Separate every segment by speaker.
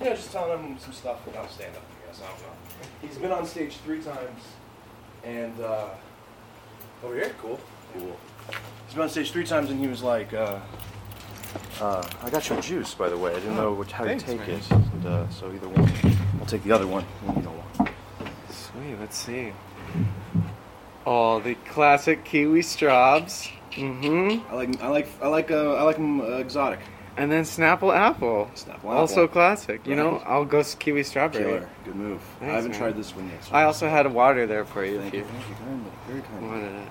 Speaker 1: you know, just telling him some stuff about stand up, I guess. I don't know. He's been on stage three times, and uh, over here, cool. Cool. He's been on stage three times, and he was like, uh, uh, I got your juice, by the way. I didn't know which, how
Speaker 2: Oh, Thanks,
Speaker 1: you take
Speaker 2: man.
Speaker 1: it. And, uh, so either one. I'll take the other one. You need a one.
Speaker 2: Sweet, let's see. Oh, the classic kiwi straws. Mm-hmm.
Speaker 1: I like, I like, I like, uh, I like 'em, uh, exotic.
Speaker 2: And then Snapple apple.
Speaker 1: Snapple
Speaker 2: Also
Speaker 1: apple.
Speaker 2: classic. You know,
Speaker 1: Right.
Speaker 2: I'll go s- kiwi strawberry.
Speaker 1: Killer. Good move. I
Speaker 2: Thanks,
Speaker 1: haven't
Speaker 2: man.
Speaker 1: tried this one yet. so-
Speaker 2: I also had water there for you if
Speaker 1: Thank you.
Speaker 2: you
Speaker 1: Thank you. Very much. Very kind.
Speaker 2: wanted it.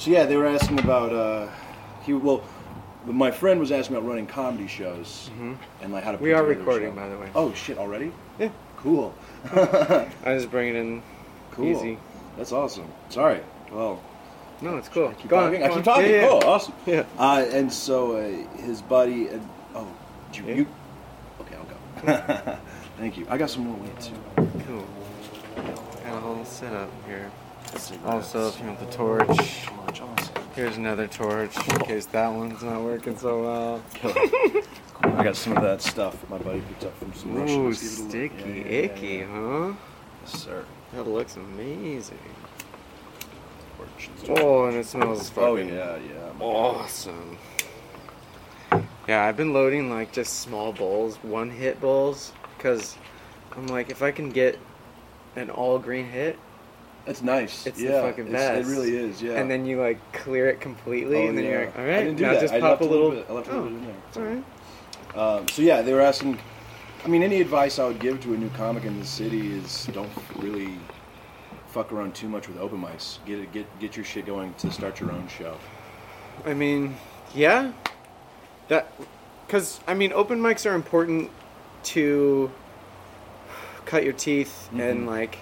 Speaker 1: So yeah, they were asking about uh, he well, my friend was asking about running comedy shows and like how to.
Speaker 2: Mm-hmm. We
Speaker 1: put
Speaker 2: are
Speaker 1: together a
Speaker 2: recording,
Speaker 1: show.
Speaker 2: by the way.
Speaker 1: Oh shit! Already?
Speaker 2: Yeah.
Speaker 1: Cool.
Speaker 2: I just bring it in.
Speaker 1: cool.
Speaker 2: Easy.
Speaker 1: That's awesome. Sorry. Well,
Speaker 2: No, it's cool.
Speaker 1: I keep
Speaker 2: Go on,
Speaker 1: talking.
Speaker 2: go
Speaker 1: I
Speaker 2: on.
Speaker 1: keep talking.
Speaker 2: Yeah, yeah.
Speaker 1: Cool. Awesome.
Speaker 2: Yeah.
Speaker 1: Uh, and so uh, his buddy. Uh, oh, did you,
Speaker 2: Yeah.
Speaker 1: you. Okay, I'll go. Thank you. I got some more weight too.
Speaker 2: Cool. Got a whole setup here.
Speaker 1: Cigarettes.
Speaker 2: Also, if you want the torch,
Speaker 1: Marge Johnson.
Speaker 2: here's another torch in case that one's not working so well.
Speaker 1: Killer. Cool. I got some of that stuff my buddy picked up from some Russians.
Speaker 2: Ooh,
Speaker 1: Give it a look.
Speaker 2: sticky,
Speaker 1: Yeah, yeah, yeah,
Speaker 2: icky,
Speaker 1: yeah.
Speaker 2: huh?
Speaker 1: Yes, sir.
Speaker 2: That looks amazing.
Speaker 1: Fortune's
Speaker 2: Oh, and it smells fucking
Speaker 1: Oh yeah, yeah.
Speaker 2: awesome. Yeah, I've been loading like just small bowls, one hit bowls, because I'm like, if I can get an all green hit,
Speaker 1: That's nice.
Speaker 2: It's the
Speaker 1: yeah,
Speaker 2: fucking
Speaker 1: It's,
Speaker 2: best.
Speaker 1: it really is. Yeah.
Speaker 2: and then you like clear it completely,
Speaker 1: Oh,
Speaker 2: and then
Speaker 1: yeah.
Speaker 2: you're like, all right,
Speaker 1: I didn't do
Speaker 2: now
Speaker 1: that.
Speaker 2: just
Speaker 1: I
Speaker 2: pop
Speaker 1: left
Speaker 2: a
Speaker 1: a little
Speaker 2: little.
Speaker 1: bit- I left a
Speaker 2: oh,
Speaker 1: little bit in there.
Speaker 2: It's all right.
Speaker 1: um, so yeah, they were asking. I mean, any advice I would give to a new comic in the city is don't really fuck around too much with open mics. Get it, get get your shit going to start your own show.
Speaker 2: I mean, yeah, that because I mean, open mics are important to cut your teeth and like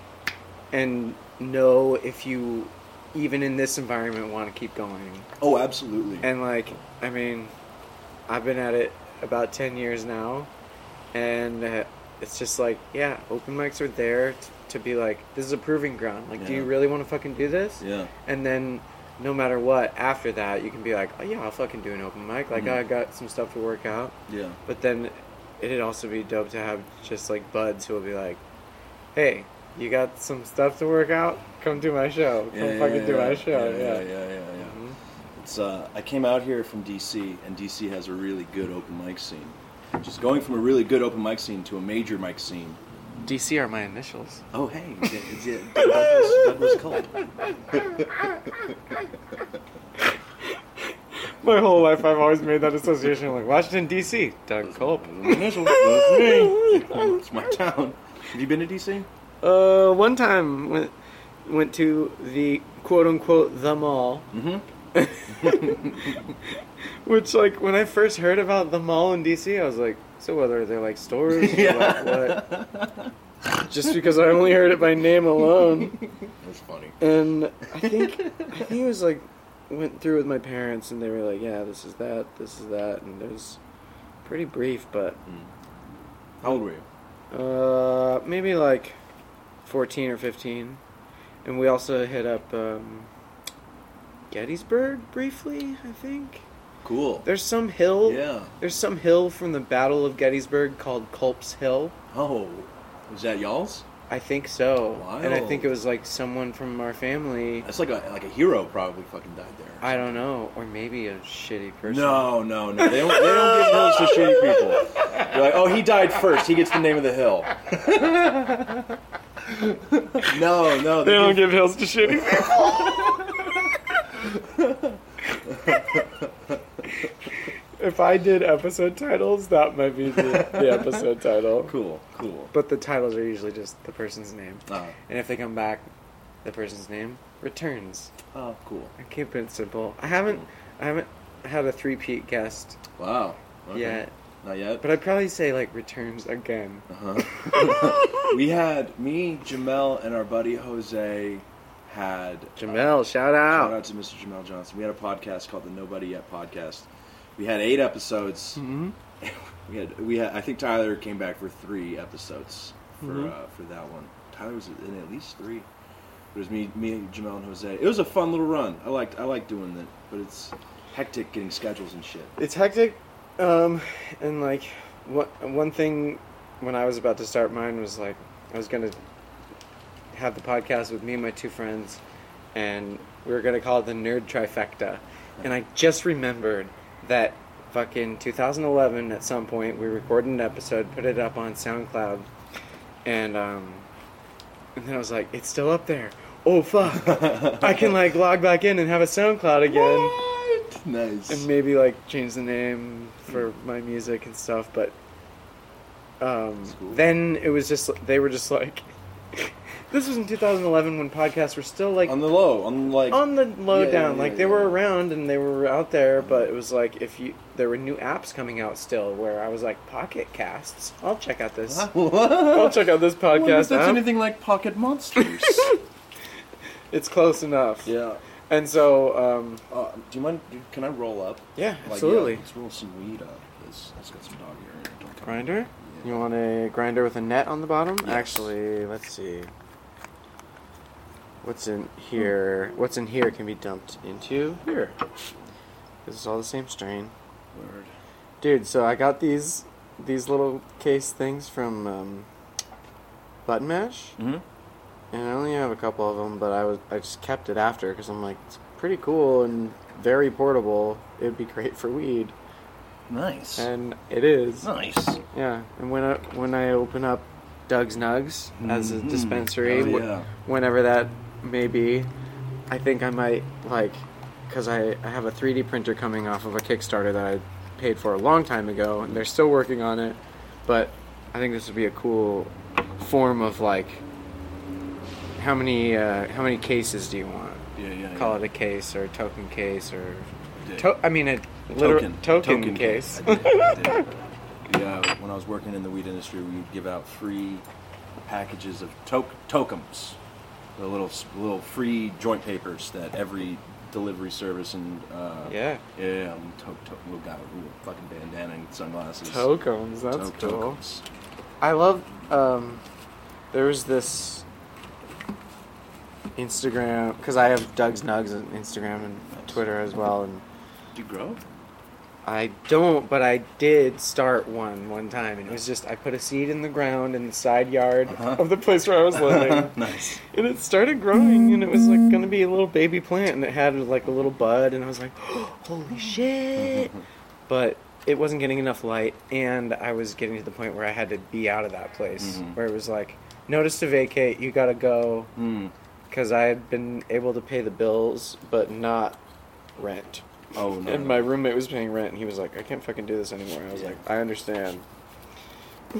Speaker 2: and know if you even in this environment want to keep going.
Speaker 1: Oh, absolutely.
Speaker 2: And like, I mean, I've been at it about ten years now, and uh, it's just like, yeah, open mics are there t- to be like, this is a proving ground. Like, do you
Speaker 1: Yeah.
Speaker 2: really want to fucking do this?
Speaker 1: yeah.
Speaker 2: And then, no matter what, after that, you can be like, oh yeah, I'll fucking do an open mic. Like,
Speaker 1: Mhm.
Speaker 2: I got some stuff to work out.
Speaker 1: Yeah.
Speaker 2: But then, it'd also be dope to have just like buds who will be like, hey, you got some stuff to work out? Come do my show. Come
Speaker 1: yeah,
Speaker 2: fucking
Speaker 1: yeah,
Speaker 2: do
Speaker 1: yeah,
Speaker 2: my show.
Speaker 1: Yeah, yeah, yeah, yeah. yeah.
Speaker 2: Mhm.
Speaker 1: It's, uh, I came out here from DC, and DC has a really good open mic scene. Just going from a really good open mic scene to a major mic scene.
Speaker 2: DC are my initials.
Speaker 1: Oh, hey, it's, yeah, Douglas, Douglas Cole.
Speaker 2: My whole life, I've always made that association. I'm like Washington D.C. Doug Culp.
Speaker 1: Initials, that's me. It's my town. Have you been to DC?
Speaker 2: Uh, one time went went to the quote unquote the mall,
Speaker 1: Mm-hmm.
Speaker 2: which like when I first heard about the mall in D.C., I was like, so what are they like stores? Or like what? Just because I only heard it by name alone.
Speaker 1: That's funny.
Speaker 2: And I think I think it was like went through with my parents and they were like, Yeah, this is that, this is that and it was pretty brief but
Speaker 1: How old were you?
Speaker 2: uh maybe like fourteen or fifteen. And we also hit up um Gettysburg briefly, I think.
Speaker 1: Cool.
Speaker 2: There's some hill
Speaker 1: Yeah.
Speaker 2: there's some hill from the Battle of Gettysburg called Culp's Hill.
Speaker 1: Oh, was that y'all's?
Speaker 2: I think so. And I think
Speaker 1: Wild.
Speaker 2: it was like someone from our family
Speaker 1: That's like a like a hero probably fucking died there.
Speaker 2: I don't know, or maybe a shitty person.
Speaker 1: No, no, no. They don't, they don't give hills to shitty people. They're like, oh, he died first. He gets the name of the hill. no, no. They, give,
Speaker 2: hills to shitty people. if I did episode titles, that might be the, the episode title.
Speaker 1: Cool, cool.
Speaker 2: But the titles are usually just the person's name.
Speaker 1: Ah,
Speaker 2: And if they come back, the person's name returns.
Speaker 1: oh, cool.
Speaker 2: I keep it simple. I haven't I haven't had a three-peat guest
Speaker 1: Wow. Okay.
Speaker 2: yet.
Speaker 1: Not yet.
Speaker 2: But I'd probably say like returns again.
Speaker 1: Uh-huh. we had me, Jamel, and our buddy Jose had
Speaker 2: Jamel, shout out.
Speaker 1: Shout out to Mr. Jamel Johnson. We had a podcast called the Nobody Yet Podcast. We had eight episodes.
Speaker 2: Mhm.
Speaker 1: We had we had. I think Tyler came back for three episodes for
Speaker 2: Mm-hmm.
Speaker 1: uh, for that one. Tyler was in at least three. It was me, me, Jamel, and Jose. It was a fun little run. I liked I liked doing that, but it's hectic getting schedules and shit.
Speaker 2: it's hectic um and like what one thing when I was about to start mine was like I was gonna have the podcast with me and my two friends, and we were gonna call it the Nerd Trifecta. And I just remembered that fucking 2011 at some point we recorded an episode, put it up on SoundCloud, and um, and then I was like, it's still up there. Oh fuck! I can like log back in and have a SoundCloud again
Speaker 1: What? Nice.
Speaker 2: and maybe like change the name for my music and stuff but um,
Speaker 1: That's cool.
Speaker 2: then it was just they were just like this was in 2011 when podcasts were still like
Speaker 1: on
Speaker 2: on
Speaker 1: the low, on like
Speaker 2: the, low
Speaker 1: Yeah, yeah,
Speaker 2: down
Speaker 1: yeah,
Speaker 2: like they
Speaker 1: yeah. Mm-hmm.
Speaker 2: were around and they were out there but it was like if you there were new apps coming out still where i was like pocket casts i'll check out this i'll
Speaker 1: What?
Speaker 2: check out this
Speaker 1: I wonder if
Speaker 2: podcast
Speaker 1: that's
Speaker 2: app.
Speaker 1: anything like Pocket Monsters.
Speaker 2: it's close enough
Speaker 1: yeah.
Speaker 2: and so um,
Speaker 1: Uh, do you mind? Dude, can I roll up?
Speaker 2: yeah
Speaker 1: Like, yeah,
Speaker 2: absolutely
Speaker 1: let's roll some weed up. Let's, let's get some dog hair. in it, don't tell me.
Speaker 2: grinder
Speaker 1: Yeah.
Speaker 2: You want a grinder with a net on the bottom?
Speaker 1: Yes.
Speaker 2: Actually, let's see. What's in here? What's in here can be dumped into here. This is all the same strain,
Speaker 1: Word.
Speaker 2: dude. So I got these these little case things from um, Button Mash,
Speaker 1: Mm-hmm.
Speaker 2: and I only have a couple of them, but I was I just kept it after because I'm like it's pretty cool and very portable. It'd be great for weed,
Speaker 1: Nice.
Speaker 2: and it is.
Speaker 1: nice.
Speaker 2: Yeah, and when I when I open up Doug's Nugs as a
Speaker 1: Mhm.
Speaker 2: dispensary,
Speaker 1: Oh,
Speaker 2: wh-
Speaker 1: yeah.
Speaker 2: whenever that may be, I think I might like because I, I have a 3D printer coming off of a Kickstarter that I paid for a long time ago, and they're still working on it. But I think this would be a cool form of like how many uh, how many cases do you want?
Speaker 1: Yeah, yeah.
Speaker 2: Call
Speaker 1: yeah.
Speaker 2: it a case or a token case or
Speaker 1: Dig.
Speaker 2: to- I mean a literal token, case.
Speaker 1: I did, I did. yeah, when I was working in the weed industry, we would give out free packages of to- tokums, the little s- little free joint papers that every delivery service and uh,
Speaker 2: yeah.
Speaker 1: yeah, we toke to- little guy with a little fucking bandana and sunglasses.
Speaker 2: Tokens, that's
Speaker 1: Toke-
Speaker 2: cool.
Speaker 1: tokums.
Speaker 2: I love. Um, there was this Instagram because I have Doug's Nugs on Instagram and Twitter as well, and
Speaker 1: Did you grow?
Speaker 2: I don't, but I did start one one time, and it was just I put a seed in the ground in the side yard of the place where I was living,
Speaker 1: nice.
Speaker 2: and it started growing, and it was
Speaker 1: Mm.
Speaker 2: like gonna be a little baby plant, and it had like a little bud, and I was like, holy shit! but it wasn't getting enough light, and I was getting to the point where I had to be out of that place,
Speaker 1: Mhm.
Speaker 2: where it was like, notice to vacate, you gotta go,
Speaker 1: Mm.
Speaker 2: because I had been able to pay the bills, but not rent.
Speaker 1: Oh no.
Speaker 2: And my roommate was paying rent, and he was like, I can't fucking do this anymore. I was
Speaker 1: Yeah.
Speaker 2: like, I understand.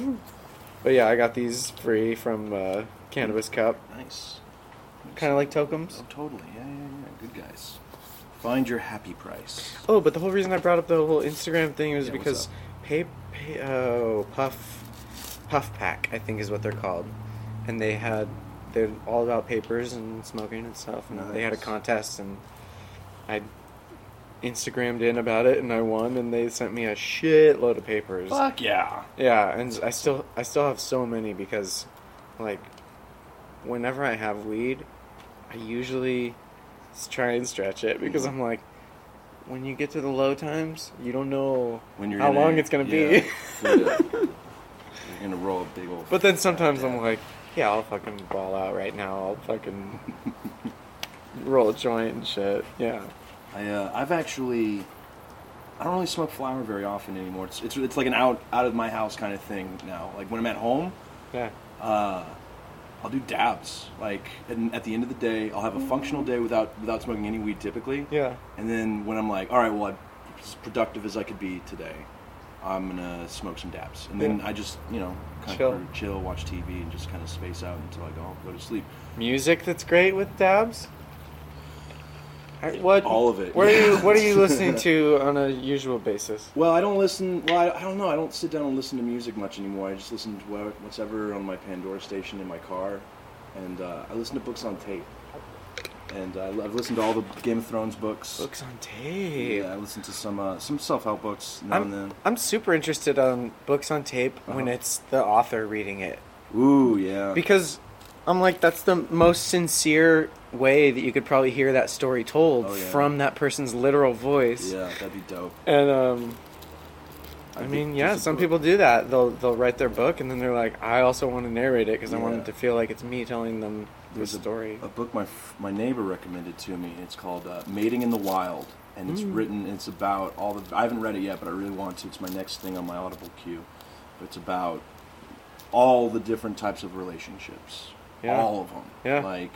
Speaker 2: but yeah, I got these free from uh, Cannabis Cup,
Speaker 1: nice.
Speaker 2: kind of like tokens.
Speaker 1: Oh, totally. Yeah, yeah, yeah. Good guys. Find your happy price.
Speaker 2: Oh, but the whole reason I brought up the whole Instagram thing was
Speaker 1: Yeah, what's
Speaker 2: because
Speaker 1: up?
Speaker 2: pay, pay oh puff puff pack I think is what they're called, and they had they're all about papers and smoking and stuff, and they had a
Speaker 1: Nice.
Speaker 2: contest, and I Instagrammed in about it, and I won, and they sent me a shitload of papers.
Speaker 1: Fuck yeah.
Speaker 2: Yeah, and I still I still have so many because, like, whenever I have weed, I usually s- try and stretch it because I'm like, when you get to the low times, you don't know
Speaker 1: when you're
Speaker 2: how
Speaker 1: gonna-
Speaker 2: long it's gonna
Speaker 1: yeah,
Speaker 2: be.
Speaker 1: yeah. You're gonna roll a big old.
Speaker 2: But then sometimes I'm like, yeah, I'll fucking ball out right now. I'll fucking roll a joint and shit. Yeah.
Speaker 1: I, uh, I've actually, I don't really smoke flower very often anymore. It's, it's it's like an out out of my house kind of thing now. Like when I'm at home,
Speaker 2: Yeah.
Speaker 1: uh, I'll do dabs. Like and at the end of the day, I'll have a functional day without without smoking any weed typically.
Speaker 2: Yeah.
Speaker 1: And then when I'm like, all right, well, I'm as productive as I could be today, I'm gonna smoke some dabs. And then
Speaker 2: Yeah.
Speaker 1: I just, you know, kind
Speaker 2: Chill.
Speaker 1: of chill, watch TV, and just kind of space out until I go go to sleep.
Speaker 2: Music that's great with dabs. I- What
Speaker 1: All of it.
Speaker 2: What are you What are you listening to on a usual basis?
Speaker 1: Well, I don't listen. Well, I, I don't know. I don't sit down and listen to music much anymore. I just listen to what- what's ever on my Pandora station in my car, and uh, I listen to books on tape. And uh, I've listened to all the Game of Thrones books.
Speaker 2: Books on tape.
Speaker 1: Yeah, I listen to some uh, some self help books now and
Speaker 2: I'm,
Speaker 1: then.
Speaker 2: I'm super interested on books on tape when
Speaker 1: Uh-huh.
Speaker 2: it's the author reading it
Speaker 1: Ooh, yeah.
Speaker 2: because I'm like that's the most sincere way that you could probably hear that story told
Speaker 1: Oh, yeah.
Speaker 2: from that person's literal voice.
Speaker 1: yeah, that'd be dope.
Speaker 2: And um, I,
Speaker 1: I'd be
Speaker 2: mean, yeah,
Speaker 1: just a
Speaker 2: some
Speaker 1: book.
Speaker 2: people do that. They'll they'll write their book and then they're like, I also want to narrate it because I want
Speaker 1: Yeah.
Speaker 2: it to feel like it's me telling them the
Speaker 1: There's
Speaker 2: story.
Speaker 1: A book my f- my neighbor recommended to me. It's called uh, Mating in the Wild, and
Speaker 2: Mm.
Speaker 1: it's written. It's about all the. I haven't read it yet, but I really want to. It's my next thing on my Audible queue. It's about all the different types of relationships.
Speaker 2: Yeah.
Speaker 1: All of them.
Speaker 2: Yeah.
Speaker 1: Like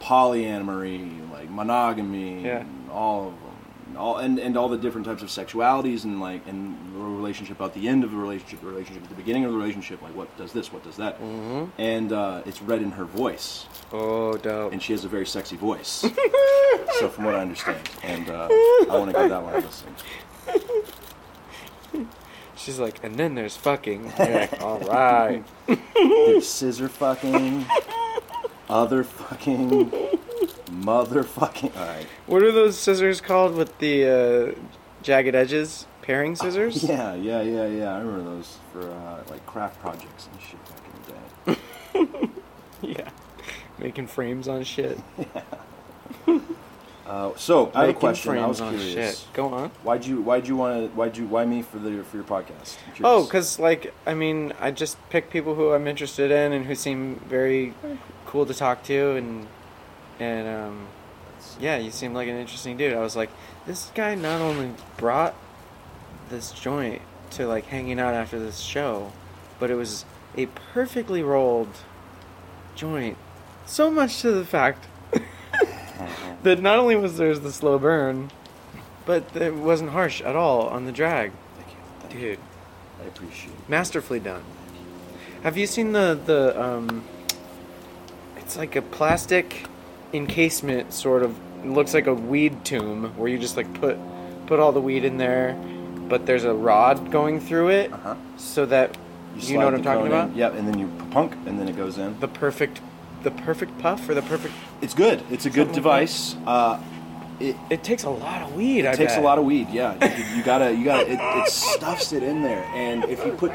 Speaker 1: polyamory, like monogamy,
Speaker 2: Yeah.
Speaker 1: and all of them. And All and, and all the different types of sexualities and like and the relationship at the end of the relationship, the relationship at the beginning of the relationship, like what does this, what does that,
Speaker 2: Mhm.
Speaker 1: and uh, it's read in her voice,
Speaker 2: oh, dope.
Speaker 1: and she has a very sexy voice. so from what I understand, and uh, I want to give that one a listen.
Speaker 2: She's like, and then there's fucking. And you're like, all right.
Speaker 1: There's scissor fucking, other fucking, mother fucking. All right.
Speaker 2: What are those scissors called with the uh, jagged edges? Paring scissors?
Speaker 1: Yeah, yeah, yeah, yeah. I remember those for uh, like craft projects and shit back in the day.
Speaker 2: Yeah. Making frames on shit.
Speaker 1: Uh, so I have a
Speaker 2: Making
Speaker 1: question. I was
Speaker 2: frames on
Speaker 1: curious.
Speaker 2: shit. Go on.
Speaker 1: Why'd you Why'd you want to Why'd you Why me for the for your podcast? I'm curious.
Speaker 2: Oh, because like I mean, I just pick people who I'm interested in and who seem very cool to talk to, and and um, yeah, you seem like an interesting dude. I was like, this guy not only brought this joint to like hanging out after this show, but it was a perfectly rolled joint. So much to the fact that not only was there the slow burn, but it wasn't harsh at all on the drag,
Speaker 1: Thank you. Thank you.
Speaker 2: dude
Speaker 1: I appreciate. it.
Speaker 2: masterfully done. Have you seen the the um? It's like a plastic encasement, sort of. It looks like a weed tomb where you just like put put all the weed in there, but there's a rod going through it,
Speaker 1: Uh-huh.
Speaker 2: so that you, know
Speaker 1: slide
Speaker 2: what
Speaker 1: the
Speaker 2: I'm talking
Speaker 1: cone
Speaker 2: about.
Speaker 1: In. Yep, and then you punk, and then it goes in.
Speaker 2: The perfect, the perfect puff or the perfect.
Speaker 1: It's good. It's a good device. Uh, it
Speaker 2: It takes a lot of weed. I
Speaker 1: takes a
Speaker 2: bet.
Speaker 1: lot of weed. Yeah, you, you gotta, you gotta. It, it stuffs it in there, and if you put,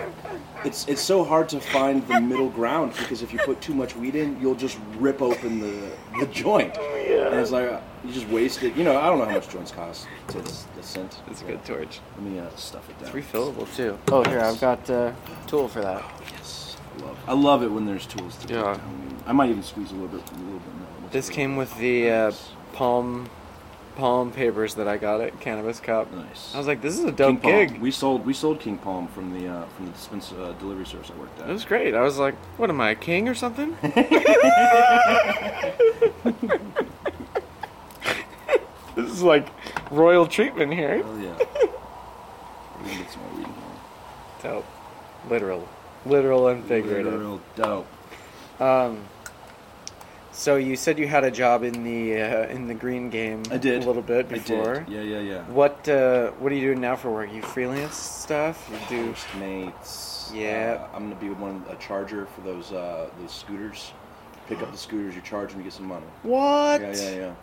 Speaker 1: it's it's so hard to find the middle ground because if you put too much weed in, you'll just rip open the the joint, and it's like uh, you just waste it. You know, I don't know how much joints cost. It's, it's a cent.
Speaker 2: It's a good torch.
Speaker 1: Let me uh, stuff it
Speaker 2: It's
Speaker 1: down.
Speaker 2: refillable too. Oh, here I've got uh, tool for that.
Speaker 1: Yes, I love. I love it when there's tools to
Speaker 2: Yeah.
Speaker 1: yeah. down. I might even squeeze a little bit, a little bit more.
Speaker 2: This came with the uh, palm palm papers that I got at Cannabis Cup.
Speaker 1: Nice.
Speaker 2: I was like, this is a dope
Speaker 1: King Palm.
Speaker 2: gig.
Speaker 1: We sold we sold King Palm from the uh, from the dispense, uh, delivery service I worked
Speaker 2: It was
Speaker 1: at.
Speaker 2: great. I was like, what am I, a king or something? this is like royal treatment here.
Speaker 1: Oh yeah. We're gonna get some more weed in here.
Speaker 2: Dope. Literal. Literal and figurative.
Speaker 1: Real dope.
Speaker 2: Um, so you said you had a job in the uh, in the green game
Speaker 1: I did
Speaker 2: a little bit
Speaker 1: I did.
Speaker 2: before.
Speaker 1: Yeah, yeah, yeah.
Speaker 2: What uh, what are you doing now for work? You freelance stuff? You do
Speaker 1: Ghost mates.
Speaker 2: Yeah.
Speaker 1: Uh, I'm gonna be one a charger for those uh, those scooters. Pick up the scooters, you charge them, you get some money.
Speaker 2: what?
Speaker 1: Yeah, yeah, yeah.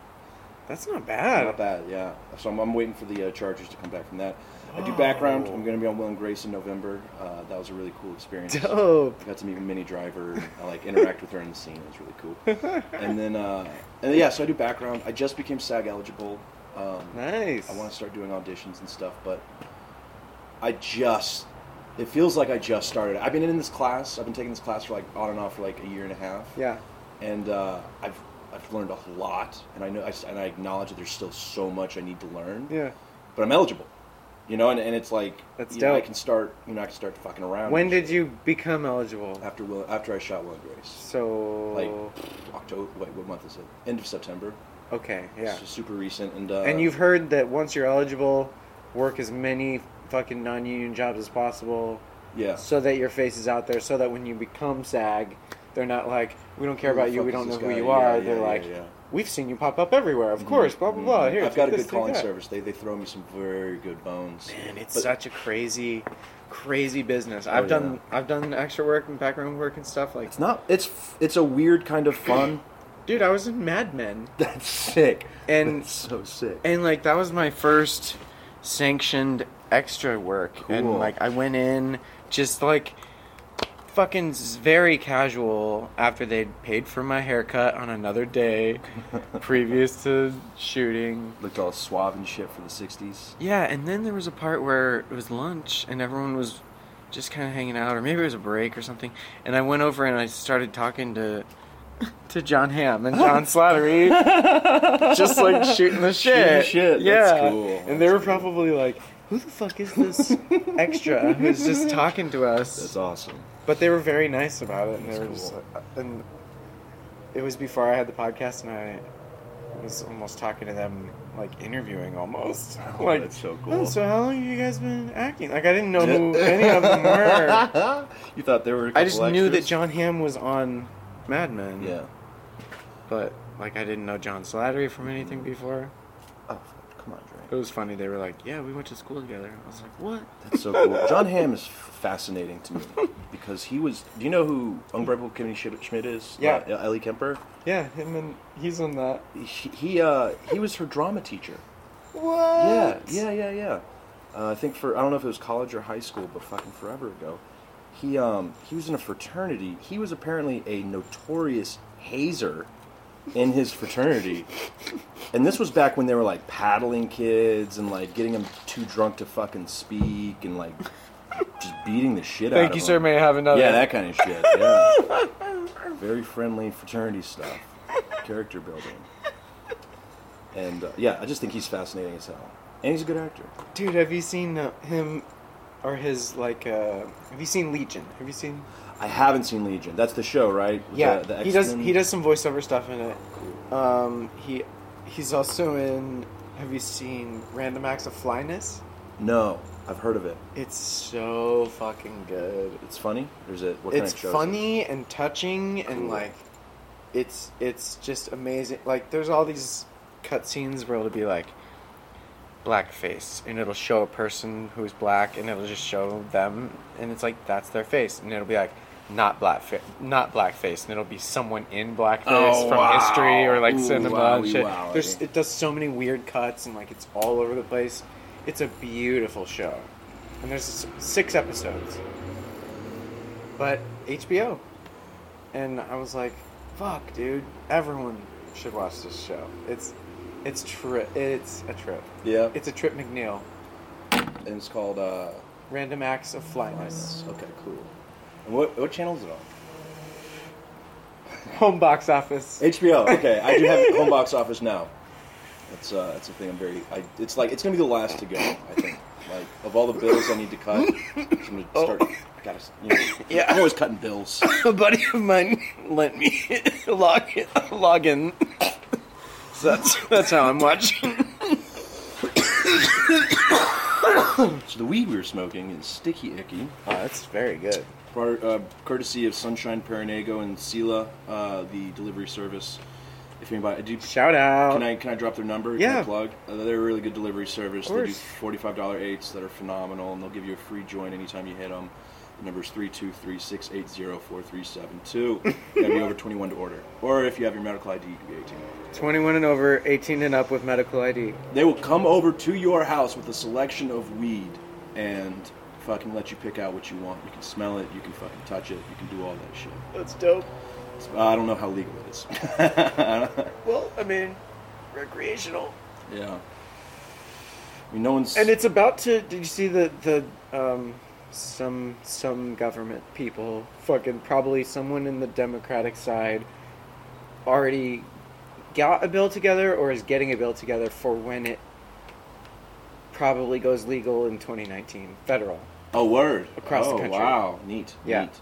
Speaker 2: That's not bad.
Speaker 1: Not bad, yeah. So I'm, I'm waiting for the uh, Chargers to come back from that. I do background.
Speaker 2: Wow.
Speaker 1: I'm going to be on Will and Grace in November. Uh, that was a really cool experience.
Speaker 2: Dope.
Speaker 1: I got to meet Minnie Driver. and I like interact with her in the scene. It was really cool. and then, uh, and then, yeah, so I do background. I just became SAG eligible. Um,
Speaker 2: Nice.
Speaker 1: I want to start doing auditions and stuff, but I just. It feels like I just started. I've been in this class. I've been taking this class for like on and off for like a year and a half
Speaker 2: Yeah.
Speaker 1: and uh, I've I've learned a lot, and I know I s and I acknowledge that there's still so much I need to learn.
Speaker 2: Yeah.
Speaker 1: But I'm eligible, you know, and, and it's like
Speaker 2: That's
Speaker 1: you know, I
Speaker 2: dope.
Speaker 1: can start, you know, I can start fucking around.
Speaker 2: When did you become eligible?
Speaker 1: after Will after I shot Will and Grace?
Speaker 2: So
Speaker 1: Uh, Like October. Wait, what month is it? End of September.
Speaker 2: okay, yeah.
Speaker 1: So super recent, and uh,
Speaker 2: and you've heard that once you're eligible, work as many fucking non-union jobs as possible,
Speaker 1: yeah.
Speaker 2: so that your face is out there, so that when you become SAG, they're not like, we don't care
Speaker 1: Who the
Speaker 2: about you,
Speaker 1: fuck
Speaker 2: we
Speaker 1: is
Speaker 2: don't know
Speaker 1: this
Speaker 2: who
Speaker 1: guy?
Speaker 2: you
Speaker 1: Yeah,
Speaker 2: are.
Speaker 1: yeah,
Speaker 2: they're
Speaker 1: yeah,
Speaker 2: like,
Speaker 1: yeah.
Speaker 2: we've seen you pop up everywhere, of course, blah blah blah. Here,
Speaker 1: Mm-hmm. I've got a
Speaker 2: take this,
Speaker 1: good
Speaker 2: take
Speaker 1: calling
Speaker 2: that.
Speaker 1: service. They they throw me some very good bones.
Speaker 2: And it's
Speaker 1: But-
Speaker 2: such a crazy, crazy business.
Speaker 1: Oh,
Speaker 2: I've done I've done extra work and background work and stuff like.
Speaker 1: It's not. It's f- it's a weird kind of fun.
Speaker 2: Dude, I was in Mad Men,
Speaker 1: That's sick.
Speaker 2: And-
Speaker 1: That's so sick.
Speaker 2: and like that was my first sanctioned extra work, and
Speaker 1: Cool.
Speaker 2: like I went in just like fucking s- very casual after they'd paid for my haircut on another day previous to shooting.
Speaker 1: Looked all suave and shit for the 60s.
Speaker 2: Yeah, and then there was a part where it was lunch and everyone was just kind of hanging out, or maybe it was a break or something. And I went over and I started talking to to John Hamm and John Slattery, just like shooting the shit.
Speaker 1: shit, that's
Speaker 2: yeah.
Speaker 1: cool,
Speaker 2: And they
Speaker 1: that's
Speaker 2: were
Speaker 1: cool.
Speaker 2: probably like, "Who the fuck is this extra who's just talking to us?"
Speaker 1: That's awesome.
Speaker 2: But they were very nice about it, and they
Speaker 1: That's
Speaker 2: were
Speaker 1: cool.
Speaker 2: just like, uh, and it was before I had the podcast, and I was almost talking to them like interviewing almost.
Speaker 1: Oh,
Speaker 2: like,
Speaker 1: that's so
Speaker 2: "Oh,
Speaker 1: cool."
Speaker 2: so how long have you guys been acting? Like I didn't know who any of them were.
Speaker 1: you thought there were. a
Speaker 2: I
Speaker 1: couple
Speaker 2: just knew that
Speaker 1: extras?
Speaker 2: John Hamm was on Mad Men.
Speaker 1: Yeah.
Speaker 2: But like I didn't know John Slattery from anything
Speaker 1: Mm-hmm.
Speaker 2: before.
Speaker 1: Oh, fuck, come on, Dre.
Speaker 2: It was funny. They were like, "Yeah, we went to school together." I was like, "What?"
Speaker 1: That's so cool. John Hamm is fascinating to me because he was. Do you know who Unbreakable Kimmy Schmidt Schmidt is?
Speaker 2: Yeah.
Speaker 1: Uh, Ellie Kemper.
Speaker 2: Yeah, him and he's on that.
Speaker 1: He he, uh, he was her drama teacher.
Speaker 2: What?
Speaker 1: Yeah, yeah, yeah, yeah. Uh, I think for I don't know if it was college or high school, but fucking forever ago, he um he was in a fraternity. He was apparently a notorious hazer in his fraternity, and this was back when they were like paddling kids and like getting them too drunk to fucking speak and like just beating the shit out
Speaker 2: Thank
Speaker 1: of
Speaker 2: you,
Speaker 1: them.
Speaker 2: sir. May I have another?
Speaker 1: Yeah, that kind of shit. Yeah. Very friendly fraternity stuff, character building, and uh, yeah, I just think he's fascinating as hell, and he's a good actor.
Speaker 2: Dude, have you seen uh, him or his like? uh Have you seen Legion? Have you seen?
Speaker 1: I haven't seen Legion. That's the show, right? With
Speaker 2: yeah,
Speaker 1: the, the
Speaker 2: he does.
Speaker 1: X-Men?
Speaker 2: He does some voiceover stuff in it. Um, he he's also in. Have you seen Random Acts of Flyness?
Speaker 1: No, I've heard of it.
Speaker 2: It's so fucking good.
Speaker 1: It's funny. There's a what
Speaker 2: it's
Speaker 1: kind of show? is it?
Speaker 2: funny and touching
Speaker 1: Cool.
Speaker 2: and like, it's it's just amazing. Like, there's all these cutscenes where it'll be like blackface and it'll show a person who's black and it'll just show them and it's like that's their face and it'll be like not black not blackface and it'll be someone in blackface
Speaker 1: Oh,
Speaker 2: from
Speaker 1: wow.
Speaker 2: history or like
Speaker 1: Ooh,
Speaker 2: cinema and
Speaker 1: wowie,
Speaker 2: shit.
Speaker 1: wowie.
Speaker 2: There's it does so many weird cuts and like it's all over the place. It's a beautiful show. And there's s- six episodes. But HBO. And I was like, fuck, dude, everyone should watch this show. It's it's tri- it's a trip.
Speaker 1: Yeah,
Speaker 2: It's a Trip McNeil.
Speaker 1: and it's called. Uh,
Speaker 2: Random acts of
Speaker 1: Blindness.
Speaker 2: flyness.
Speaker 1: Okay, cool. And what what channel is it on?
Speaker 2: Home box office.
Speaker 1: HBO. Okay, I do have home box office now. That's uh, that's the thing. I'm very. I, it's like it's gonna be the last to go. I think. Like of all the bills I need to cut, I'm gonna start. Gotta. You know,
Speaker 2: Yeah.
Speaker 1: I'm always cutting bills.
Speaker 2: a buddy of mine lent me log log in. So that's that's how I'm watching.
Speaker 1: So the weed we were smoking is sticky icky.
Speaker 2: Oh, that's very good.
Speaker 1: Brought, uh, courtesy of Sunshine Perinago and Sela, uh, the delivery service. If anybody, do
Speaker 2: Shout out.
Speaker 1: Can I can I drop their number? Can I
Speaker 2: Oh. Yeah.
Speaker 1: plug. Uh, they're a really good delivery service.
Speaker 2: Of
Speaker 1: They do
Speaker 2: course.
Speaker 1: forty five dollar eights that are phenomenal, and they'll give you a free joint anytime you hit them. The number is three two three six eight zero four three seven two. Gotta be over twenty one to order, or if you have your medical ID, you can be eighteen.
Speaker 2: 21 and over, 18 and up with medical ID.
Speaker 1: They will come over to your house with a selection of weed and fucking let you pick out what you want. You can smell it. You can fucking touch it. You can do all that shit.
Speaker 2: That's dope.
Speaker 1: It's- I don't know how legal it is. yeah.
Speaker 2: Well, I mean, recreational.
Speaker 1: I mean, no one's.
Speaker 2: And it's about to. Did you see the the um, some some government people fucking probably someone in the Democratic side already got a bill together or is getting a bill together for when it probably goes legal in 2019 federal.
Speaker 1: Oh, word.
Speaker 2: Across the
Speaker 1: oh,
Speaker 2: country.
Speaker 1: wow. Neat.
Speaker 2: Yeah.
Speaker 1: Neat.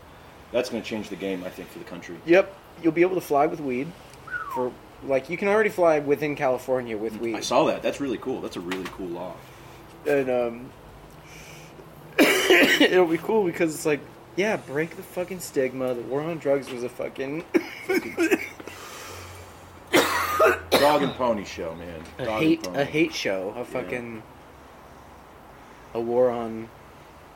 Speaker 1: That's going to change the game, I think, for the country.
Speaker 2: Yep, you'll be able to fly with weed for like you can already fly within California with weed.
Speaker 1: I saw that. That's really cool. That's a really cool law.
Speaker 2: and um, it'll be cool because it's like, yeah, break the fucking stigma. The war on drugs was a fucking.
Speaker 1: Dog and pony show, man.
Speaker 2: a
Speaker 1: Dog and
Speaker 2: hate
Speaker 1: pony.
Speaker 2: a hate show a fucking a war on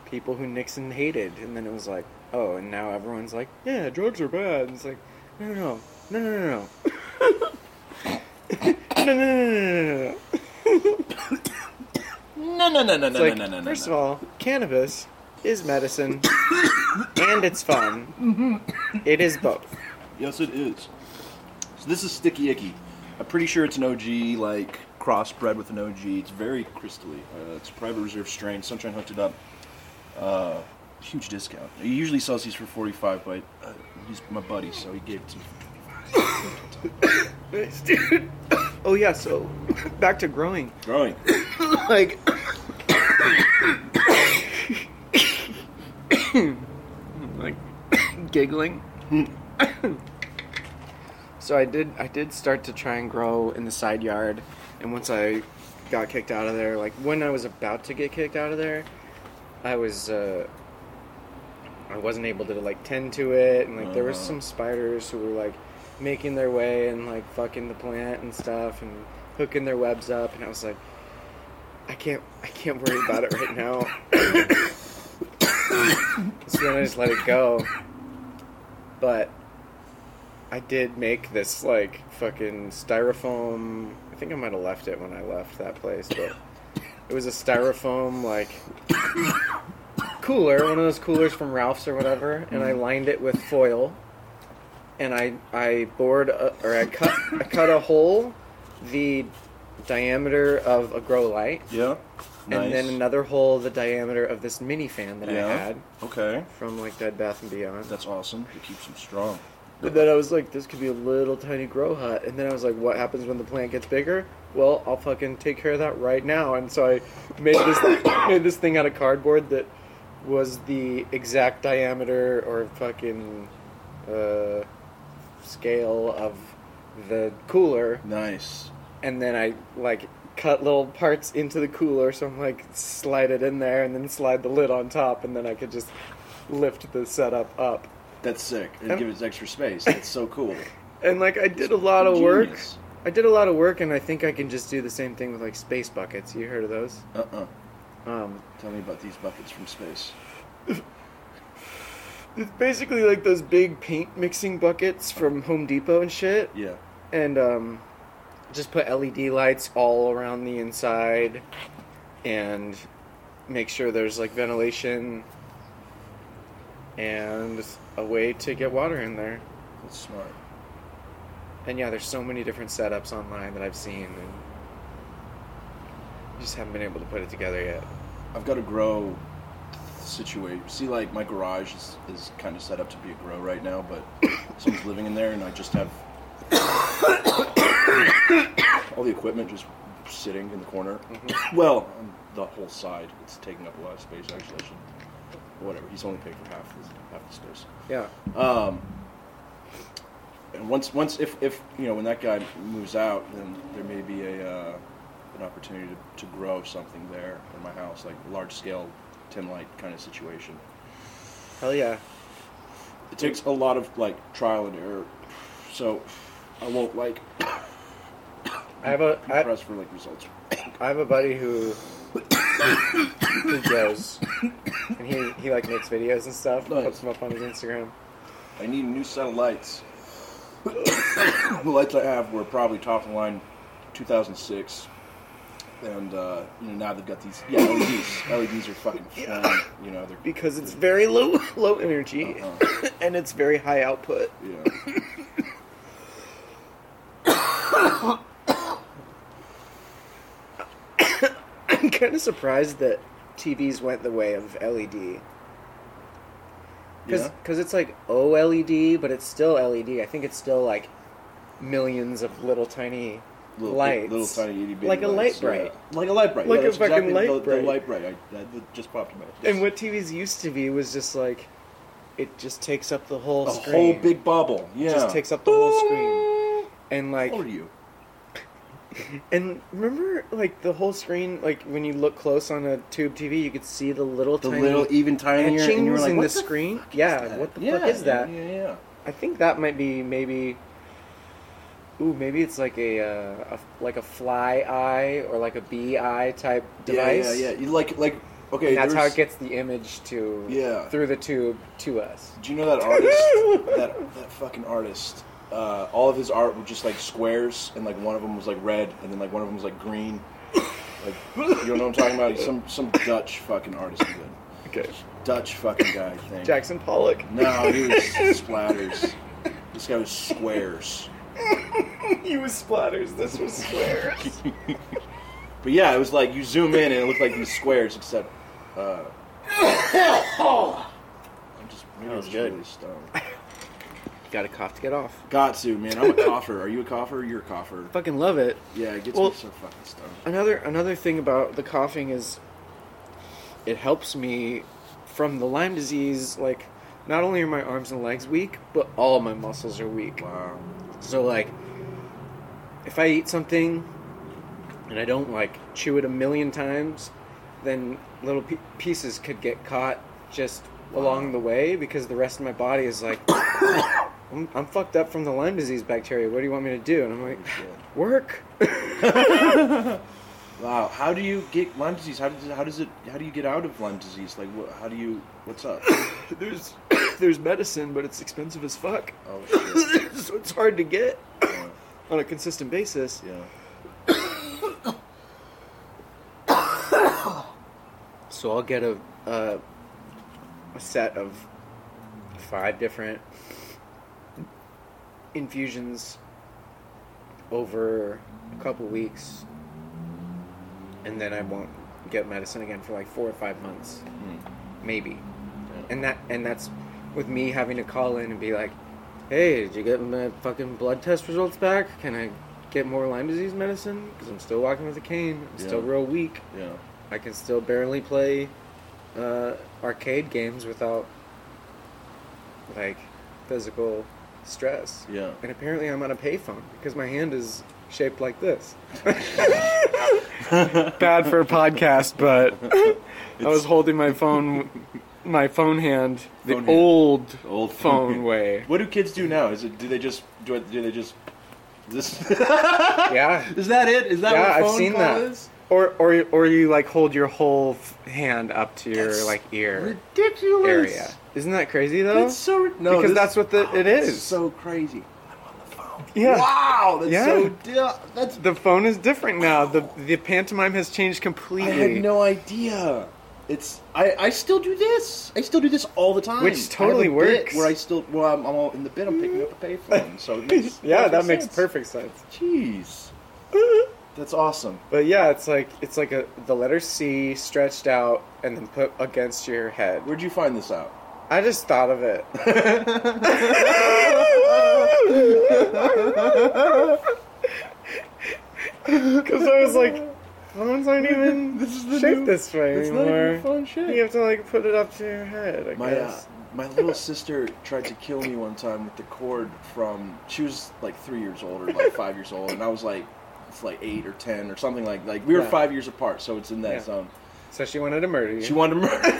Speaker 2: people who Nixon hated and then it was like oh and now everyone's like yeah drugs are bad and it's like no no no no no no no no no no no no
Speaker 1: No, no, no, no,
Speaker 2: it's
Speaker 1: no,
Speaker 2: like
Speaker 1: no, no, no.
Speaker 2: first
Speaker 1: no.
Speaker 2: of all cannabis is medicine and it's fun. It is both.
Speaker 1: Yes, it is. So this is Sticky Icky. I'm pretty sure it's an OG, like crossbred with an OG. It's very crystally. Uh, it's a private reserve strain. Sunshine hooked it up. Uh, huge discount. He usually sells these for 45, but uh, he's my buddy, so he gave it to me.
Speaker 2: Oh yeah, so back to growing.
Speaker 1: Growing.
Speaker 2: Like like giggling. so I did I did start to try and grow in the side yard and once I got kicked out of there, like when I was about to get kicked out of there, I was uh I wasn't able to like tend to it and like there was
Speaker 1: Uh-huh.
Speaker 2: some spiders who were like making their way and like fucking the plant and stuff and hooking their webs up and I was like I can't I can't worry about it right now. so then I just let it go. But I did make this like fucking styrofoam. I think I might have left it when I left that place, but it was a styrofoam like cooler, one of those coolers from Ralph's or whatever, and
Speaker 1: Mm.
Speaker 2: I lined it with foil, and I I bored a, or I cut I cut a hole the diameter of a grow light,
Speaker 1: Yeah. Nice.
Speaker 2: and then another hole the diameter of this mini fan that I
Speaker 1: Yeah.
Speaker 2: had
Speaker 1: Okay.
Speaker 2: from like Bed Bath and Beyond.
Speaker 1: That's awesome. It keeps them strong.
Speaker 2: But then I was like, this could be a little tiny grow hut. And then I was like, what happens when the plant gets bigger? Well, I'll fucking take care of that right now. And so I made this made this thing out of cardboard that was the exact diameter or fucking uh, scale of the cooler.
Speaker 1: Nice.
Speaker 2: And then I like cut little parts into the cooler, so I'm like slide it in there, and then slide the lid on top, and then I could just lift the setup up.
Speaker 1: That's sick. It
Speaker 2: Um,
Speaker 1: gives extra space. That's so cool.
Speaker 2: And like I did a lot of work.
Speaker 1: Genius.
Speaker 2: I did a lot of work, and I think I can just do the same thing with like space buckets. You heard of those?
Speaker 1: Uh-uh.
Speaker 2: Um,
Speaker 1: Tell me about these buckets from space.
Speaker 2: it's basically like those big paint mixing buckets from Home Depot and shit,
Speaker 1: Yeah.
Speaker 2: and um, just put LED lights all around the inside, and make sure there's like ventilation and a way to get water in there.
Speaker 1: That's smart.
Speaker 2: And yeah, there's so many different setups online that I've seen, and just haven't been able to put it together yet.
Speaker 1: I've got a grow situation. See, like my garage is, is kind of set up to be a grow right now, but someone's living in there, and I just have all the equipment just sitting in the corner. Well, on the whole side, it's taking up a lot of space. Actually, I should, whatever. He's only paid for half the, half the space.
Speaker 2: Yeah.
Speaker 1: Um, and once, once if, if you know when that guy moves out, then there may be a uh, an opportunity to, to grow something there in my house, like large scale tin light kind of situation.
Speaker 2: Hell yeah.
Speaker 1: It takes a lot of like trial and error, so I won't like
Speaker 2: I have a I,
Speaker 1: press for like results.
Speaker 2: I have a buddy who who grows, and he he like makes videos and stuff, and
Speaker 1: Nice.
Speaker 2: puts them up on his Instagram.
Speaker 1: I need a new set of lights. the lights I have were probably top of the line 2006. And uh, you know, now they've got these yeah, E LEDs. LEDs are fucking flying, you know, they're
Speaker 2: Because it's very low low energy,
Speaker 1: Uh-huh.
Speaker 2: and it's very high output.
Speaker 1: yeah.
Speaker 2: I'm kind of surprised that TVs went the way of E LED. Because
Speaker 1: Yeah.
Speaker 2: it's like OLED, but it's still LED. I think it's still like millions of little tiny
Speaker 1: Little,
Speaker 2: lights.
Speaker 1: little tiny itty bitty
Speaker 2: Like a
Speaker 1: lights,
Speaker 2: light bright.
Speaker 1: yeah. Like a light bright.
Speaker 2: Like
Speaker 1: yeah,
Speaker 2: a
Speaker 1: that's
Speaker 2: fucking
Speaker 1: exactly
Speaker 2: light
Speaker 1: the,
Speaker 2: bright.
Speaker 1: The light bright. I, that that just popped in my head.
Speaker 2: And what TVs used to be was just like, it just takes up the whole
Speaker 1: a
Speaker 2: screen.
Speaker 1: whole big bubble. Yeah.
Speaker 2: Just takes up the whole screen. And like,
Speaker 1: How old are you?
Speaker 2: and remember like the whole screen, like when you look close on a tube TV, you could see the little
Speaker 1: The
Speaker 2: tiny
Speaker 1: little e- even tinier and you were
Speaker 2: etchings
Speaker 1: like,
Speaker 2: in
Speaker 1: what
Speaker 2: the
Speaker 1: the
Speaker 2: screen. yeah,
Speaker 1: fuck is
Speaker 2: what the
Speaker 1: Yeah,
Speaker 2: fuck is that?
Speaker 1: Yeah, yeah,
Speaker 2: I think that might be maybe. Ooh, maybe it's like a, uh, a like a fly eye or like a bee eye type
Speaker 1: yeah.
Speaker 2: device.
Speaker 1: Yeah, yeah, yeah. You like like okay,
Speaker 2: And that's how
Speaker 1: there's-
Speaker 2: it gets the image to
Speaker 1: Yeah.
Speaker 2: through the tube to us.
Speaker 1: Do you know that artist? that that fucking artist. Uh, all of his art were just like squares, and like one of them was like red, and then like one of them was like green. Like you know what I'm talking about? Some some Dutch fucking artist. Dude.
Speaker 2: Okay.
Speaker 1: Dutch fucking guy thing.
Speaker 2: Jackson Pollock.
Speaker 1: No, he was splatters. This guy was squares.
Speaker 2: he was splatters. This was squares.
Speaker 1: But yeah, it was like you zoom in and it looked like these squares, except. Uh, I'm just maybe
Speaker 3: That
Speaker 1: I'm
Speaker 3: was
Speaker 1: just
Speaker 3: good.
Speaker 1: really stoned.
Speaker 2: Got a cough to get off.
Speaker 1: Got to man. I'm a cougher. Are you a cougher? You're a cougher.
Speaker 2: Fucking love it.
Speaker 1: Yeah, it gets
Speaker 2: Well-
Speaker 1: me so fucking stoned.
Speaker 2: Another another thing about the coughing is it helps me from the Lyme disease like not only are my arms and legs weak, but all my muscles are weak.
Speaker 1: Wow.
Speaker 2: So like if I eat something and I don't like chew it a million times, then little pe- pieces could get caught just along the way because the rest of my body is like I'm, I'm fucked up from the Lyme disease bacteria. What do you want me to do? And I'm like,
Speaker 1: Shit.
Speaker 2: work.
Speaker 1: Wow. How do you get Lyme disease? How does how does it how do you get out of Lyme disease? Like what? How do you? What's up?
Speaker 2: There's there's medicine, but it's expensive as fuck.
Speaker 1: Oh shit.
Speaker 2: so it's hard to get
Speaker 1: Yeah.
Speaker 2: on a consistent basis.
Speaker 1: yeah.
Speaker 2: So I'll get a a, a set of five different infusions over a couple weeks, and then I won't get medicine again for like four or five months,
Speaker 1: Hmm.
Speaker 2: maybe.
Speaker 1: Yeah.
Speaker 2: And that and that's with me having to call in and be like, "Hey, did you get my fucking blood test results back? Can I get more Lyme disease medicine? Because I'm still walking with a cane. I'm still
Speaker 1: Yeah.
Speaker 2: real weak.
Speaker 1: Yeah.
Speaker 2: I can still barely play uh, arcade games without like physical stress.
Speaker 1: Yeah.
Speaker 2: And apparently, I'm on a payphone because my hand is shaped like this. Bad for a podcast, but I was holding my phone, my phone hand, the
Speaker 1: Phone hand.
Speaker 2: old
Speaker 1: Old
Speaker 2: phone way.
Speaker 1: What do kids do now? Is it? Do they just? Do, do they just? This.
Speaker 2: Yeah.
Speaker 1: is that it? Is that
Speaker 2: Yeah,
Speaker 1: what
Speaker 2: I've
Speaker 1: phone
Speaker 2: seen
Speaker 1: call
Speaker 2: that.
Speaker 1: is?
Speaker 2: Or, or, or you like hold your whole f- hand up to your
Speaker 1: That's
Speaker 2: like ear
Speaker 1: Ridiculous.
Speaker 2: area. Isn't that crazy though?
Speaker 1: That's so ri- no.
Speaker 2: because
Speaker 1: this-
Speaker 2: that's what the, it
Speaker 1: this
Speaker 2: is.
Speaker 1: so crazy. I'm on the phone.
Speaker 2: Yeah.
Speaker 1: Wow. That's
Speaker 2: Yeah.
Speaker 1: so. di- That's.
Speaker 2: the phone is different now. The the pantomime has changed
Speaker 1: I
Speaker 2: completely.
Speaker 1: had no idea. It's I, I still do this. I still do this all the time.
Speaker 2: Which
Speaker 1: I have a
Speaker 2: totally
Speaker 1: bit
Speaker 2: works.
Speaker 1: Where I still well, I'm, I'm all in the bit. I'm picking up a payphone, so it makes
Speaker 2: yeah, that makes
Speaker 1: sense.
Speaker 2: perfect sense.
Speaker 1: Jeez, that's awesome.
Speaker 2: But yeah, it's like it's like a the letter C stretched out and then put against your head.
Speaker 1: Where'd you find this out?
Speaker 2: I just thought of it. Because I was like, phones aren't even
Speaker 1: This is the
Speaker 2: shaped
Speaker 1: new-
Speaker 2: this way
Speaker 1: it's not even
Speaker 2: anymore.
Speaker 1: a phone shape.
Speaker 2: You have to like put it up to your head. I
Speaker 1: My uh,
Speaker 2: guess.
Speaker 1: my little sister tried to kill me one time with the cord from. She was like three years old or like five years old, and I was like, it's like eight or ten or something like like we were
Speaker 2: Yeah.
Speaker 1: five years apart, so it's in that
Speaker 2: Yeah.
Speaker 1: zone.
Speaker 2: so she wanted to murder you.
Speaker 1: She wanted to murder.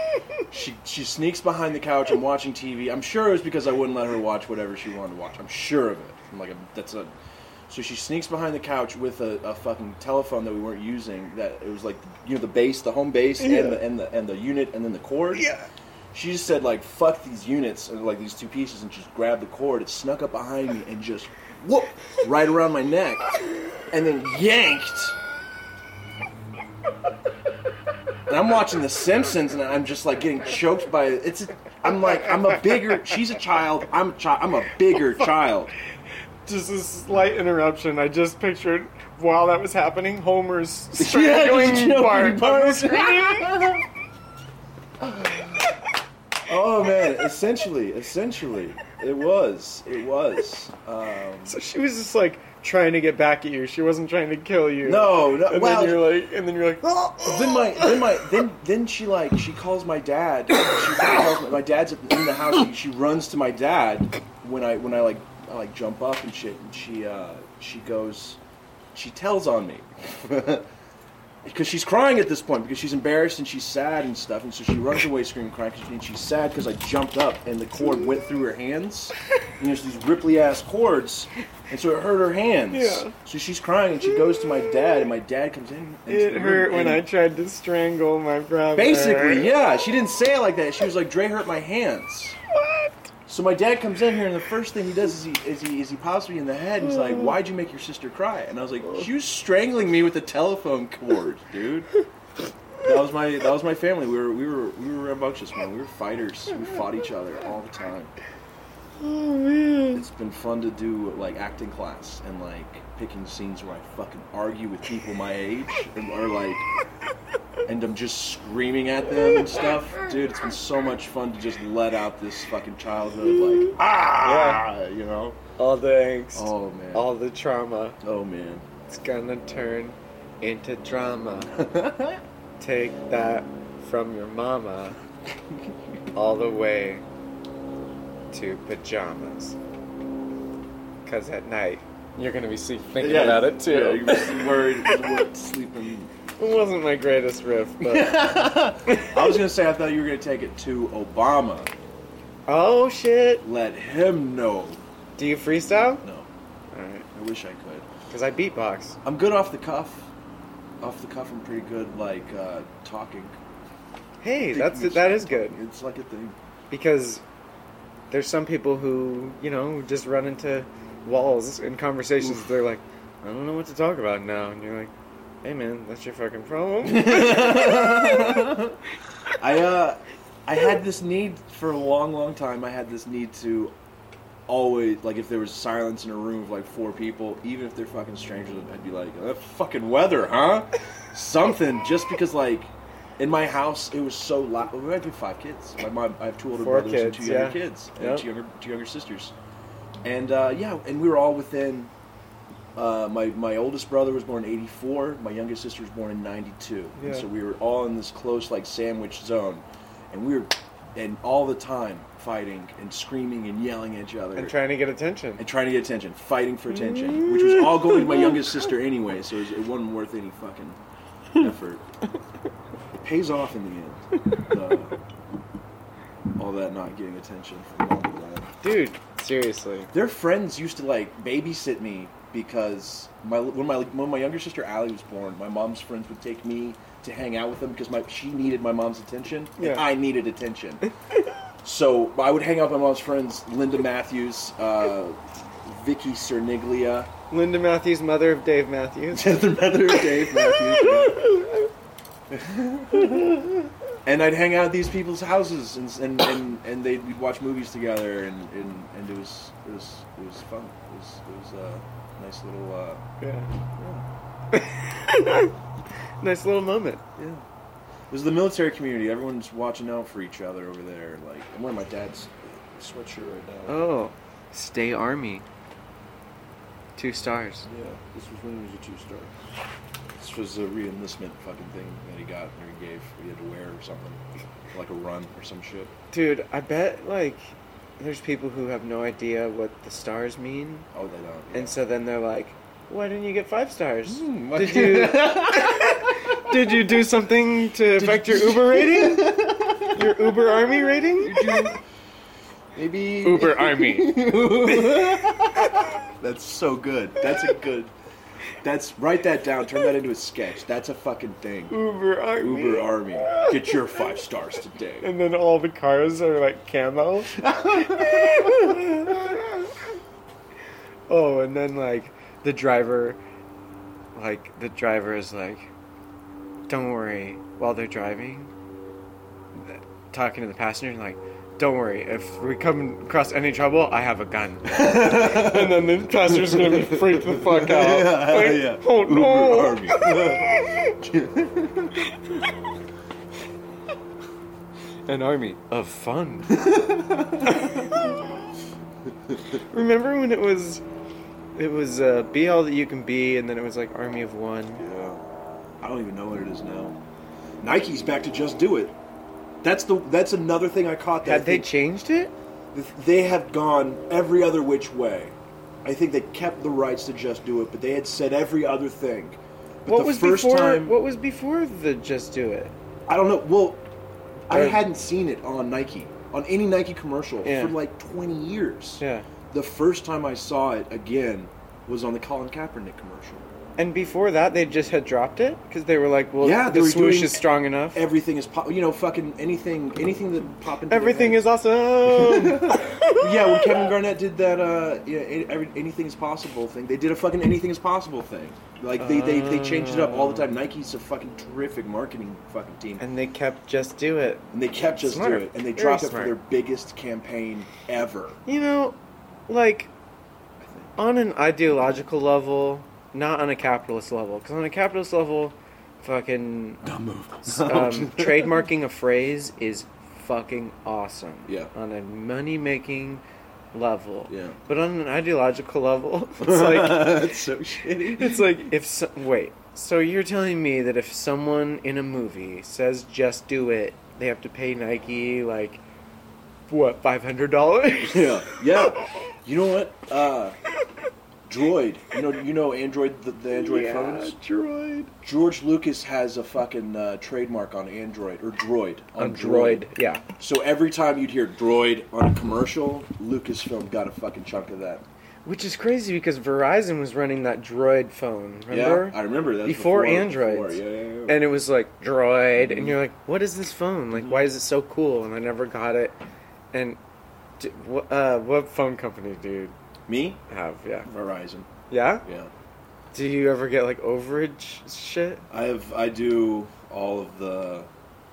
Speaker 1: she she sneaks behind the couch. I'm watching TV. I'm sure it was because I wouldn't let her watch whatever she wanted to watch. I'm sure of it. I'm like that's a. So she sneaks behind the couch with a, a fucking telephone that we weren't using. That it was like you know the base, the home base,
Speaker 2: Yeah.
Speaker 1: and the and the and the unit, and then the cord.
Speaker 2: yeah.
Speaker 1: She just said like fuck these units and like these two pieces, and just grabbed the cord. It snuck up behind me and just whoop right around my neck, and then yanked. And I'm watching The Simpsons, and I'm just like getting choked by it's. A, I'm like I'm a bigger. She's a child. I'm a child. I'm a bigger child.
Speaker 2: Just a slight interruption. I just pictured while that was happening, Homer's
Speaker 1: Yeah,
Speaker 2: strangling
Speaker 1: just jumping
Speaker 2: Bart on the
Speaker 1: Bart.
Speaker 2: screen.
Speaker 1: Oh man! Essentially, essentially, it was. It was. Um,
Speaker 2: so she was just like trying to get back at you. She wasn't trying to kill you.
Speaker 1: no, no.
Speaker 2: And
Speaker 1: well,
Speaker 2: then you're like, and then you're like, oh,
Speaker 1: then my then my then then she like she calls my dad. She calls my, my dad's in the house. She, she runs to my dad when I when I like I like jump up and shit. And she uh, she goes, she tells on me because she's crying at this point because she's embarrassed and she's sad and stuff. And so she runs away screaming, crying, 'cause- and she's sad because I jumped up and the cord went through her hands. And there's these ripply ass cords. And so it hurt her hands.
Speaker 2: Yeah.
Speaker 1: So she's crying and she goes to my dad, and my dad comes in. and-
Speaker 2: it hurt when I
Speaker 1: and-
Speaker 2: tried to strangle my brother.
Speaker 1: Basically, yeah. She didn't say it like that. She was like, Dre hurt my hands.
Speaker 2: What?
Speaker 1: So my dad comes in here, and the first thing he does is he, is he, is he pops me in the head. And he's like, why'd you make your sister cry? And I was like, she was strangling me with a telephone cord, dude. that was my that was my family. We were we were we were rambunctious, man. We were fighters. We fought each other all the time.
Speaker 2: Oh man.
Speaker 1: It's been fun to do like acting class and like picking scenes where I fucking argue with people my age and are like and I'm just screaming at them and stuff. Dude, it's been so much fun to just let out this fucking childhood like ah, you know.
Speaker 2: All the angst.
Speaker 1: Oh man.
Speaker 2: all the trauma.
Speaker 1: oh man.
Speaker 2: It's gonna turn into drama. Take that from your mama all the way to pajamas. Because at night, you're going to be sleep- thinking about it
Speaker 1: Yeah,
Speaker 2: too.
Speaker 1: you're just worried, worried sleeping.
Speaker 2: It wasn't my greatest riff, but.
Speaker 1: I was gonna say I thought you were gonna take it to Obama.
Speaker 2: oh shit!
Speaker 1: Let him know.
Speaker 2: Do you freestyle?
Speaker 1: No,
Speaker 2: Alright.
Speaker 1: I wish I could.
Speaker 2: Because I beatbox.
Speaker 1: I'm good off the cuff. Off the cuff, I'm pretty good like uh, talking.
Speaker 2: Hey,
Speaker 1: Thinking
Speaker 2: that's
Speaker 1: of
Speaker 2: that
Speaker 1: shit.
Speaker 2: is good.
Speaker 1: It's like a thing.
Speaker 2: because there's some people who you know just run into walls in conversations. They're like, I don't know what to talk about now, and you're like, Hey man, that's your fucking problem.
Speaker 1: I uh, I had this need for a long, long time. I had this need to always like if there was silence in a room of like four people, even if they're fucking strangers, I'd be like, "Uh, "Fucking weather, huh?" Something just because like in my house it was so loud. We have five kids. My mom, I have two older
Speaker 2: Four
Speaker 1: brothers and
Speaker 2: kids,
Speaker 1: two younger
Speaker 2: yeah.
Speaker 1: kids and
Speaker 2: Yep.
Speaker 1: two younger two younger sisters. And uh, yeah, and we were all within. Uh, my my oldest brother was born in '84. My youngest sister was born in '92. And
Speaker 2: Yeah.
Speaker 1: so we were all in this close like sandwich zone, and we were, and all the time fighting and screaming and yelling at each other
Speaker 2: and trying to get attention.
Speaker 1: and trying to get attention, fighting for attention, which was all going to my youngest sister anyway. So it, was, it wasn't worth any fucking effort. It pays off in the end. uh, all that not getting attention from all the time.
Speaker 2: Dude, seriously.
Speaker 1: Their friends used to like babysit me because my when my when my younger sister Allie was born, my mom's friends would take me to hang out with them because my she needed my mom's attention and
Speaker 2: Yeah.
Speaker 1: I needed attention. so I would hang out with my mom's friends, Linda Matthews, uh, Vicky Cerniglia,
Speaker 2: Linda Matthews, mother of Dave Matthews.
Speaker 1: the mother of Dave Matthews. yeah. and I'd hang out at these people's houses and and, and, and they'd we'd watch movies together and, and, and it was it was it was fun. It was it was a nice little uh,
Speaker 2: Yeah.
Speaker 1: yeah.
Speaker 2: Nice little moment.
Speaker 1: yeah. It was the military community. Everyone's watching out for each other over there. Like I'm wearing my dad's sweatshirt right now.
Speaker 2: Oh, stay army. Two stars.
Speaker 1: Yeah, this was when he was a two star. This was a reenlistment fucking thing that he got or he gave or he had to wear or something. Like a run or some shit.
Speaker 2: Dude, I bet like there's people who have no idea what the stars mean.
Speaker 1: Oh, they don't.
Speaker 2: And so then they're like, "Why didn't you get five stars?
Speaker 1: Hmm, what-
Speaker 2: Did you did you do something to affect your Uber rating? Your Uber Army rating?
Speaker 1: Maybe
Speaker 2: Army.
Speaker 1: That's so good. That's a good. That's write that down. Turn that into a sketch. That's a fucking thing.
Speaker 2: Uber Army.
Speaker 1: Uber Army, get your five stars today.
Speaker 2: And then all the cars are like camo. oh, and then like the driver, like the driver is like, "Don't worry." While they're driving, th- talking to the passenger, like, "Don't worry. If we come across any trouble, I have a gun." and then the passenger's gonna be freaked the fuck out. Like, Oh
Speaker 1: Uber
Speaker 2: no!
Speaker 1: Army.
Speaker 2: An army of fun. Remember when it was, it was uh, be all that you can be, and then it was like army of one.
Speaker 1: Yeah. I don't even know what it is now. Nike's back to just do it. That's the that's another thing I caught that I
Speaker 2: Had they
Speaker 1: think-
Speaker 2: changed it?
Speaker 1: they have gone every other which way. I think they kept the rights to just do it, but they had said every other thing. But
Speaker 2: What
Speaker 1: the
Speaker 2: was
Speaker 1: first
Speaker 2: before?
Speaker 1: time
Speaker 2: What was before the just do it?
Speaker 1: I don't know. Well, I
Speaker 2: Or-
Speaker 1: hadn't seen it on Nike, on any Nike commercial
Speaker 2: Yeah.
Speaker 1: for like 20 years.
Speaker 2: Yeah.
Speaker 1: The first time I saw it again was on the Colin Kaepernick commercial.
Speaker 2: And before that, they just had dropped it because they were like, well,
Speaker 1: Yeah, they
Speaker 2: the
Speaker 1: were
Speaker 2: swoosh
Speaker 1: doing
Speaker 2: is strong enough.
Speaker 1: Everything is pop, you know, fucking anything, anything that pop into
Speaker 2: Everything is awesome.
Speaker 1: yeah. When Kevin Garnett did that, uh, yeah, a- every, anything is possible thing. They did a fucking anything is possible thing. Like they, they, they changed it up all the time. Nike's a fucking terrific marketing fucking team.
Speaker 2: And they kept just do it.
Speaker 1: And they kept just do
Speaker 2: Smart.
Speaker 1: it. And they
Speaker 2: Very
Speaker 1: dropped it for
Speaker 2: smart.
Speaker 1: their biggest campaign ever.
Speaker 2: You know, like on an ideological level, not on a capitalist level. Because on a capitalist level, fucking
Speaker 1: Dumb move.
Speaker 2: um, trademarking a phrase is fucking awesome.
Speaker 1: Yeah.
Speaker 2: On a money making level.
Speaker 1: Yeah.
Speaker 2: But on an ideological level, it's like
Speaker 1: That's so shitty.
Speaker 2: it's like if so, wait. So you're telling me that if someone in a movie says "just do it," they have to pay Nike like what five hundred dollars?
Speaker 1: Yeah, yeah. You know what? Uh, Droid. You know, you know Android, the, the Android phones.
Speaker 2: Droid.
Speaker 1: George Lucas has a fucking uh, trademark on Android or Droid
Speaker 2: On droid. Yeah.
Speaker 1: So every time you'd hear Droid on a commercial, Lucasfilm got a fucking chunk of that.
Speaker 2: Which is crazy because Verizon was running that Droid phone. Remember?
Speaker 1: Yeah, I remember that.
Speaker 2: Before
Speaker 1: Android.
Speaker 2: Androids.
Speaker 1: Yeah, yeah, yeah.
Speaker 2: and it was like droid and you're like what is this phone like why is it so cool and i never got it and d- wh- uh, what phone company do you
Speaker 1: Me,
Speaker 2: have yeah
Speaker 1: Verizon.
Speaker 2: yeah
Speaker 1: Yeah,
Speaker 2: do you ever get like overage shit
Speaker 1: I have. I do all of the.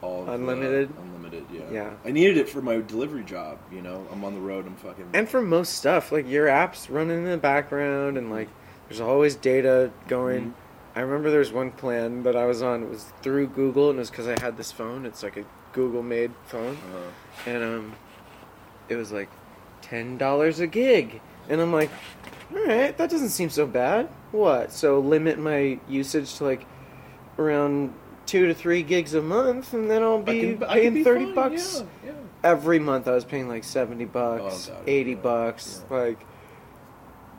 Speaker 1: All of the-
Speaker 2: Unlimited?
Speaker 1: unlimited, yeah.
Speaker 2: Yeah.
Speaker 1: I needed it for my delivery job. You know, I'm on the road. I'm fucking.
Speaker 2: and for most stuff like your apps running in the background and like there's always data going i remember there's one plan that i was on it was through google and it was because i had this phone it's like a google made phone
Speaker 1: Uh,
Speaker 2: and um, it was like ten dollars a gig, and I'm like, all right, that doesn't seem so bad. What? So limit my usage to like around two to three gigs a month, and then I'll be paying thirty bucks
Speaker 1: Yeah,
Speaker 2: every month. I was paying like seventy bucks,
Speaker 1: Oh, God,
Speaker 2: eighty
Speaker 1: yeah,
Speaker 2: bucks, like,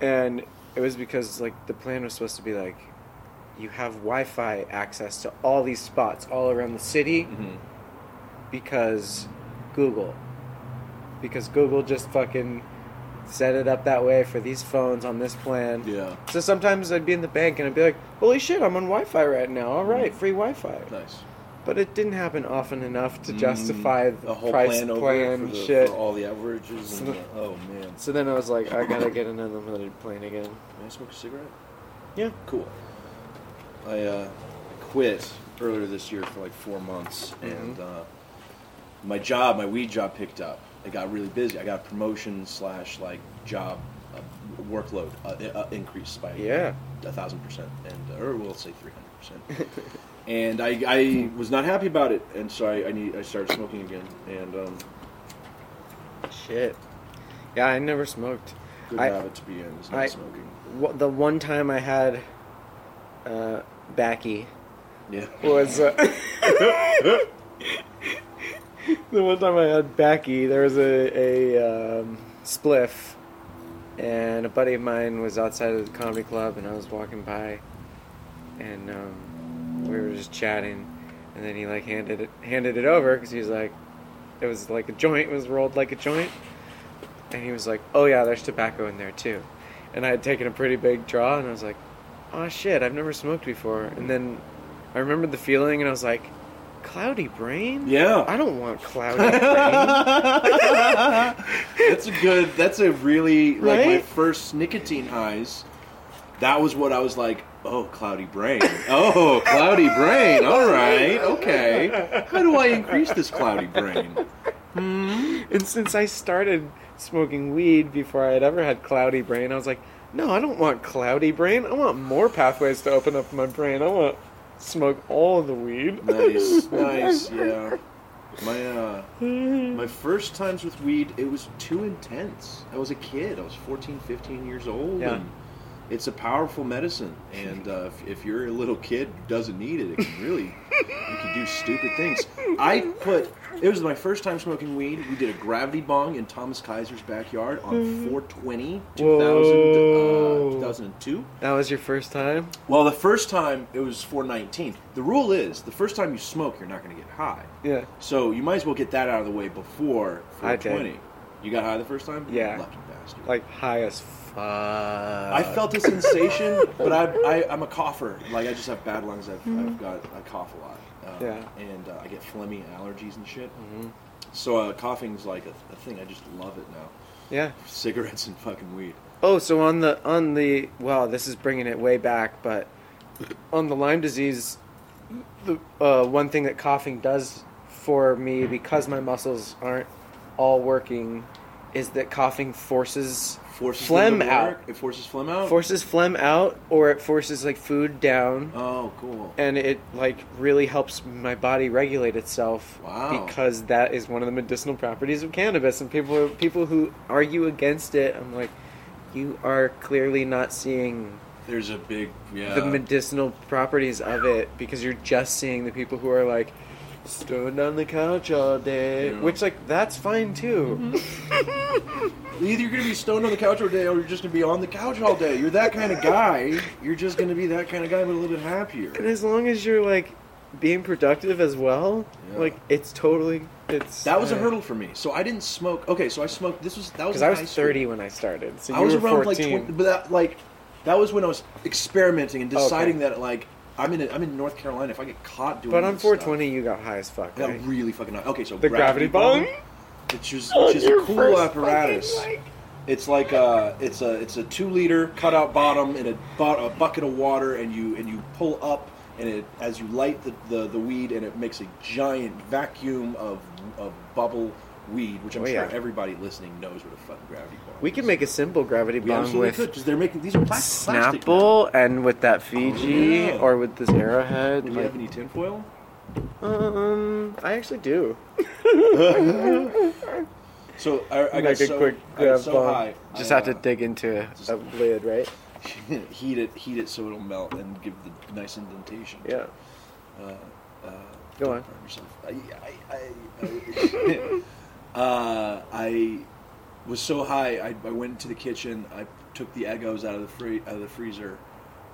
Speaker 2: and it was because like the plan was supposed to be like. You have Wi-Fi access to all these spots all around the city
Speaker 1: Mm-hmm.
Speaker 2: because Google. Because Google just fucking set it up that way for these phones on this plan.
Speaker 1: yeah.
Speaker 2: So sometimes I'd be in the bank and I'd be like, holy shit, I'm on Wi Fi right now. All
Speaker 1: Mm.
Speaker 2: right, free Wi Fi.
Speaker 1: Nice.
Speaker 2: But it didn't happen often enough to justify the
Speaker 1: Mm. A Mm-hmm. whole
Speaker 2: price
Speaker 1: plan
Speaker 2: plan,
Speaker 1: over for, the,
Speaker 2: shit.
Speaker 1: for all the averages.
Speaker 2: So
Speaker 1: And,
Speaker 2: the-
Speaker 1: oh man,
Speaker 2: so then I was like, I gotta get an unlimited plan again.
Speaker 1: can I smoke a cigarette?
Speaker 2: Yeah.
Speaker 1: Cool. I uh, quit earlier this year for like four months,
Speaker 2: Mm-hmm.
Speaker 1: and uh, my job, my weed job, picked up. It got really busy. I got a promotion slash like job uh, workload uh, uh, increase by
Speaker 2: Yeah.
Speaker 1: a thousand percent, and uh, or we'll say three hundred percent. And I, I was not happy about it, and so I, I need I started smoking again, and um,
Speaker 2: Shit. Yeah, I never smoked.
Speaker 1: good
Speaker 2: I-
Speaker 1: habit to be in is not
Speaker 2: I-
Speaker 1: smoking.
Speaker 2: Wh- The one time I had uh, backy
Speaker 1: Yeah.
Speaker 2: was uh, the one time I had backy. There was a a um, spliff, and a buddy of mine was outside of the comedy club, and I was walking by, and um, we were just chatting, and then he like handed it handed it over because he was like, it was like a joint it was rolled like a joint, and he was like, oh yeah, there's tobacco in there too, and I had taken a pretty big draw, and I was like. Oh shit! I've never smoked before, and then I remembered the feeling, and I was like, "Cloudy brain?
Speaker 1: Yeah.
Speaker 2: I don't want cloudy brain."
Speaker 1: that's a good. That's a really like my
Speaker 2: Right?
Speaker 1: first nicotine highs. That was what I was like. Oh, cloudy brain. Oh, cloudy brain. All right. Okay. How do I increase this cloudy brain?
Speaker 2: and since I started smoking weed before I had ever had cloudy brain, I was like, "No, I don't want cloudy brain. I want more pathways to open up my brain. I want to smoke all the weed."
Speaker 1: Nice, nice. Yeah. My uh, my first times with weed, it was too intense. I was a kid. I was 14, 15 years old.
Speaker 2: Yeah.
Speaker 1: And it's a powerful medicine, and uh, if, if you're a little kid who doesn't need it, it can really you can do stupid things. I put it was my first time smoking weed. We did a gravity bong in Thomas Kaiser's backyard on 420, 2000, uh,
Speaker 2: Whoa.
Speaker 1: 2002.
Speaker 2: That was your first time.
Speaker 1: Well, the first time it was 419. The rule is the first time you smoke, you're not going to get high.
Speaker 2: Yeah.
Speaker 1: So you might as well get that out of the way before
Speaker 2: I did.
Speaker 1: 420. You got high the first time?
Speaker 2: Yeah.
Speaker 1: Lucky bastard. Uh,
Speaker 2: Like high as fuck.
Speaker 1: I felt a sensation, but I, I, I'm a cougher. Like, I just have bad lungs. I've, I've got, I cough a lot. Um,
Speaker 2: Mm-hmm. Yeah. Mm-hmm.
Speaker 1: And uh, I get phlegmy and allergies and shit. So uh, coughing's like a, a thing. I just love it now.
Speaker 2: Yeah.
Speaker 1: Cigarettes and fucking weed.
Speaker 2: Oh, so on the on the well, this is bringing it way back, but on the Lyme disease, the uh, one thing that coughing does for me because my muscles aren't all working is that coughing forces
Speaker 1: Forces
Speaker 2: phlegm
Speaker 1: them to
Speaker 2: out.
Speaker 1: work? It forces phlegm out.
Speaker 2: forces phlegm out or it forces like food down
Speaker 1: Oh, cool.
Speaker 2: and it like really helps my body regulate itself
Speaker 1: Wow.
Speaker 2: because that is one of the medicinal properties of cannabis and people are, people who argue against it I'm like you are clearly not seeing
Speaker 1: There's a big yeah.
Speaker 2: the medicinal properties of it because you're just seeing the people who are like stoned on the couch all day
Speaker 1: Yeah.
Speaker 2: which like that's fine too
Speaker 1: Either you're gonna be stoned on the couch all day, or you're just gonna be on the couch all day. You're that kind of guy. You're just gonna be that kind of guy, but a little bit happier.
Speaker 2: and as long as you're like being productive as well
Speaker 1: Yeah.
Speaker 2: like it's totally it's
Speaker 1: That was a
Speaker 2: uh,
Speaker 1: hurdle for me. So I didn't smoke. Okay, so I smoked. This was that was
Speaker 2: Because
Speaker 1: in
Speaker 2: I was
Speaker 1: high school.
Speaker 2: 30 when I started, so you
Speaker 1: I was
Speaker 2: were
Speaker 1: around
Speaker 2: 14.
Speaker 1: like, 20, but that like, that was when I was experimenting and deciding
Speaker 2: Okay.
Speaker 1: that like, I'm in a, I'm in North Carolina. If I get caught doing,
Speaker 2: but on
Speaker 1: this stuff,
Speaker 2: 420, you got high as fuck,
Speaker 1: I got
Speaker 2: right?
Speaker 1: really fucking high. Okay, so
Speaker 2: The gravity bong?
Speaker 1: It's just, it's just a cool apparatus. It's like a, it's a, it's a two liter cutout bottom in a, bu- a bucket of water, and you and you pull up, and it as you light the, the, the weed, and it makes a giant vacuum of of bubble weed, which I'm
Speaker 2: Oh,
Speaker 1: sure
Speaker 2: yeah.
Speaker 1: everybody listening knows what a fucking gravity bomb.
Speaker 2: We
Speaker 1: is.
Speaker 2: could make a simple gravity
Speaker 1: we
Speaker 2: bomb
Speaker 1: absolutely
Speaker 2: with
Speaker 1: could because they're making these are plastic. plastic now.
Speaker 2: Snapple and with that Fiji
Speaker 1: yeah.
Speaker 2: or with this arrowhead.
Speaker 1: Do you
Speaker 2: like-
Speaker 1: have any tinfoil?
Speaker 2: um, I actually do.
Speaker 1: So I, I got
Speaker 2: Make a
Speaker 1: so,
Speaker 2: quick
Speaker 1: I got
Speaker 2: grab
Speaker 1: so
Speaker 2: bomb.
Speaker 1: high.
Speaker 2: Just
Speaker 1: I,
Speaker 2: have to dig into a lid, right?
Speaker 1: uh, heat it, heat it so it'll melt and give the nice indentation.
Speaker 2: Yeah.
Speaker 1: Uh, uh,
Speaker 2: Go on.
Speaker 1: burn yourself. I, I, I, I, uh, I was so high. I, I went into the kitchen. I took the egos out of the free, out of the freezer.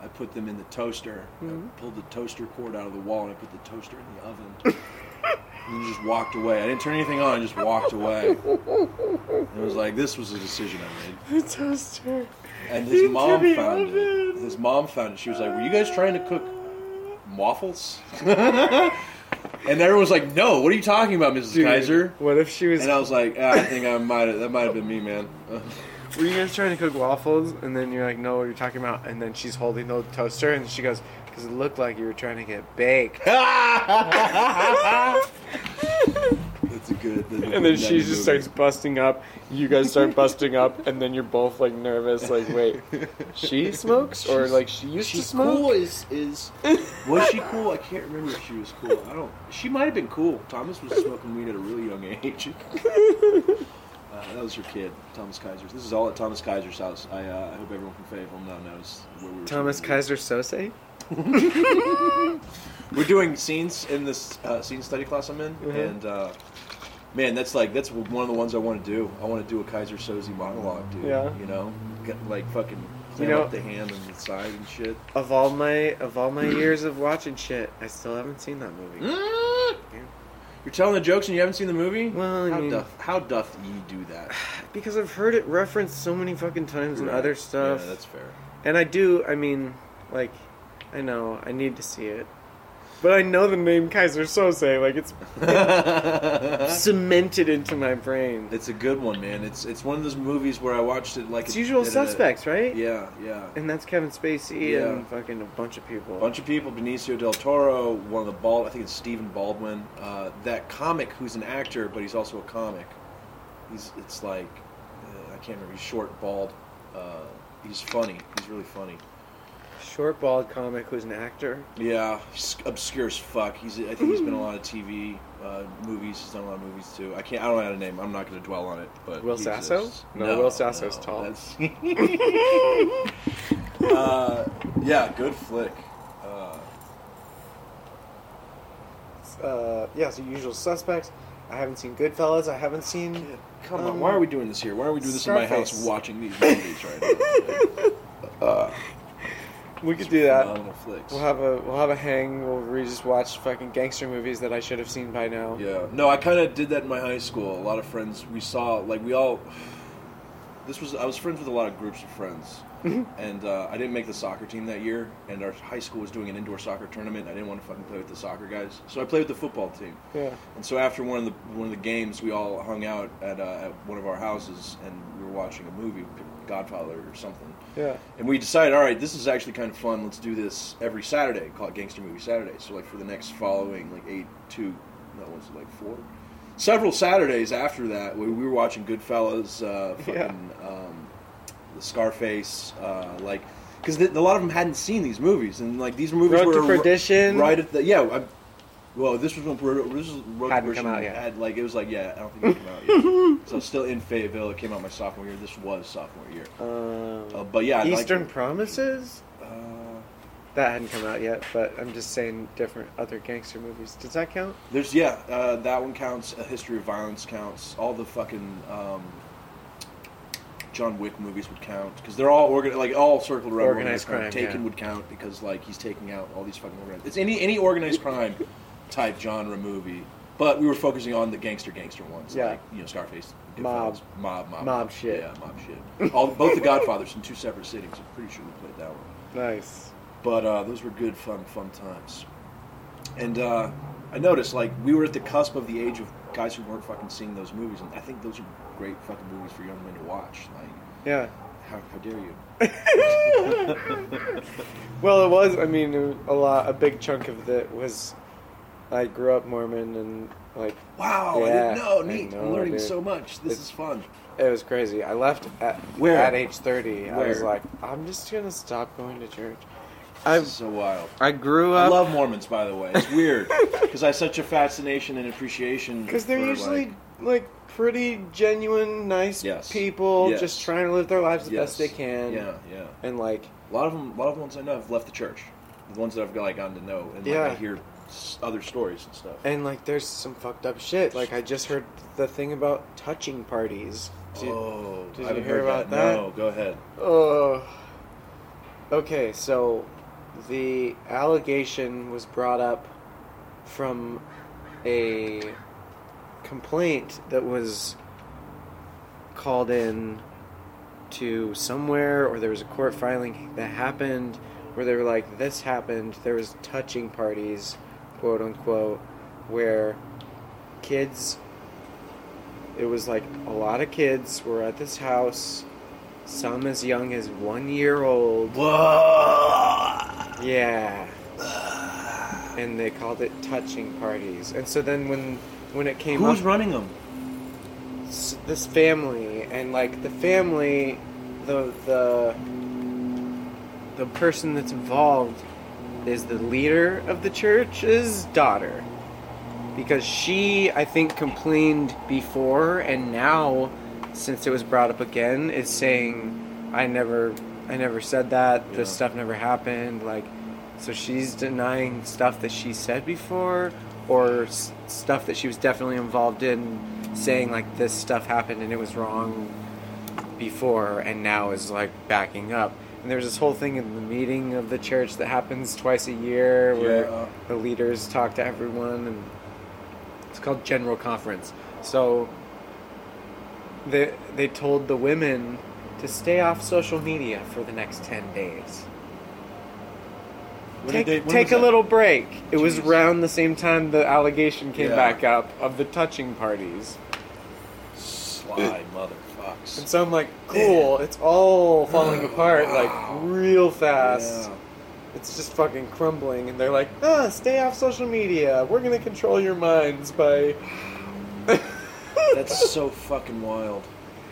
Speaker 1: I put them in the toaster.
Speaker 2: Hmm.
Speaker 1: I pulled the toaster cord out of the wall and I put the toaster in the oven. and then just walked away. I didn't turn anything on. I just walked away. it was like this was a decision I made.
Speaker 2: The toaster.
Speaker 1: And his
Speaker 2: Into
Speaker 1: mom
Speaker 2: the
Speaker 1: found it.
Speaker 2: oven.
Speaker 1: His mom found it. She was like, "Were you guys trying to cook waffles?" and everyone was like, "No, what are you talking about, Mrs.
Speaker 2: Dude,
Speaker 1: Kaiser?"
Speaker 2: What if she was.
Speaker 1: And I was like, ah, "I think I might have. That might have been me, man."
Speaker 2: Were you guys trying to cook waffles? And then you're like, no, what you're talking about. And then she's holding the toaster and she goes, because it looked like you were trying to get baked.
Speaker 1: That's a good. that's a good
Speaker 2: And then she
Speaker 1: 90
Speaker 2: just
Speaker 1: movie.
Speaker 2: starts busting up. You guys start busting up, and then you're both like nervous. Like, wait, she smokes or like she used to
Speaker 1: She's
Speaker 2: smoke?
Speaker 1: cool. Is is was she cool? I can't remember if she was cool. I don't. She might have been cool. Thomas was smoking weed at a really young age. Uh, that was her kid, Thomas Kaiser's. This is all at Thomas Kaiser's house. I, uh, I hope everyone from Fayetteville now knows where we were.
Speaker 2: Thomas
Speaker 1: smoking weed.
Speaker 2: Kaiser Sose.
Speaker 1: We're doing scenes in this uh, scene study class I'm in,
Speaker 2: Mhm.
Speaker 1: and uh, man, that's like that's one of the ones I want to do. I want to do a Kaiser Soze monologue, dude.
Speaker 2: Yeah.
Speaker 1: You know, Get, like fucking
Speaker 2: You
Speaker 1: clam
Speaker 2: know-
Speaker 1: up the hand and the side and shit.
Speaker 2: Of all my of all my years of watching shit, I still haven't seen that
Speaker 1: Hmm?
Speaker 2: movie.
Speaker 1: You're telling the jokes and you haven't seen the movie?
Speaker 2: Well, I
Speaker 1: how
Speaker 2: mean-
Speaker 1: doth how doth ye do that?
Speaker 2: Because I've heard it referenced so many fucking times in
Speaker 1: Right.
Speaker 2: other stuff.
Speaker 1: Yeah, that's fair.
Speaker 2: And I do, I mean, like, I know, I need to see it. But I know the name Kaiser Sose, like, it's cemented into my brain.
Speaker 1: Uh-huh. It's a good one, man. It's it's one of those movies where I watched it like
Speaker 2: It's
Speaker 1: it-
Speaker 2: usual
Speaker 1: it- it-
Speaker 2: suspects, right?
Speaker 1: uh, Yeah, yeah.
Speaker 2: And that's Kevin Spacey
Speaker 1: Yeah.
Speaker 2: and fucking a bunch of people.
Speaker 1: A bunch of people: Benicio del Toro, one of the bald. I think it's Stephen Baldwin. Uh, that comic who's an actor, but he's also a comic. He's it's like uh, I can't remember. He's short, bald. Uh, he's funny. He's really funny.
Speaker 2: Short bald comic who's an actor.
Speaker 1: Yeah, he's obscure as fuck. He's I think he's been in a lot of TV, uh, movies. He's done a lot of movies too. I can't. I don't know how to name. I'm not going to dwell on it. But
Speaker 2: Will
Speaker 1: he
Speaker 2: Sasso?
Speaker 1: exists.
Speaker 2: No, Will Sasso's tall.
Speaker 1: that's- uh, yeah, good flick. Uh,
Speaker 2: Uh, yeah, so usual suspects. I haven't seen Goodfellas. I haven't seen.
Speaker 1: Come
Speaker 2: Um,
Speaker 1: on, why are we doing this here? Why are we doing this in my
Speaker 2: Scarface.
Speaker 1: house watching these movies right now? uh,
Speaker 2: We could do that.
Speaker 1: Phenomenal flicks.
Speaker 2: We'll have a we'll have a hang. We'll we just watch fucking gangster movies that I should have seen by now.
Speaker 1: Yeah. No, I kind of did that in my high school. A lot of friends we saw, like we all. This was I was friends with a lot of groups of friends,
Speaker 2: Mm-hmm.
Speaker 1: and uh, I didn't make the soccer team that year. And our high school was doing an indoor soccer tournament. I didn't want to fucking play with the soccer guys, so I played with the football team.
Speaker 2: Yeah.
Speaker 1: And so after one of the one of the games, we all hung out at, uh, at one of our houses, and we were watching a movie, Godfather or something.
Speaker 2: Yeah.
Speaker 1: And we decided, all right, this is actually kind of fun. Let's do this every Saturday. Call it Gangster Movie Saturday. So like for the next following like eight two, no, was it like four? Several Saturdays after that, we, we were watching Goodfellas, uh,
Speaker 2: Yeah.
Speaker 1: fucking um, the Scarface, uh, like because a lot of them hadn't seen these movies, and like these movies
Speaker 2: Road
Speaker 1: were
Speaker 2: to
Speaker 1: ri-
Speaker 2: Perdition.
Speaker 1: right at the yeah. I, well, this was when Road, this was Road
Speaker 2: Hadn't
Speaker 1: to Perdition
Speaker 2: come out yet.
Speaker 1: Had, like it was like yeah, I don't think it came out yet. So still in Fayetteville. It came out my sophomore year. This was sophomore year.
Speaker 2: Um,
Speaker 1: Uh, but yeah, I'd like-
Speaker 2: Eastern Promises.
Speaker 1: Uh,
Speaker 2: That hadn't come out yet, but I'm just saying different other gangster movies. Does that count?
Speaker 1: There's yeah, uh, that one counts. A History of Violence counts. All the fucking um, John Wick movies would count because they're all organ like all circled around
Speaker 2: Organized crime,
Speaker 1: Taken
Speaker 2: yeah.
Speaker 1: would count because like he's taking out all these fucking organized. It's any any organized crime type genre movie, but we were focusing on the gangster gangster ones.
Speaker 2: Yeah.
Speaker 1: like, you know Scarface,
Speaker 2: Mob.
Speaker 1: Goodfellas, mob, mob,
Speaker 2: Mob shit.
Speaker 1: Yeah, mob shit. all both the Godfathers in two separate sittings. I'm pretty sure we played that one.
Speaker 2: Nice.
Speaker 1: But uh, those were good, fun, fun times. And uh, I noticed, like, we were at the cusp of the age of guys who weren't fucking seeing those movies, and I think those are great fucking movies for young men to watch. Like,
Speaker 2: Yeah.
Speaker 1: how, how dare you?
Speaker 2: well, it was. I mean, a lot. A big chunk of it was. I grew up Mormon, and like
Speaker 1: Wow, I
Speaker 2: Yeah,
Speaker 1: didn't know.
Speaker 2: I
Speaker 1: Neat. I'm
Speaker 2: know,
Speaker 1: learning
Speaker 2: dude.
Speaker 1: so much. This
Speaker 2: It's-
Speaker 1: is fun.
Speaker 2: it was crazy. I left at
Speaker 1: Where?
Speaker 2: at age thirty. I was
Speaker 1: Where?
Speaker 2: like, I'm just gonna stop going to church.
Speaker 1: This
Speaker 2: I
Speaker 1: is so wild.
Speaker 2: I grew
Speaker 1: I
Speaker 2: up
Speaker 1: love Mormons, by the way. It's weird because I have such a fascination and appreciation.
Speaker 2: Because they're
Speaker 1: for,
Speaker 2: usually
Speaker 1: like-
Speaker 2: like, pretty genuine, nice
Speaker 1: Yes.
Speaker 2: people,
Speaker 1: Yes.
Speaker 2: just trying to live their lives the
Speaker 1: Yes.
Speaker 2: best they can.
Speaker 1: yeah, yeah.
Speaker 2: And like,
Speaker 1: A lot of them, a lot of ones I know have left the church. The ones that I've like gotten to know, and like, I
Speaker 2: Yeah.
Speaker 1: hear s- other stories and stuff.
Speaker 2: and like, there's some fucked up shit. Like, I just heard the thing about touching parties. Did-
Speaker 1: oh,
Speaker 2: did
Speaker 1: I
Speaker 2: you
Speaker 1: haven't
Speaker 2: hear
Speaker 1: heard
Speaker 2: about that?
Speaker 1: No, go ahead.
Speaker 2: Oh. Okay, so the allegation was brought up from a complaint that was called in to somewhere, or there was a court filing that happened where they were like, this happened, there was touching parties, quote unquote, where kids, it was like a lot of kids were at this house, some as young as one year old.
Speaker 1: Whoa!
Speaker 2: Yeah. And they called it touching parties. And so then when when it came
Speaker 1: Who's
Speaker 2: up,
Speaker 1: running them?
Speaker 2: s- this family and like the family, the the the person that's involved is the leader of the church's daughter. Because she, I think, complained before, and now, since it was brought up again, is saying, "I never, I never said that.
Speaker 1: Yeah.
Speaker 2: This stuff never happened." Like, so she's denying stuff that she said before, or s- stuff that she was definitely involved in, saying like this stuff happened and it was wrong before, and now is like backing up. And there's this whole thing in the meeting of the church that happens twice a year where
Speaker 1: Yeah.
Speaker 2: the leaders talk to everyone and it's called general conference so they they told the women to stay off social media for the next 10 days
Speaker 1: When did
Speaker 2: take,
Speaker 1: they- when
Speaker 2: take
Speaker 1: was
Speaker 2: a
Speaker 1: that?
Speaker 2: little break it was
Speaker 1: Jeez.
Speaker 2: around the same time the allegation came
Speaker 1: Yeah.
Speaker 2: back up of the touching parties
Speaker 1: Sly
Speaker 2: and
Speaker 1: motherfucks.
Speaker 2: so i'm like cool it's all falling apart
Speaker 1: Wow.
Speaker 2: like real fast
Speaker 1: Yeah.
Speaker 2: it's just fucking crumbling and they're like ah stay off social media we're gonna control your minds by
Speaker 1: That's so fucking wild.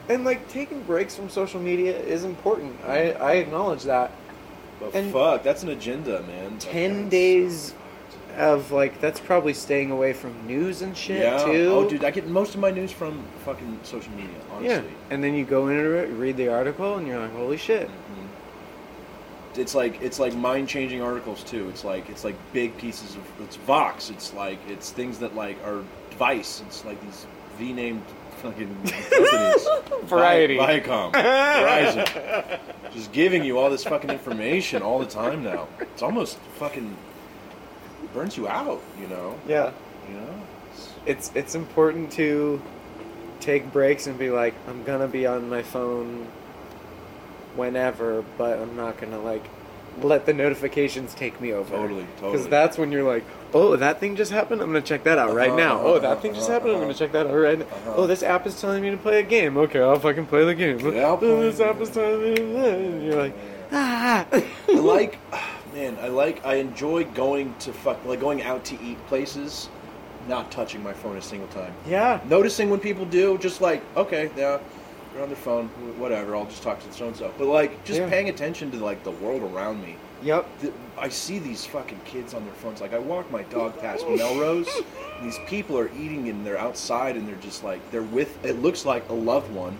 Speaker 2: and like taking breaks from social media is important i i acknowledge that
Speaker 1: But
Speaker 2: And-
Speaker 1: fuck, that's an agenda, man.
Speaker 2: 10
Speaker 1: Like,
Speaker 2: days of like that's probably staying away from news and shit
Speaker 1: Yeah.
Speaker 2: too
Speaker 1: Oh, dude, I get most of my news from fucking social media. Honestly.
Speaker 2: yeah and then you go into it read the article and you're like holy shit
Speaker 1: Mm-hmm. It's like it's like mind changing articles too. It's like it's like big pieces of it's Vox. It's like it's things that like are Vice. It's like these V named fucking companies.
Speaker 2: Variety.
Speaker 1: Vi- Viacom, Verizon, just giving you all this fucking information all the time now. It's almost fucking burns you out. You know.
Speaker 2: yeah
Speaker 1: You know. It's-
Speaker 2: it's it's important to take breaks and be like i'm gonna be on my phone whenever but i'm not gonna like let the notifications take me over.
Speaker 1: Totally,
Speaker 2: Because
Speaker 1: totally.
Speaker 2: that's when you're like, oh, that thing just happened. I'm gonna check that out right
Speaker 1: Uh-huh,
Speaker 2: now. Oh, that
Speaker 1: uh-huh,
Speaker 2: thing just
Speaker 1: uh-huh,
Speaker 2: happened. I'm gonna
Speaker 1: uh-huh.
Speaker 2: check that out right now.
Speaker 1: Uh-huh.
Speaker 2: Oh, this app is telling me to play a game. Okay, I'll fucking play the game.
Speaker 1: Yeah, I'll
Speaker 2: oh,
Speaker 1: play
Speaker 2: this
Speaker 1: it.
Speaker 2: app is telling me. To play. And you're like, ah.
Speaker 1: I like, man, I like, I enjoy going to fuck, like going out to eat places, not touching my phone a single time.
Speaker 2: yeah.
Speaker 1: Noticing when people do, just like, okay, yeah, they're on their phone, wh- whatever, I'll just talk to so and so. But like, just
Speaker 2: Yeah.
Speaker 1: paying attention to like the world around me.
Speaker 2: Yep.
Speaker 1: The, I see these fucking kids on their phones. Like, I walk my dog past Melrose, and these people are eating and they're outside and they're just like, they're with, it looks like a loved one,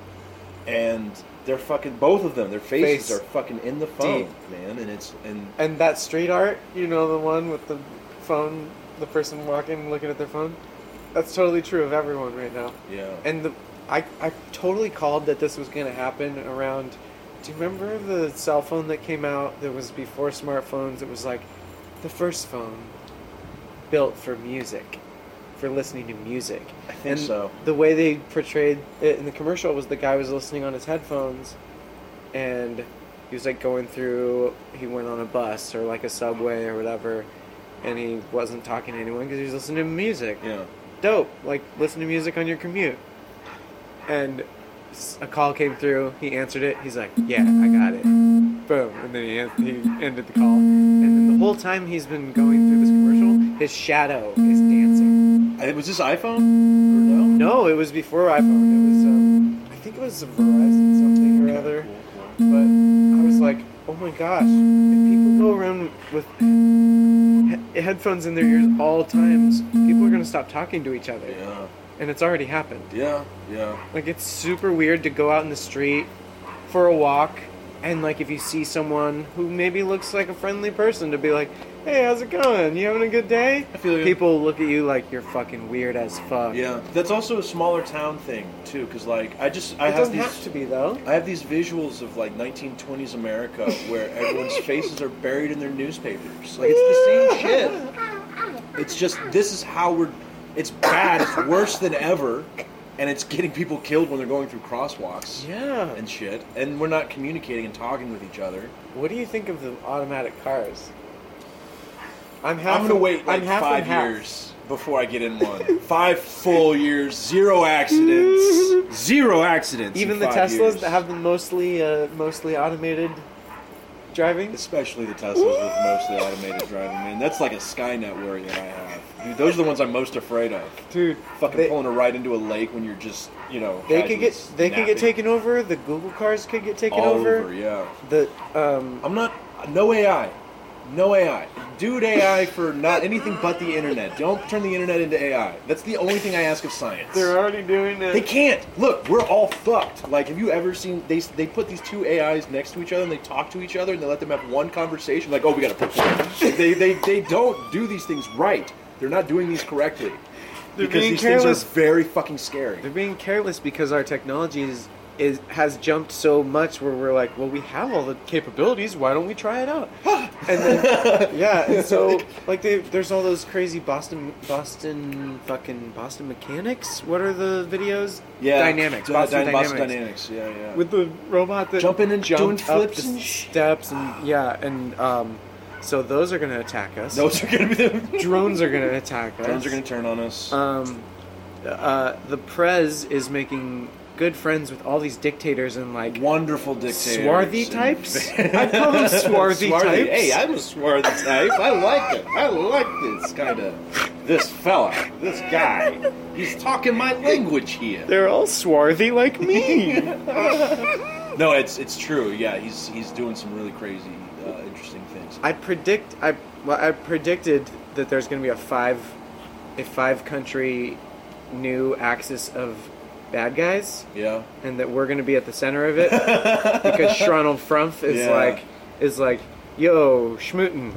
Speaker 1: and they're fucking, both of them, their faces
Speaker 2: Face
Speaker 1: are fucking in the phone,
Speaker 2: deep.
Speaker 1: man. And it's, and
Speaker 2: And that street art, you know, the one with the phone, the person walking, looking at their phone. That's totally true of everyone right now.
Speaker 1: Yeah.
Speaker 2: And the, I, I totally called that this was going to happen around. Do you remember the cell phone that came out that was before smartphones? It was like the first phone built for music, for listening to music.
Speaker 1: I think
Speaker 2: and
Speaker 1: so.
Speaker 2: The way they portrayed it in the commercial was the guy was listening on his headphones and he was like going through, he went on a bus or like a subway or whatever, and he wasn't talking to anyone because he was listening to music
Speaker 1: yeah.
Speaker 2: dope. Like, listen to music on your commute. And s- a call came through. He answered it. He's like, yeah, I got it. Boom. And then he, an- he ended the call. And then the whole time he's been going through this commercial, his shadow is dancing.
Speaker 1: I, was this iPhone? Or no?
Speaker 2: No, it was before iPhone. It was, um, I think it was a Verizon something or other. But I was like, oh my gosh, if people go around with he- headphones in their ears all times, people are going to stop talking to each other.
Speaker 1: Yeah.
Speaker 2: And it's already happened.
Speaker 1: Yeah. Yeah.
Speaker 2: Like it's super weird to go out in the street for a walk and like if you see someone who maybe looks like a friendly person to be like, "Hey, how's it going? You having a good day?"
Speaker 1: I feel you.
Speaker 2: People look at you like you're fucking weird as fuck.
Speaker 1: Yeah. That's also a smaller town thing too, because like I just I
Speaker 2: It
Speaker 1: have
Speaker 2: doesn't
Speaker 1: these,
Speaker 2: have to be though.
Speaker 1: I have these visuals of like 1920s America where everyone's faces are buried in their newspapers. Like it's the same shit. It's just this is how we're. It's bad. It's worse than ever, and it's getting people killed when they're going through crosswalks
Speaker 2: Yeah.
Speaker 1: and shit. And we're not communicating and talking with each other.
Speaker 2: What do you think of the automatic cars? I'm half
Speaker 1: I'm gonna
Speaker 2: and-
Speaker 1: wait like
Speaker 2: I'm half and
Speaker 1: five
Speaker 2: half.
Speaker 1: years before I get in one. five full years, zero accidents, zero accidents. in
Speaker 2: Even the
Speaker 1: five
Speaker 2: Teslas
Speaker 1: years.
Speaker 2: that have the mostly uh, mostly automated driving.
Speaker 1: especially the Teslas with mostly automated driving. Man, that's like a Skynet worry that I have. Dude, those are the ones I'm most afraid of.
Speaker 2: Dude,
Speaker 1: Fucking
Speaker 2: they-
Speaker 1: pulling a ride into a lake when you're just, you know,
Speaker 2: They could
Speaker 1: casually
Speaker 2: get they could get
Speaker 1: snapping
Speaker 2: taken over. The Google cars could get taken
Speaker 1: all
Speaker 2: over.
Speaker 1: Yeah,
Speaker 2: The um
Speaker 1: I'm not. No AI. No AI. Dude, AI for not anything but the internet. Don't turn the internet into AI. That's the only thing I ask of science.
Speaker 2: they're already doing it.
Speaker 1: They can't. Look, we're all fucked. Like, have you ever seen they they put these two AIs next to each other and they talk to each other and they let them have one conversation? Like, oh, we gotta perform. they they they don't do these things right. They're not doing these correctly.
Speaker 2: They're
Speaker 1: because
Speaker 2: being
Speaker 1: these
Speaker 2: careless.
Speaker 1: things are very fucking scary.
Speaker 2: They're being careless because our technology is is has jumped so much where we're like, well, we have all the capabilities. Why don't we try it out? and then yeah, and so like they, there's all those crazy Boston Boston fucking Boston mechanics. What are the videos? dynamics.
Speaker 1: Dy-
Speaker 2: Boston,
Speaker 1: dy-
Speaker 2: dynamics.
Speaker 1: Boston dynamics. Yeah, yeah.
Speaker 2: with the robot that
Speaker 1: Jumping and
Speaker 2: jumped
Speaker 1: doing
Speaker 2: up
Speaker 1: flips
Speaker 2: the
Speaker 1: and shit.
Speaker 2: steps and yeah and um so those are gonna attack us
Speaker 1: those are gonna be the
Speaker 2: drones are gonna attack us
Speaker 1: drones are gonna turn on us.
Speaker 2: um uh the prez is making good friends with all these dictators and like
Speaker 1: Wonderful dictators.
Speaker 2: swarthy
Speaker 1: and-
Speaker 2: types i call them swarthy, types
Speaker 1: Hey, I'm a swarthy type. I like it. I like this kind of this fella, this guy. He's talking my language here.
Speaker 2: they're all swarthy like me
Speaker 1: No, it's it's true. Yeah, he's he's doing some really crazy, uh, interesting things.
Speaker 2: I predict I well, I predicted that there's going to be a five a five country new axis of bad guys
Speaker 1: Yeah,
Speaker 2: and that we're going to be at the center of it because Shronald Frump is
Speaker 1: Yeah.
Speaker 2: like is like yo schmooten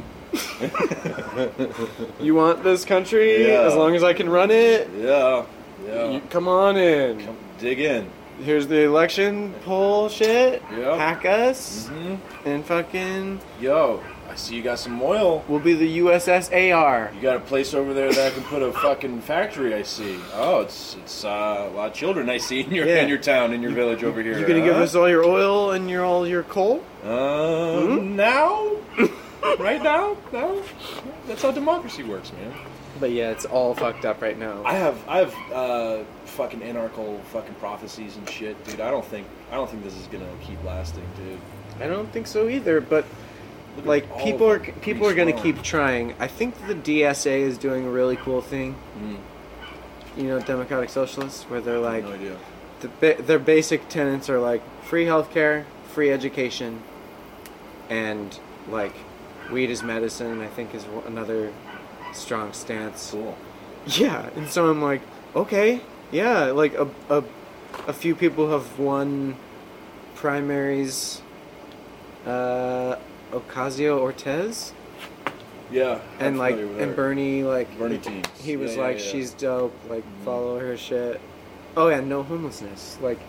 Speaker 2: you want this country
Speaker 1: Yeah.
Speaker 2: as long as I can run it
Speaker 1: yeah, yeah.
Speaker 2: you, come on in
Speaker 1: Come dig in.
Speaker 2: here's the election poll shit
Speaker 1: Yeah.
Speaker 2: hack us
Speaker 1: hmm
Speaker 2: and fucking
Speaker 1: Yo, I see you got some oil.
Speaker 2: We'll be the USSAR.
Speaker 1: You got a place over there that I can put a fucking factory. I see. Oh, it's it's uh, a lot of children I see in your
Speaker 2: Yeah.
Speaker 1: in your town in your village over here. Uh-huh.
Speaker 2: You gonna give
Speaker 1: huh?
Speaker 2: us all your oil and your all your coal?
Speaker 1: Uh, now? right now? No? That's how democracy works, man.
Speaker 2: But yeah, it's all fucked up right now.
Speaker 1: I have I have uh, fucking anarchal fucking prophecies and shit, dude. I don't think I don't think this is gonna keep lasting, dude.
Speaker 2: I don't think so either. But
Speaker 1: Look at
Speaker 2: like
Speaker 1: all
Speaker 2: people are
Speaker 1: of them.
Speaker 2: people are going to
Speaker 1: Pretty
Speaker 2: keep trying. I think the DSA is doing a really cool thing.
Speaker 1: Mm.
Speaker 2: You know, democratic socialists, where they're
Speaker 1: strong.
Speaker 2: like
Speaker 1: no idea.
Speaker 2: the ba- their basic tenets are like free healthcare, free education, and like weed is medicine. I think is one- another strong stance.
Speaker 1: Cool.
Speaker 2: Yeah, and so I'm like, okay, yeah, like a a, a few people have won primaries. Uh, Ocasio Cortez
Speaker 1: Yeah. I'm
Speaker 2: and like
Speaker 1: familiar with
Speaker 2: and
Speaker 1: her.
Speaker 2: Bernie like
Speaker 1: Bernie
Speaker 2: he-
Speaker 1: teams.
Speaker 2: He was
Speaker 1: Yeah, yeah,
Speaker 2: like,
Speaker 1: yeah. Mm-hmm.
Speaker 2: she's dope. Like follow her shit. Oh yeah, no homelessness. Like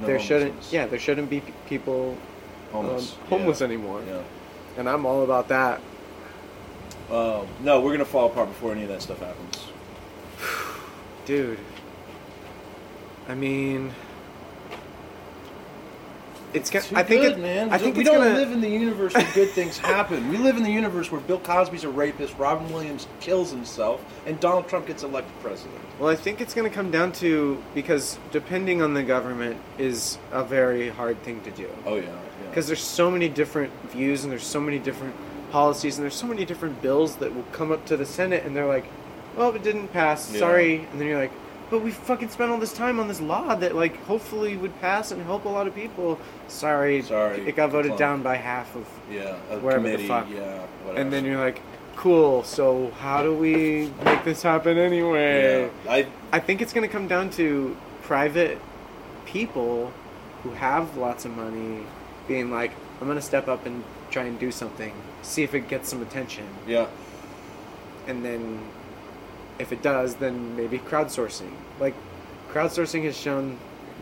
Speaker 1: No
Speaker 2: there shouldn't
Speaker 1: homelessness.
Speaker 2: yeah there shouldn't be p- people
Speaker 1: homeless.
Speaker 2: um, homeless
Speaker 1: yeah.
Speaker 2: anymore.
Speaker 1: Yeah.
Speaker 2: And I'm all about that.
Speaker 1: Um, no, we're gonna fall apart before any of that stuff happens.
Speaker 2: Dude. I mean, it's gonna.
Speaker 1: Too
Speaker 2: I think
Speaker 1: good,
Speaker 2: it,
Speaker 1: man.
Speaker 2: I think
Speaker 1: we
Speaker 2: it's
Speaker 1: don't
Speaker 2: gonna.
Speaker 1: live in the universe where good things happen. We live in the universe where Bill Cosby's a rapist, Robin Williams kills himself, and Donald Trump gets elected president.
Speaker 2: well, I think it's gonna come down to because depending on the government is a very hard thing to do.
Speaker 1: Oh yeah,
Speaker 2: Because there's so many different views and there's so many different policies and there's so many different bills that will come up to the Senate and they're like, well, it didn't pass.
Speaker 1: Yeah.
Speaker 2: Sorry. And then you're like, but we fucking spent all this time on this law that like hopefully would pass and help a lot of people. Sorry.
Speaker 1: Sorry,
Speaker 2: It got voted
Speaker 1: decline.
Speaker 2: down by half of.
Speaker 1: yeah, a
Speaker 2: Wherever the
Speaker 1: committee,
Speaker 2: fuck.
Speaker 1: yeah, whatever.
Speaker 2: And then you're like, cool. So how do we make this happen anyway?
Speaker 1: yeah. I
Speaker 2: I think it's going to come down to private people who have lots of money being like, I'm going to step up and try and do something, see if it gets some attention.
Speaker 1: yeah,
Speaker 2: And then if it does, then maybe crowdsourcing. Like, crowdsourcing has shown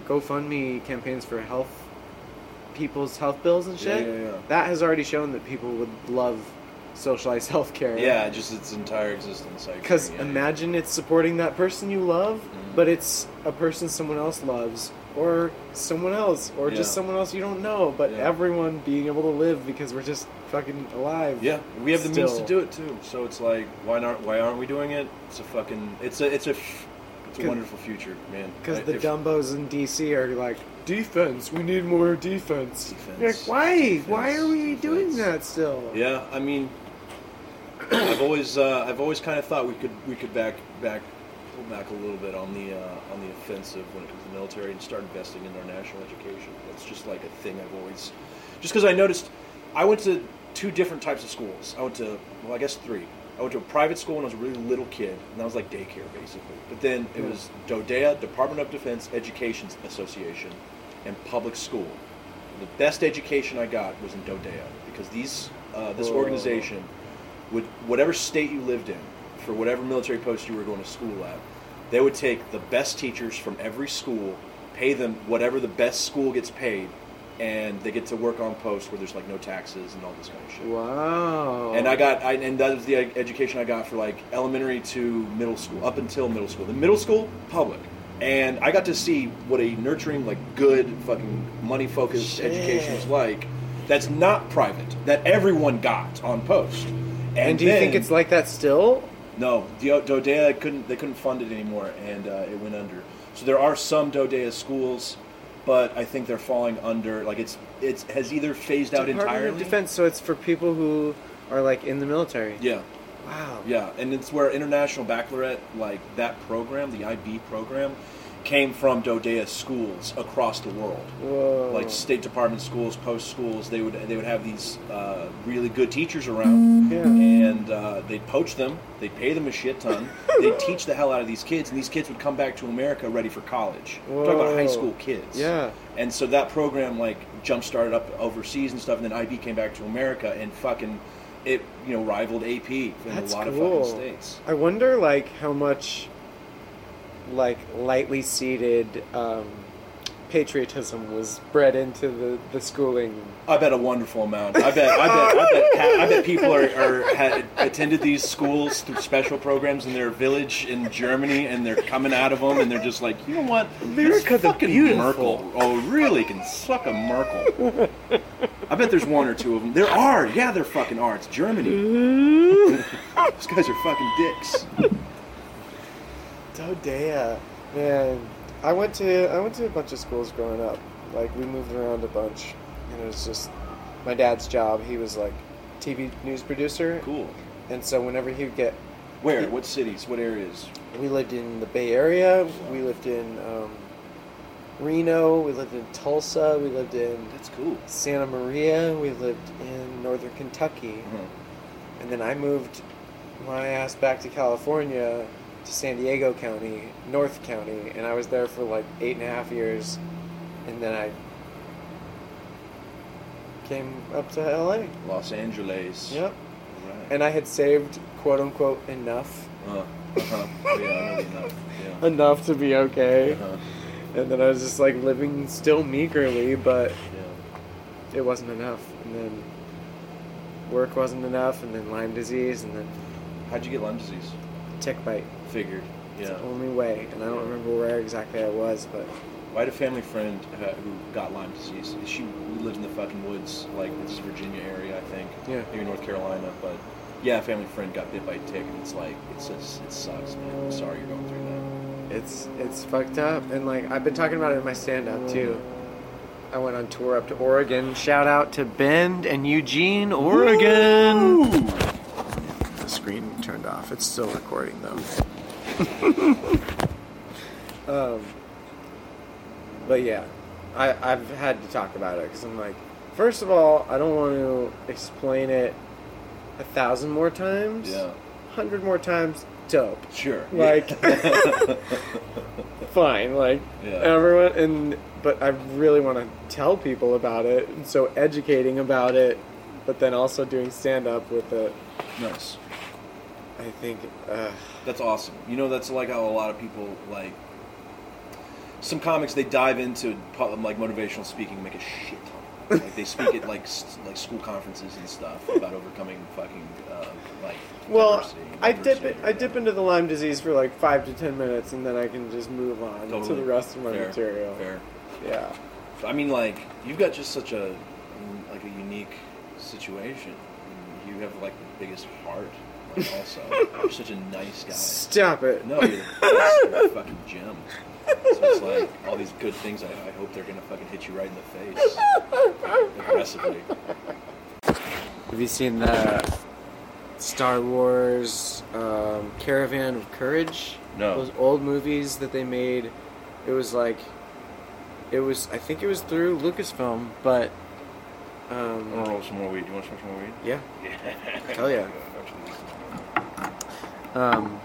Speaker 2: GoFundMe campaigns for health, people's health bills and
Speaker 1: Yeah,
Speaker 2: shit.
Speaker 1: yeah, yeah.
Speaker 2: That has already shown that people would love socialized health care.
Speaker 1: yeah, just its entire existence. I
Speaker 2: Because
Speaker 1: agree, yeah,
Speaker 2: imagine it's supporting that person you love,
Speaker 1: Mhm.
Speaker 2: but it's a person someone else loves, or someone else, or just
Speaker 1: Yeah.
Speaker 2: someone else you don't know, but
Speaker 1: Yeah.
Speaker 2: everyone being able to live because we're just fucking alive.
Speaker 1: Yeah, we have the means to
Speaker 2: Still.
Speaker 1: do it too. So it's like, why not? Why aren't we doing it? It's a fucking. It's a. It's a. f- It's a
Speaker 2: 'Cause-
Speaker 1: wonderful future, man.
Speaker 2: Because
Speaker 1: I-
Speaker 2: the
Speaker 1: if-
Speaker 2: dumbos in DC are like, defense, we need more defense.
Speaker 1: Defense,
Speaker 2: You're like, why? why
Speaker 1: defense,
Speaker 2: are we doing
Speaker 1: defense."
Speaker 2: that still?
Speaker 1: Yeah, I mean, I've always uh, I've always kind of thought we could we could back back pull back a little bit on the uh, on the offensive when it comes to the military and start investing in our national education. That's just like a thing I've always just because I noticed I went to two different types of schools. I went to well, I guess three. I went to a private school when I was a really little kid, and that was like daycare basically. But then it was DODEA, Department of Defense Education Association, and public school. The best education I got was in DODEA because these uh, this
Speaker 2: Whoa.
Speaker 1: organization would whatever state you lived in for whatever military post you were going to school at, they would take the best teachers from every school, pay them whatever the best school gets paid, and they get to work on posts where there's like no taxes and all this kind of shit.
Speaker 2: Wow.
Speaker 1: And I got, I, and that was the ed- education I got for like elementary to middle school, up until middle school. The middle school, public. And I got to see what a nurturing, like good, fucking money focused
Speaker 2: Shit.
Speaker 1: education is like that's not private, that everyone got on post. And,
Speaker 2: And do you think
Speaker 1: then-
Speaker 2: it's like that still?
Speaker 1: no, Do- Dodea couldn't. They couldn't fund it anymore, and uh, it went under. So there are some Dodea schools, but I think they're falling under. Like it's it's has either phased out
Speaker 2: Department
Speaker 1: entirely.
Speaker 2: of Defense, so it's for people who are like in the military.
Speaker 1: Yeah,
Speaker 2: Wow.
Speaker 1: yeah, and it's where International Baccalaureate, like that program, the IB program, came from Dodea schools across the world.
Speaker 2: Whoa.
Speaker 1: Like State Department schools, post schools, they would they would have these uh, really good teachers around,
Speaker 2: Yeah.
Speaker 1: and uh, they'd poach them, they'd pay them a shit ton, they'd teach the hell out of these kids, and these kids would come back to America ready for college. We're Talk about high
Speaker 2: Whoa.
Speaker 1: school kids.
Speaker 2: Yeah.
Speaker 1: And so that program like jump started up overseas and stuff, and then IB came back to America and fucking it, you know, rivaled AP in
Speaker 2: That's
Speaker 1: a lot
Speaker 2: cool.
Speaker 1: of fucking states.
Speaker 2: I wonder, like, how much, like, lightly seated um, patriotism was bred into the, the schooling.
Speaker 1: I bet a wonderful amount. I bet, I bet, I bet, ca- I bet people are, are had attended these schools through special programs in their village in Germany, and they're coming out of them, and they're just like, you know what?
Speaker 2: America
Speaker 1: This
Speaker 2: the
Speaker 1: fucking
Speaker 2: beautiful."
Speaker 1: Merkel. Oh, really? Can suck a Merkel. I bet there's one or two of them. There are. Yeah, there fucking are. It's Germany.
Speaker 2: Mm-hmm.
Speaker 1: Those guys are fucking dicks.
Speaker 2: Dodea. Man, I went to I went to a bunch of schools growing up. Like we moved around a bunch, and it was just my dad's job. He was like TV news producer,
Speaker 1: Cool.
Speaker 2: and so whenever he would get,
Speaker 1: Where? What cities? What areas?
Speaker 2: we lived in the Bay Area. We lived in um, Reno. We lived in Tulsa. We lived in
Speaker 1: That's cool.
Speaker 2: Santa Maria. We lived in northern Kentucky.
Speaker 1: Mhm.
Speaker 2: And then I moved my ass back to California to San Diego County, North County, and I was there for like eight and a half years. And then I came up to LA.
Speaker 1: Los Angeles.
Speaker 2: Yep.
Speaker 1: Right.
Speaker 2: And I had saved, quote unquote, enough.
Speaker 1: Uh, uh-huh. Yeah, I know enough. Yeah.
Speaker 2: Enough to be okay.
Speaker 1: Uh-huh.
Speaker 2: And then I was just like living still meagerly, but
Speaker 1: Yeah.
Speaker 2: it wasn't enough. And then work wasn't enough, and then Lyme disease, and then
Speaker 1: How'd you get Lyme disease?
Speaker 2: tick bite.
Speaker 1: Figured.
Speaker 2: It's
Speaker 1: Yeah.
Speaker 2: the only way, and I don't remember where exactly I was, but
Speaker 1: I had a family friend uh, who got Lyme disease. She we lived in the fucking woods, like this is Virginia area, I think.
Speaker 2: Yeah.
Speaker 1: Maybe North Carolina, but yeah, a family friend got bit by a tick, and it's like it's just, it sucks, man. I'm sorry you're going through that.
Speaker 2: it's it's fucked up. And like I've been talking about it in my stand up too. I went on tour up to Oregon. Shout out to Bend and Eugene, Oregon. The screen turned off. It's still recording though. um, but yeah, I, I've had to talk about it because I'm like, first of all, I don't want to explain it a thousand more times.
Speaker 1: Yeah.
Speaker 2: Hundred more times, dope
Speaker 1: Sure.
Speaker 2: like fine like
Speaker 1: Yeah.
Speaker 2: everyone and but i really want to tell people about it and so educating about it but then also doing stand up with it
Speaker 1: nice.
Speaker 2: i think uh,
Speaker 1: That's awesome. You know, that's like how a lot of people like. Some comics they dive into po- like motivational speaking, and make a shit ton. Like they speak at like s- like school conferences and stuff about overcoming fucking uh, like.
Speaker 2: well
Speaker 1: diversity,
Speaker 2: i dip
Speaker 1: diversity
Speaker 2: it,
Speaker 1: or
Speaker 2: i dip into the lyme disease for like five to ten minutes and then i can just move on
Speaker 1: whatever.
Speaker 2: to
Speaker 1: Totally.
Speaker 2: the rest of my
Speaker 1: Fair.
Speaker 2: material
Speaker 1: Fair.
Speaker 2: yeah
Speaker 1: I mean, like you've got just such a like a unique situation. I mean, You have like the biggest heart. Like, also, you're such a nice guy.
Speaker 2: stop it
Speaker 1: No, you're, you're a fucking gem. So it's like all these good things. I, I hope they're gonna fucking hit you right in the face, aggressively.
Speaker 2: have you seen the star wars um, caravan of courage
Speaker 1: No.
Speaker 2: those old movies that they made it was like it was i think it was through lucasfilm but um,
Speaker 1: roll some more weed. You want to smoke some more weed?
Speaker 2: yeah
Speaker 1: Yeah.
Speaker 2: Hell yeah. um,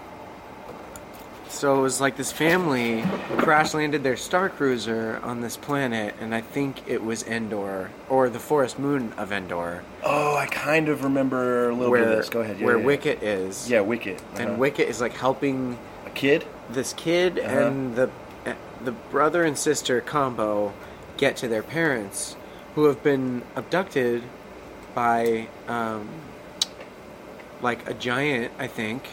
Speaker 2: so it was like this family crash landed their star cruiser on this planet and i think it was endor or the forest moon of endor
Speaker 1: Oh, I kind of remember a little bit
Speaker 2: where,
Speaker 1: of this. Go ahead. Yeah,
Speaker 2: where
Speaker 1: yeah.
Speaker 2: wicket is
Speaker 1: Yeah, Wicket.
Speaker 2: and
Speaker 1: Uh-huh.
Speaker 2: wicket is like helping
Speaker 1: A kid.
Speaker 2: this kid
Speaker 1: Uh-huh.
Speaker 2: and the the brother and sister combo get to their parents, who have been abducted by um, like a giant, I think,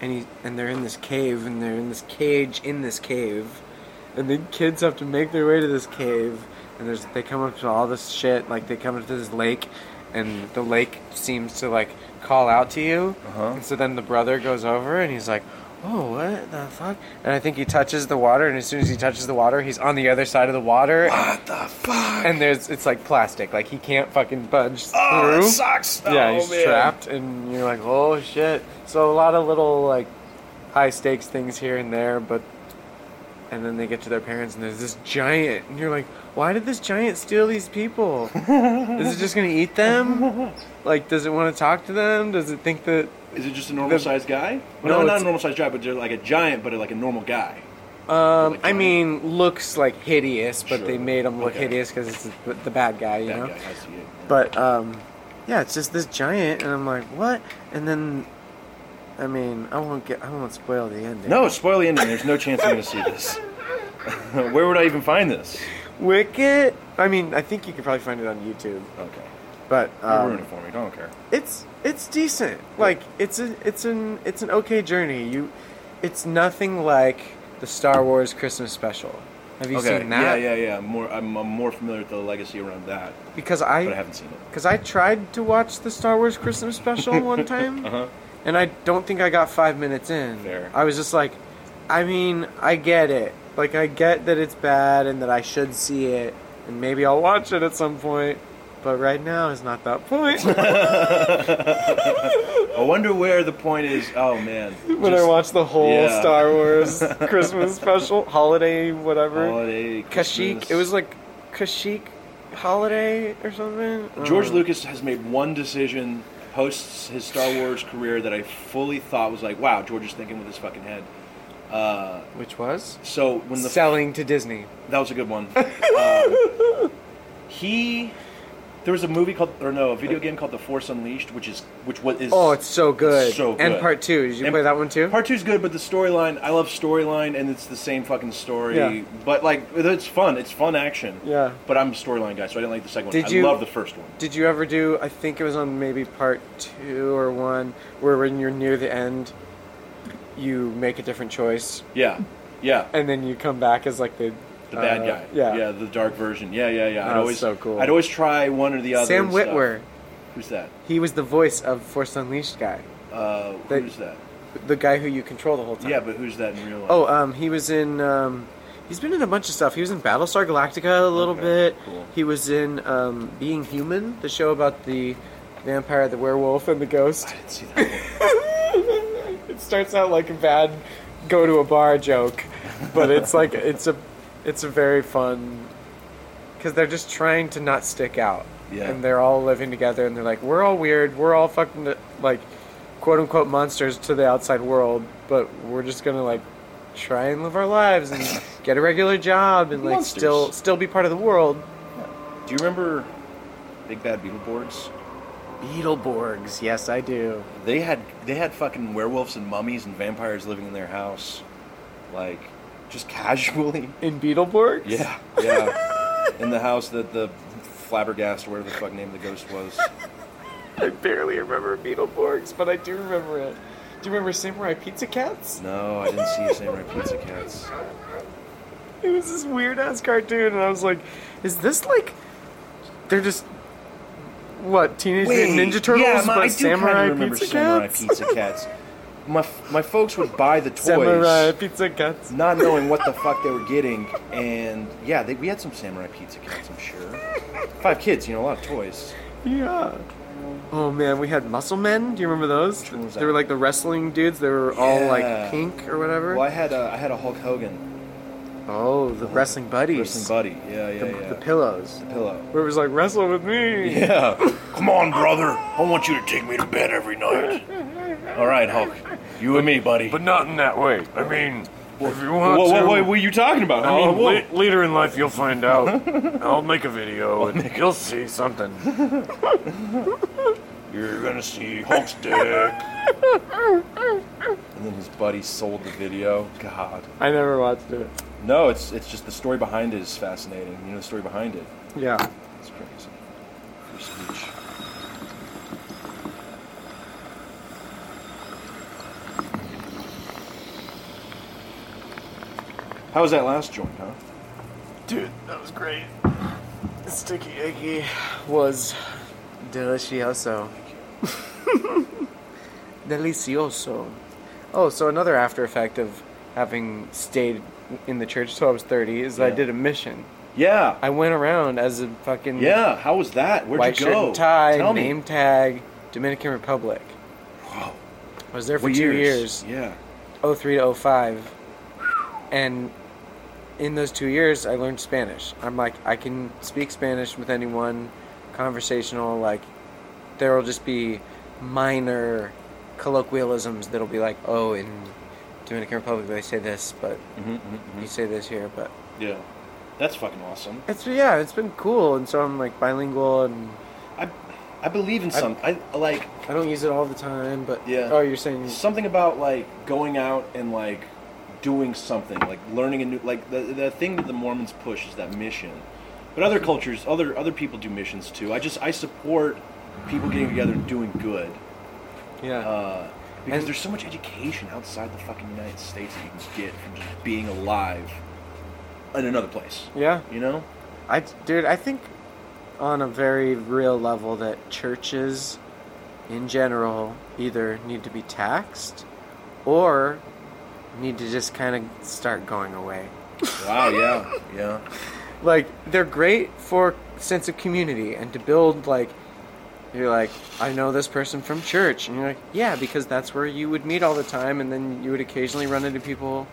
Speaker 2: and he and they're in this cave and they're in this cage in this cave, and the kids have to make their way to this cave, and there's they come up to all this shit like they come up to this lake, and the lake seems to like call out to you,
Speaker 1: Uh-huh.
Speaker 2: and so then the brother goes over and he's like. Oh, what the fuck? And I think he touches the water, and as soon as he touches the water, he's on the other side of the water,
Speaker 1: What the fuck?
Speaker 2: and there's it's like plastic, like he can't fucking budge
Speaker 1: oh,
Speaker 2: through
Speaker 1: that sucks.
Speaker 2: yeah,
Speaker 1: oh,
Speaker 2: he's
Speaker 1: man.
Speaker 2: trapped, and you're like, oh shit. So a lot of little like high stakes things here and there, but and then they get to their parents, and there's this giant, and you're like, why did this giant steal these people? Is it just gonna eat them? Like, does it want to talk to them? Does it think that?
Speaker 1: Is it just a normal
Speaker 2: The-
Speaker 1: sized guy?
Speaker 2: No,
Speaker 1: No, not
Speaker 2: it's-
Speaker 1: a normal sized guy, but they're like a giant, but like a normal guy.
Speaker 2: Um,
Speaker 1: Like
Speaker 2: I
Speaker 1: giant?
Speaker 2: mean, looks like hideous, but
Speaker 1: Sure.
Speaker 2: they made him look
Speaker 1: Okay.
Speaker 2: hideous because it's the- the bad guy, you
Speaker 1: That
Speaker 2: know.
Speaker 1: guy. I see it.
Speaker 2: But um, yeah, it's just this giant, and I'm like, what? And then, I mean, I won't get, I won't spoil the ending.
Speaker 1: No, spoil the ending. There's no chance I'm going to see this. Where would I even find this?
Speaker 2: Wicket. I mean, I think you can probably find it on YouTube,
Speaker 1: Okay.
Speaker 2: but
Speaker 1: You're
Speaker 2: um,
Speaker 1: ruining it for me. Don't care.
Speaker 2: it's it's decent. Like it's a it's an it's an okay journey. You, it's nothing like the Star Wars Christmas special. Have you
Speaker 1: okay.
Speaker 2: seen that?
Speaker 1: Yeah, yeah, yeah. I'm more, I'm, I'm more familiar with the legacy around that,
Speaker 2: Because
Speaker 1: but I
Speaker 2: I
Speaker 1: haven't seen it.
Speaker 2: because I tried to watch the Star Wars Christmas special one time,
Speaker 1: Uh huh.
Speaker 2: and I don't think I got five minutes in.
Speaker 1: Fair.
Speaker 2: I was just like, I mean, I get it. Like I get that it's bad and that I should see it, and maybe I'll watch it at some point. But right now is not that point.
Speaker 1: I wonder where the point is. Oh man.
Speaker 2: when I
Speaker 1: Just
Speaker 2: watch the whole
Speaker 1: yeah.
Speaker 2: Star Wars Christmas special, holiday, whatever.
Speaker 1: Holiday.
Speaker 2: Kashyyyk.
Speaker 1: Christmas.
Speaker 2: It was like Kashyyyk holiday or something. Uh, I
Speaker 1: George
Speaker 2: don't know.
Speaker 1: Lucas has made one decision post his Star Wars career that I fully thought was like, wow, George is thinking with his fucking head. Uh,
Speaker 2: which was
Speaker 1: so when the
Speaker 2: selling to Disney.
Speaker 1: that was a good one. Um, he there was a movie called or no a video game called The Force Unleashed, which is which was is
Speaker 2: Oh, it's so good.
Speaker 1: So
Speaker 2: And
Speaker 1: good.
Speaker 2: part two. Did you
Speaker 1: And
Speaker 2: play that one too?
Speaker 1: Part two's good, but the storyline, I love storyline, and it's the same fucking story.
Speaker 2: Yeah.
Speaker 1: But like, it's fun. It's fun action.
Speaker 2: Yeah.
Speaker 1: But I'm a storyline guy, so I didn't like the second
Speaker 2: Did
Speaker 1: one.
Speaker 2: you-
Speaker 1: I love the first one.
Speaker 2: Did you ever do? I think it was on maybe part two or one, where when you're near the end, you make a different choice,
Speaker 1: Yeah. Yeah.
Speaker 2: and then you come back as like the
Speaker 1: The bad
Speaker 2: uh,
Speaker 1: guy.
Speaker 2: Yeah.
Speaker 1: Yeah. The dark version. Yeah. Yeah. Yeah. I'd
Speaker 2: Oh,
Speaker 1: always
Speaker 2: so cool.
Speaker 1: I'd always try one or the other.
Speaker 2: Sam
Speaker 1: and stuff.
Speaker 2: Witwer.
Speaker 1: Who's that?
Speaker 2: He was the voice of Force Unleashed guy,
Speaker 1: Uh,
Speaker 2: That-
Speaker 1: who's that?
Speaker 2: the guy who you control the whole time.
Speaker 1: Yeah, but who's that in real life?
Speaker 2: Oh, um, he was in. Um, he's been in a bunch of stuff. He was in Battlestar Galactica a little
Speaker 1: Okay,
Speaker 2: bit.
Speaker 1: cool.
Speaker 2: He was in um, Being Human, the show about the vampire, the werewolf, and the
Speaker 1: I
Speaker 2: ghost.
Speaker 1: didn't see that one.
Speaker 2: it starts out like a bad go to a bar joke, but it's like it's a it's a very fun because they're just trying to not stick out.
Speaker 1: Yeah.
Speaker 2: And they're all living together, and they're like, we're all weird, we're all fucking like, quote unquote monsters to the outside world, but we're just gonna like try and live our lives and get a regular job and like
Speaker 1: Monsters.
Speaker 2: still still be part of the world.
Speaker 1: Do you remember Big Bad Beetleborgs?
Speaker 2: Beetleborgs, yes, I do.
Speaker 1: They had they had fucking werewolves and mummies and vampires living in their house, like just casually.
Speaker 2: In Beetleborgs,
Speaker 1: Yeah, yeah. in the house that the flabbergast, or whatever the fuck name the ghost was.
Speaker 2: I barely remember Beetleborgs, but I do remember it. Do you remember Samurai Pizza Cats?
Speaker 1: No, I didn't see Samurai Pizza Cats.
Speaker 2: It was this weird ass cartoon, and I was like, "Is this like they're just what Teenage Mutant Ninja Turtles
Speaker 1: yeah, my,
Speaker 2: but
Speaker 1: I do
Speaker 2: Samurai
Speaker 1: kinda remember
Speaker 2: Pizza
Speaker 1: Samurai
Speaker 2: Cats?"
Speaker 1: Pizza Cats. My f- my folks would buy the toys.
Speaker 2: Samurai Pizza Cats.
Speaker 1: not knowing what the fuck they were getting. And yeah, they, we had some samurai pizza cats, I'm sure. Five kids, you know, a lot of toys.
Speaker 2: Yeah. Oh man, we had Muscle Men. Do you remember those?
Speaker 1: one was
Speaker 2: They
Speaker 1: that?
Speaker 2: were like the wrestling dudes. They were all
Speaker 1: Yeah.
Speaker 2: like pink or whatever.
Speaker 1: Well, I had a, I had a Hulk Hogan
Speaker 2: Oh, the wrestling buddies.
Speaker 1: wrestling buddy. Yeah, yeah,
Speaker 2: The,
Speaker 1: yeah.
Speaker 2: the pillows.
Speaker 1: pillow.
Speaker 2: Where it was like wrestle with me.
Speaker 1: Yeah. Come on, brother. I want you to take me to bed every night. All right, Hulk. You and me, buddy.
Speaker 3: But not in that way. I mean, if you
Speaker 1: Whoa,
Speaker 3: want
Speaker 1: whoa,
Speaker 3: to,
Speaker 1: whoa, what are you talking about?
Speaker 3: I mean,
Speaker 1: Hulk? Whoa.
Speaker 3: la- later in life you'll find out. I'll make a video and you'll see something. You're gonna see Hulk's dick.
Speaker 1: and then his buddy sold the video. God.
Speaker 2: I never watched it.
Speaker 1: No, it's it's just the story behind it is fascinating. You know the story behind it.
Speaker 2: Yeah.
Speaker 1: It's crazy. Free speech. How was that last joint, huh?
Speaker 2: Dude, that was great. Sticky Icky was delicioso. delicioso. Oh, so another after effect of having stayed in the church till I was 30 is that I
Speaker 1: Yeah.
Speaker 2: did a mission.
Speaker 1: Yeah.
Speaker 2: I went around as a fucking
Speaker 1: Yeah. How was that? Where'd
Speaker 2: white
Speaker 1: you
Speaker 2: shirt
Speaker 1: go?
Speaker 2: and tie,
Speaker 1: Tell
Speaker 2: name
Speaker 1: me.
Speaker 2: tag, Dominican Republic. I was there for
Speaker 1: What
Speaker 2: two years.
Speaker 1: years? Yeah.
Speaker 2: 03 to 05 and in those two years i learned spanish i'm like i can speak spanish with anyone conversational like there will just be minor colloquialisms that'll be like oh in dominican republic they say this but
Speaker 1: Mhm, mhm, mhm.
Speaker 2: you say this here but
Speaker 1: Yeah. That's fucking awesome.
Speaker 2: it's yeah it's been cool and so i'm like bilingual and
Speaker 1: I I believe in some. I, like
Speaker 2: i don't use it all the time but
Speaker 1: Yeah.
Speaker 2: oh you're saying
Speaker 1: something about like going out and like doing something, like learning a new, like the, the thing that the Mormons push is that mission. But other cultures, other other people do missions too. I just I support people getting together and doing good
Speaker 2: Yeah.
Speaker 1: uh, because
Speaker 2: And-
Speaker 1: there's so much education outside the fucking United States that you can get from just being alive in another place.
Speaker 2: yeah.
Speaker 1: You know?
Speaker 2: I dude, I think on a very real level that churches in general either need to be taxed or need to just kind of start going away.
Speaker 1: Wow. Yeah. Yeah.
Speaker 2: Like they're great for sense of community and to build like you're like I know this person from church and you're like yeah because that's where you would meet all the time and then you would occasionally run into people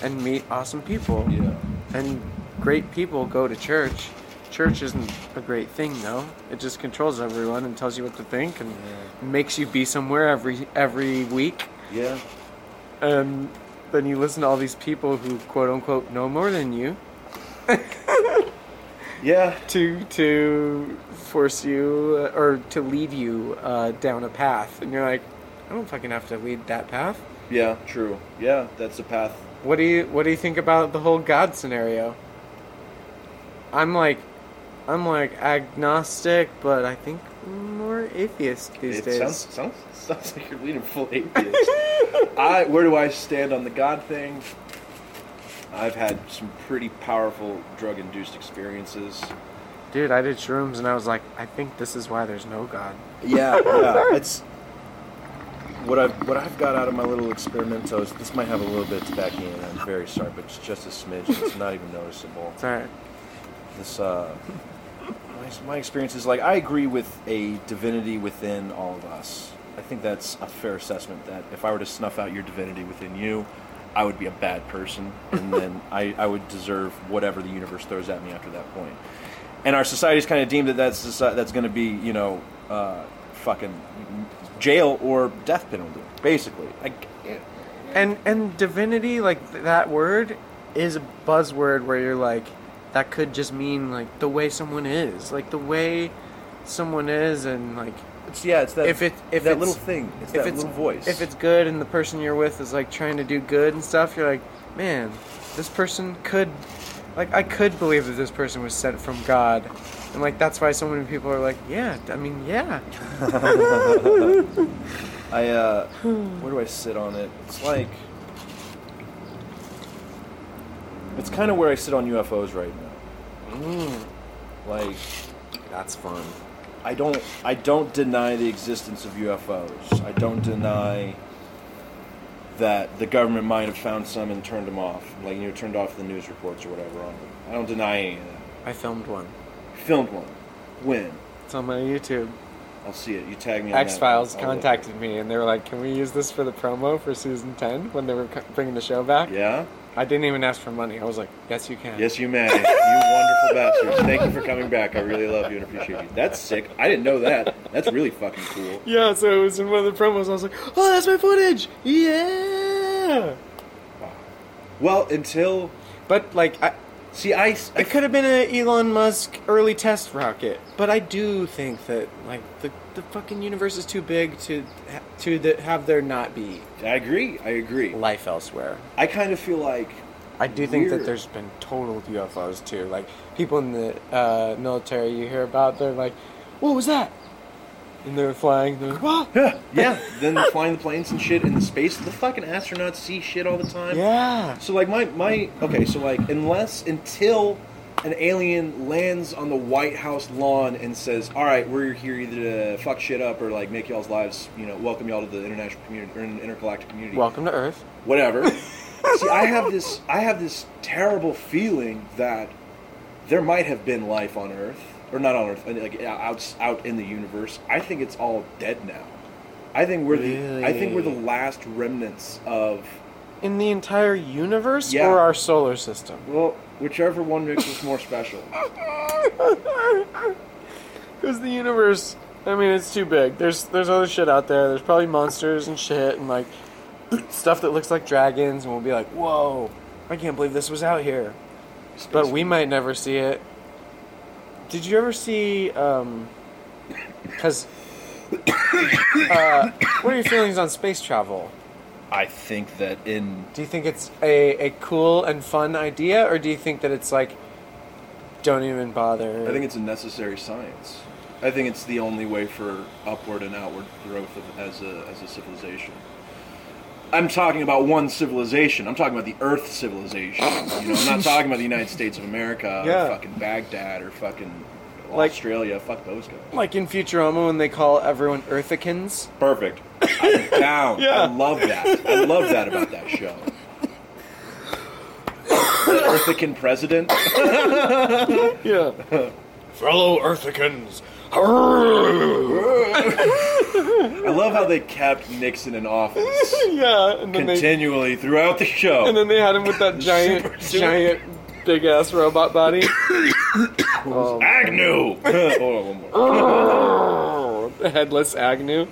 Speaker 2: and meet awesome people
Speaker 1: Yeah.
Speaker 2: and great people go to church. Church isn't a great thing though. It just controls everyone and tells you what to think and makes you be somewhere every every week.
Speaker 1: Yeah.
Speaker 2: And then you listen to all these people who quote unquote know more than you
Speaker 1: Yeah.
Speaker 2: to to force you uh, or to lead you uh, down a path, and you're like, I don't fucking have to lead that path.
Speaker 1: Yeah. True. Yeah. That's a path.
Speaker 2: What do you what do you think about the whole God scenario? I'm like I'm like agnostic, but I think more atheist these
Speaker 1: it
Speaker 2: days.
Speaker 1: sounds, sounds sounds like you're leading full atheist. I where do I stand on the God thing? I've had some pretty powerful drug-induced experiences.
Speaker 2: Dude, I did shrooms and I was like, I think this is why there's no God.
Speaker 1: Yeah, yeah. It's what I've what I've got out of my little experimentos. This might have a little bit to back me in. I'm very sorry, but it's just a smidge. It's not even noticeable.
Speaker 2: It's alright.
Speaker 1: This uh, my, my experience is like I agree with a divinity within all of us. I think that's a fair assessment. That if I were to snuff out your divinity within you, I would be a bad person, and then I, I would deserve whatever the universe throws at me after that point. And our society's kind of deemed that that's soci- that's going to be you know uh, fucking jail or death penalty, basically. I,
Speaker 2: And and divinity, like th- that word, is a buzzword where you're like, that could just mean like the way someone is. Like the way someone is and like
Speaker 1: it's yeah, it's that
Speaker 2: If it- if
Speaker 1: that
Speaker 2: it's-
Speaker 1: little thing, it's that little voice.
Speaker 2: If it's good and the person you're with is like trying to do good and stuff, you're like, man, this person could, like, I could believe that this person was sent from God, and like that's why so many people are like, yeah, I mean, yeah,
Speaker 1: I uh, where do I sit on it? It's like it's kind of where I sit on UFOs right now.
Speaker 2: Hmm.
Speaker 1: Like
Speaker 2: that's fun.
Speaker 1: I don't I don't deny the existence of UFOs. I don't deny that the government might have found some and turned them off, like you know, turned off the news reports or whatever on them. I don't deny any of that.
Speaker 2: I filmed one.
Speaker 1: Filmed one. When?
Speaker 2: It's on my YouTube.
Speaker 1: I'll see it. You tag me. on that.
Speaker 2: X Files
Speaker 1: I'll look.
Speaker 2: contacted me and they were like, "Can we use this for the promo for season 10 when they were co- bringing the show back?"
Speaker 1: Yeah.
Speaker 2: I didn't even ask for money. I was like, "Yes, you can."
Speaker 1: Yes, you may. You wonderful bastards. Thank you for coming back. I really love you and appreciate you. That's sick. I didn't know that. That's really fucking cool.
Speaker 2: Yeah, so it was in one of the promos. I was like, "Oh, that's my footage!" Yeah.
Speaker 1: Well, until
Speaker 2: But like, I,
Speaker 1: see, I, I
Speaker 2: it could have been an Elon Musk early test rocket. But I do think that like the, the fucking universe is too big to ha- to the, have there not be
Speaker 1: I agree. I agree.
Speaker 2: life elsewhere.
Speaker 1: I kind of feel like
Speaker 2: I do think that
Speaker 1: Weird.
Speaker 2: there's been total UFOs too. Like people in the uh, military, you hear about, they're like, "What was that?" And they're flying. They're like, "What?"
Speaker 1: yeah, then flying the planes and shit in the space. The fucking astronauts see shit all the time.
Speaker 2: Yeah.
Speaker 1: So like my my okay, so like unless until an alien lands on the White House lawn and says, "All right, we're here either to fuck shit up or like make y'all's lives, you know, welcome y'all to the international community or intergalactic community."
Speaker 2: Welcome to Earth.
Speaker 1: whatever. See, I have this I have this terrible feeling that there might have been life on Earth, or not on Earth, I mean, like out out in the universe. I think it's all dead now. I think we're the I think we're the
Speaker 2: Really?
Speaker 1: last remnants of
Speaker 2: In the entire universe
Speaker 1: Yeah.
Speaker 2: or our solar system?
Speaker 1: well, whichever one makes us more special.
Speaker 2: Because the universe, I mean, it's too big. There's there's other shit out there. There's probably monsters and shit and like stuff that looks like dragons, and we'll be like, whoa, I can't believe this was out here. But we might never see it. Did you ever see? um 'cause uh, what are your feelings on space travel?
Speaker 1: I think that in
Speaker 2: Do you think it's a, a cool and fun idea, or do you think that it's like, don't even bother?
Speaker 1: I think it's a necessary science. I think it's the only way for upward and outward growth of, as a as a civilization. I'm talking about one civilization. I'm talking about the Earth civilization. You know, I'm not talking about the United States of America
Speaker 2: Yeah.
Speaker 1: or fucking Baghdad or fucking
Speaker 2: Like-
Speaker 1: Australia. Fuck those guys.
Speaker 2: like in Futurama when they call everyone Earthicans.
Speaker 1: Perfect. I'm down.
Speaker 2: Yeah.
Speaker 1: I love that. I love that about that show. The Earthican president.
Speaker 2: Yeah.
Speaker 3: Fellow Earthicans.
Speaker 1: I love how they kept Nixon in office.
Speaker 2: yeah. And then they
Speaker 1: continually throughout the show.
Speaker 2: and then they had him with that giant
Speaker 1: Super suit.
Speaker 2: giant big ass robot body. oh,
Speaker 1: Agnew. Hold on, one more.
Speaker 2: the headless Agnew.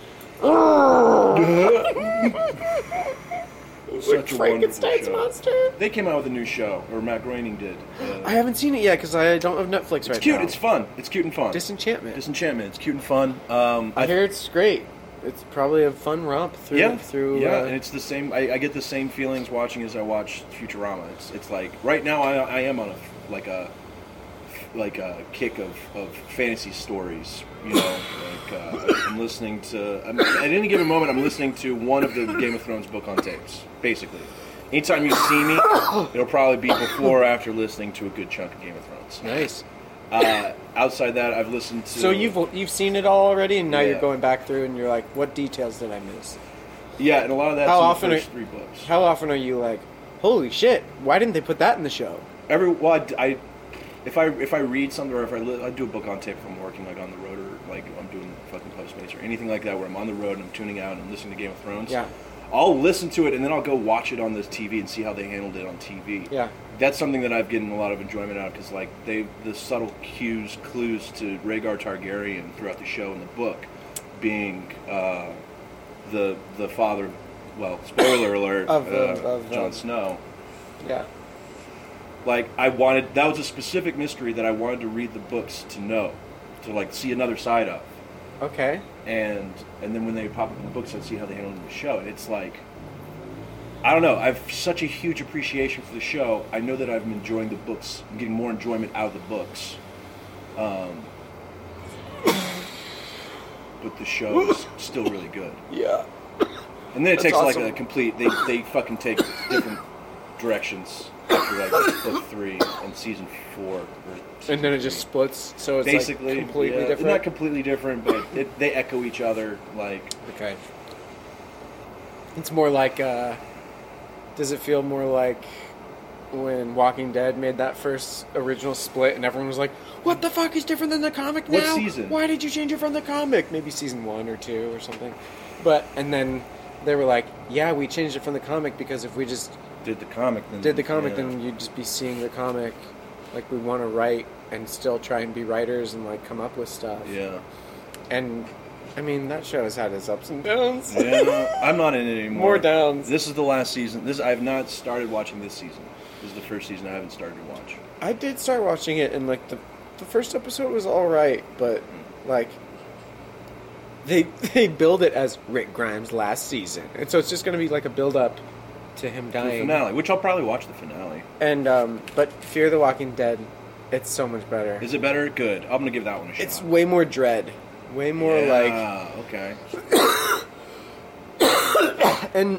Speaker 1: Such a wonderful
Speaker 2: Frankenstein's
Speaker 1: show.
Speaker 2: monster.
Speaker 1: They came out with a new show, or Matt Groening did. Uh,
Speaker 2: I haven't seen it yet because I don't have Netflix right
Speaker 1: it's cute.
Speaker 2: now.
Speaker 1: It's fun. It's cute and fun.
Speaker 2: Disenchantment.
Speaker 1: Disenchantment. It's cute and fun. Um,
Speaker 2: I hear it's great. It's probably a fun romp through
Speaker 1: yeah,
Speaker 2: through.
Speaker 1: yeah,
Speaker 2: uh,
Speaker 1: and it's the same. I, I get the same feelings watching as I watch Futurama. It's it's like right now I, I am on a like a like a kick of, of fantasy stories. You know, like uh, I'm listening to I'm, at any given moment I'm listening to one of the Game of Thrones book on tapes. Basically, anytime you see me, it'll probably be before or after listening to a good chunk of Game of Thrones.
Speaker 2: nice.
Speaker 1: Uh, outside that, I've listened to
Speaker 2: So you've you've seen it all already, and now you're
Speaker 1: Yeah.
Speaker 2: going back through, and you're like, what details did I miss?
Speaker 1: yeah, and a lot of that's
Speaker 2: How
Speaker 1: in
Speaker 2: often
Speaker 1: the first
Speaker 2: are-
Speaker 1: three books.
Speaker 2: How often are you like, holy shit, why didn't they put that in the show?
Speaker 1: every well, I d- I, if I if I read something or if I, li- I do a book on tape if I'm working like on the road or like I'm doing fucking Postmates or anything like that where I'm on the road and I'm tuning out and I'm listening to Game of Thrones.
Speaker 2: Yeah.
Speaker 1: I'll listen to it and then I'll go watch it on the TV and see how they handled it on TV.
Speaker 2: Yeah.
Speaker 1: That's something that I've gotten a lot of enjoyment out of because like they the subtle cues clues to Rhaegar Targaryen throughout the show and the book being uh, the the father. Well, spoiler alert
Speaker 2: Of the-
Speaker 1: uh,
Speaker 2: of the-
Speaker 1: Jon Snow
Speaker 2: Yeah.
Speaker 1: like I wanted that was a specific mystery that I wanted to read the books to know, to like see another side of,
Speaker 2: Okay.
Speaker 1: and and then when they pop up in the books, I'd see how they handle it in the show, and it's like. I don't know. I have such a huge appreciation for the show. I know that I'm enjoying the books, I'm getting more enjoyment out of the books. Um, but the show is still really good.
Speaker 2: Yeah.
Speaker 1: And then it
Speaker 2: That's
Speaker 1: takes
Speaker 2: awesome.
Speaker 1: like a complete. They they fucking take different directions after like book three and season four. Or
Speaker 2: And then it just splits, so it's
Speaker 1: basically
Speaker 2: like completely
Speaker 1: yeah,
Speaker 2: different.
Speaker 1: Not completely different, but it, they echo each other. Like
Speaker 2: okay. It's more like, uh, does it feel more like when Walking Dead made that first original split, and everyone was like, "What the fuck is different than the comic now?
Speaker 1: What season?"
Speaker 2: Why did you change it from the comic? Maybe season one or two or something." But and then they were like, "Yeah, we changed it from the comic because if we just
Speaker 1: did the comic, then
Speaker 2: did the comic,
Speaker 1: yeah.
Speaker 2: then you'd just be seeing the comic. Like we want to write and still try and be writers and like come up with stuff.
Speaker 1: yeah.
Speaker 2: And I mean that show has had its ups and downs.
Speaker 1: Yeah, I'm not in it anymore.
Speaker 2: More downs.
Speaker 1: This is the last season. This I've not started watching this season. This is the first season I haven't started to watch.
Speaker 2: I did start watching it, and like the the first episode was all right, but like they they build it as Rick Grimes last season, and so it's just going to be like a build up to him
Speaker 1: The
Speaker 2: dying.
Speaker 1: finale, which I'll probably watch the finale.
Speaker 2: And um, but Fear the Walking Dead, it's so much better.
Speaker 1: Is it better? Good. I'm gonna give that one a shot.
Speaker 2: It's way more dread, way more like
Speaker 1: yeah, okay.
Speaker 2: and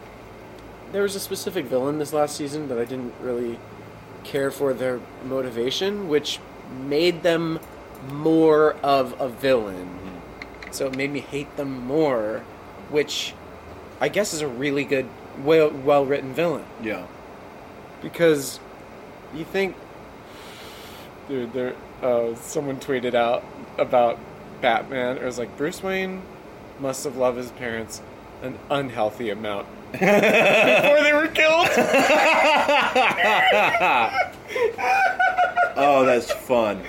Speaker 2: there was a specific villain this last season that I didn't really care for their motivation, which made them more of a villain. So it made me hate them more, which I guess is a really good, well well written villain
Speaker 1: Yeah.
Speaker 2: because you think dude there uh, someone tweeted out about batman it was like bruce wayne must have loved his parents an unhealthy amount before they were killed
Speaker 1: Oh, that's fun.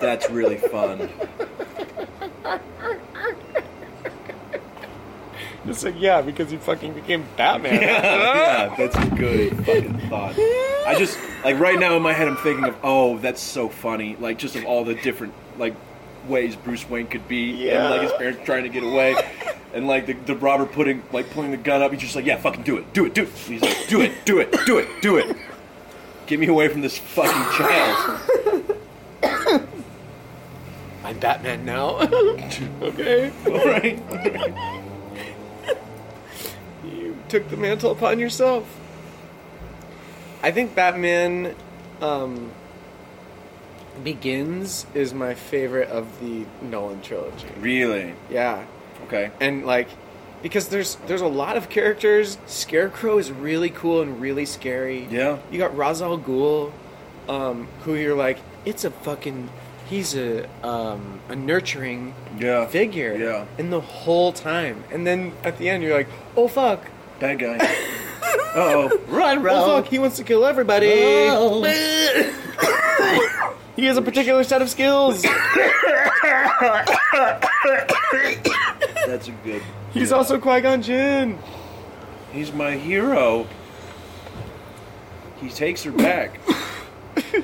Speaker 1: That's really fun.
Speaker 2: it's like yeah because you fucking became batman
Speaker 1: yeah, that's a good fucking thought. I just like right now in my head I'm thinking of oh, that's so funny. Like just of all the different like ways Bruce Wayne could be,
Speaker 2: Yeah.
Speaker 1: and like his parents trying to get away, and like the, the robber putting like pulling the gun up. He's just like, yeah, fucking do it, do it, do it. And he's like, do it, do it, do it, do it. Get me away from this fucking child.
Speaker 4: I'm Batman now. okay.
Speaker 1: All right.
Speaker 2: You took the mantle upon yourself. I think Batman um, Begins is my favorite of the Nolan trilogy.
Speaker 1: Really?
Speaker 2: Yeah,
Speaker 1: Okay.
Speaker 2: and like because there's there's a lot of characters. Scarecrow is really cool and really scary.
Speaker 1: Yeah.
Speaker 2: You got Ra's al Ghul, um, who you're like, it's a fucking, he's a um, a nurturing
Speaker 1: Yeah.
Speaker 2: figure.
Speaker 1: Yeah.
Speaker 2: And the whole time, and then at the end, you're like, oh fuck,
Speaker 1: Bad guy. Oh,
Speaker 4: Run,
Speaker 2: oh
Speaker 4: Ralph.
Speaker 2: fuck, he wants to kill everybody. he has a particular set of skills.
Speaker 1: that's a good.
Speaker 2: He's also Qui Gon Jinn.
Speaker 1: He's my hero. He takes her back.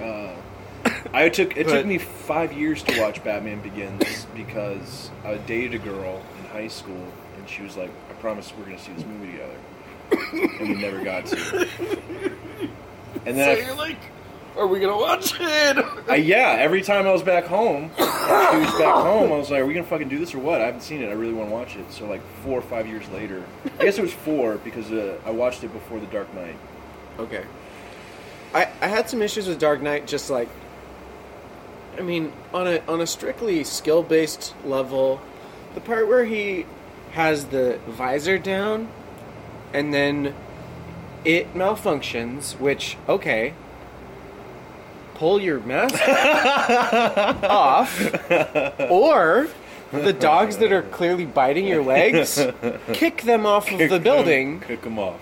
Speaker 1: uh, I took it took
Speaker 2: But-
Speaker 1: me five years to watch Batman Begins because I dated a girl in high school and she was like, "I promise we're gonna see this movie together," and we never got to. And then I
Speaker 4: You're like, are we gonna watch it?
Speaker 1: I, yeah, every time I was back home, she was back home. I was like, "Are we gonna fucking do this or what?" I haven't seen it. I really want to watch it. So like four or five years later, I guess it was four because uh, I watched it before The Dark Knight.
Speaker 2: Okay. I, I had some issues with Dark Knight, just like, I mean, on a on a strictly skill based level, the part where he has the visor down, and then it malfunctions. Which okay, pull your mask off, or the dogs that are clearly biting your legs, kick them off of the building.
Speaker 1: Kick them off.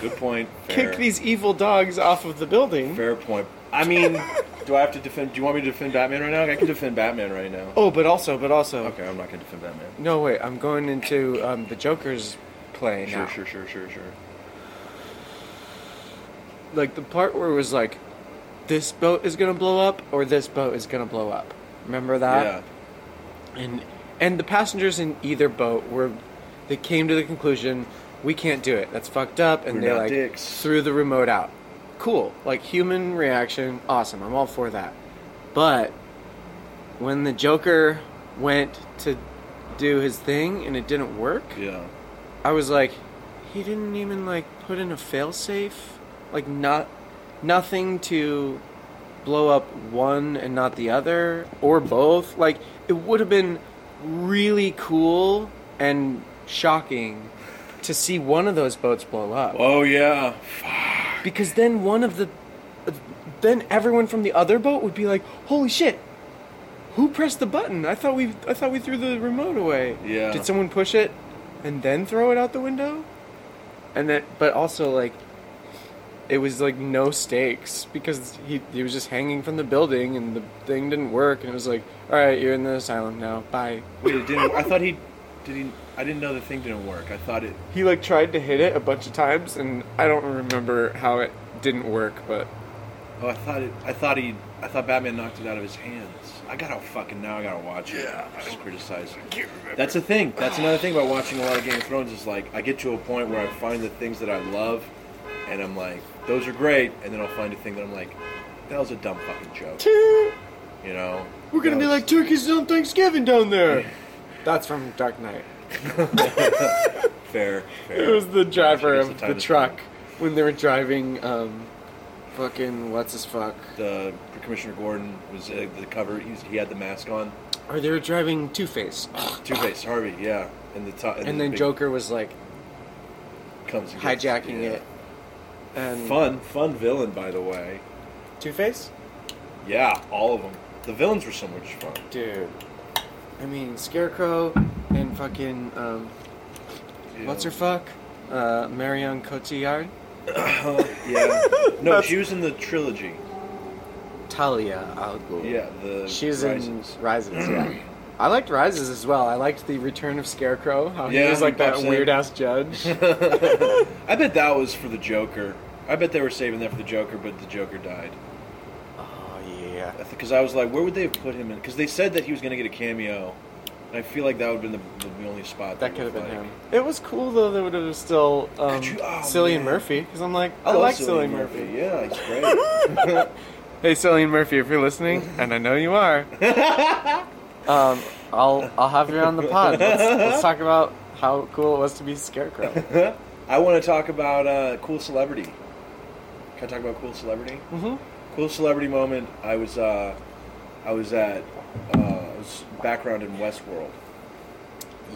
Speaker 1: Good point. Fair.
Speaker 2: Kick these evil dogs off of the building.
Speaker 1: Fair point. I mean, do I have to defend? Do you want me to defend Batman right now? I can defend Batman right now.
Speaker 2: Oh, but also, but also.
Speaker 1: Okay, I'm not gonna defend Batman.
Speaker 2: No, wait, I'm going into um, the Joker's play
Speaker 1: Sure,
Speaker 2: now.
Speaker 1: sure, sure, sure, sure.
Speaker 2: Like the part where it was like, this boat is gonna blow up or this boat is gonna blow up. Remember
Speaker 1: Yeah.
Speaker 2: that? And and the passengers in either boat were, they came to the conclusion, we can't do it. That's fucked up. And
Speaker 1: We're
Speaker 2: they
Speaker 1: not
Speaker 2: like
Speaker 1: dicks.
Speaker 2: threw the remote out. Cool, like human reaction, awesome. I'm all for that. But when the Joker went to do his thing and it didn't work,
Speaker 1: Yeah.
Speaker 2: I was like, he didn't even like put in a failsafe, like not nothing to blow up one and not the other or both. Like it would have been really cool and shocking to see one of those boats blow up
Speaker 1: Oh yeah.
Speaker 2: because then one of the then everyone from the other boat would be like, "Holy shit. Who pressed the button? I thought we I thought we threw the remote away."
Speaker 1: Yeah.
Speaker 2: Did someone push it and then throw it out the window? And then but also like it was like no stakes because he he was just hanging from the building and the thing didn't work and it was like, "All right, you're in the asylum now. Bye."
Speaker 1: Wait, it didn't. I thought he. Did he? I didn't know the thing didn't work. I thought it.
Speaker 2: He like tried to hit it a bunch of times and I don't remember how it didn't work, but
Speaker 1: Oh, I thought it. I thought he. I thought Batman knocked it out of his hands. I gotta fucking now. I gotta watch it. Yeah. Just criticize it. That's the thing. That's another thing about watching a lot of Game of Thrones is like I get to a point where I find the things that I love, and I'm like, those are great, and then I'll find a thing that I'm like, that was a dumb fucking joke. You know.
Speaker 2: We're gonna
Speaker 1: That
Speaker 2: be
Speaker 1: was-
Speaker 2: like turkeys on Thanksgiving down there. That's from Dark Knight.
Speaker 1: fair. fair.
Speaker 2: It was the driver
Speaker 1: Actually,
Speaker 2: of
Speaker 1: it's the time
Speaker 2: the
Speaker 1: is-
Speaker 2: truck when they were driving. Um, fucking what's his fuck?
Speaker 1: the Commissioner Gordon was uh, the cover. He, was, he had the mask on.
Speaker 2: Or they were driving Two Face,
Speaker 1: Two Face Harvey. Yeah. And Ah, the top.
Speaker 2: and then Joker was like
Speaker 1: comes and gets-
Speaker 2: hijacking
Speaker 1: yeah.
Speaker 2: it. And
Speaker 1: Fun, fun villain, by the way.
Speaker 2: Two Face,
Speaker 1: Yeah, all of them. The villains were so much fun.
Speaker 2: dude. I mean Scarecrow and fucking um, what's her fuck? Uh, Marion Cotillard,
Speaker 1: Yeah. No, she was in the trilogy.
Speaker 2: Talia Al Ghul.
Speaker 1: Yeah, the
Speaker 2: She's
Speaker 1: Rises.
Speaker 2: in Rises, yeah. I liked Rises as well. I liked the Return of Scarecrow. How he
Speaker 1: Yeah,
Speaker 2: was like
Speaker 1: he
Speaker 2: that
Speaker 1: pops in.
Speaker 2: weird ass judge. Oh,
Speaker 1: I bet that was for the Joker. I bet they were saving that for the Joker, but the Joker died.
Speaker 2: oh yeah. yeah.
Speaker 1: Because I was like, where would they have put him in? Because they said that he was going to get a cameo. And I feel like that would have been the, the only spot.
Speaker 4: That could have
Speaker 1: was
Speaker 4: been
Speaker 1: like-
Speaker 4: him.
Speaker 2: It was cool though. That would have still um,
Speaker 1: Could you- oh,
Speaker 2: Cillian
Speaker 1: man.
Speaker 2: Murphy because I'm like I,
Speaker 1: love
Speaker 2: like
Speaker 1: Cillian
Speaker 2: Cillian Murphy.
Speaker 1: Yeah, he's great.
Speaker 2: Hey Cillian Murphy, if you're listening, and I know you are, um, I'll I'll have you on the pod. Let's, let's talk about how cool it was to be Scarecrow.
Speaker 1: I want to talk about uh, cool celebrity. Can I talk about cool celebrity?
Speaker 2: Mhm.
Speaker 1: Cool celebrity moment. I was uh, I was at uh, I was background in Westworld.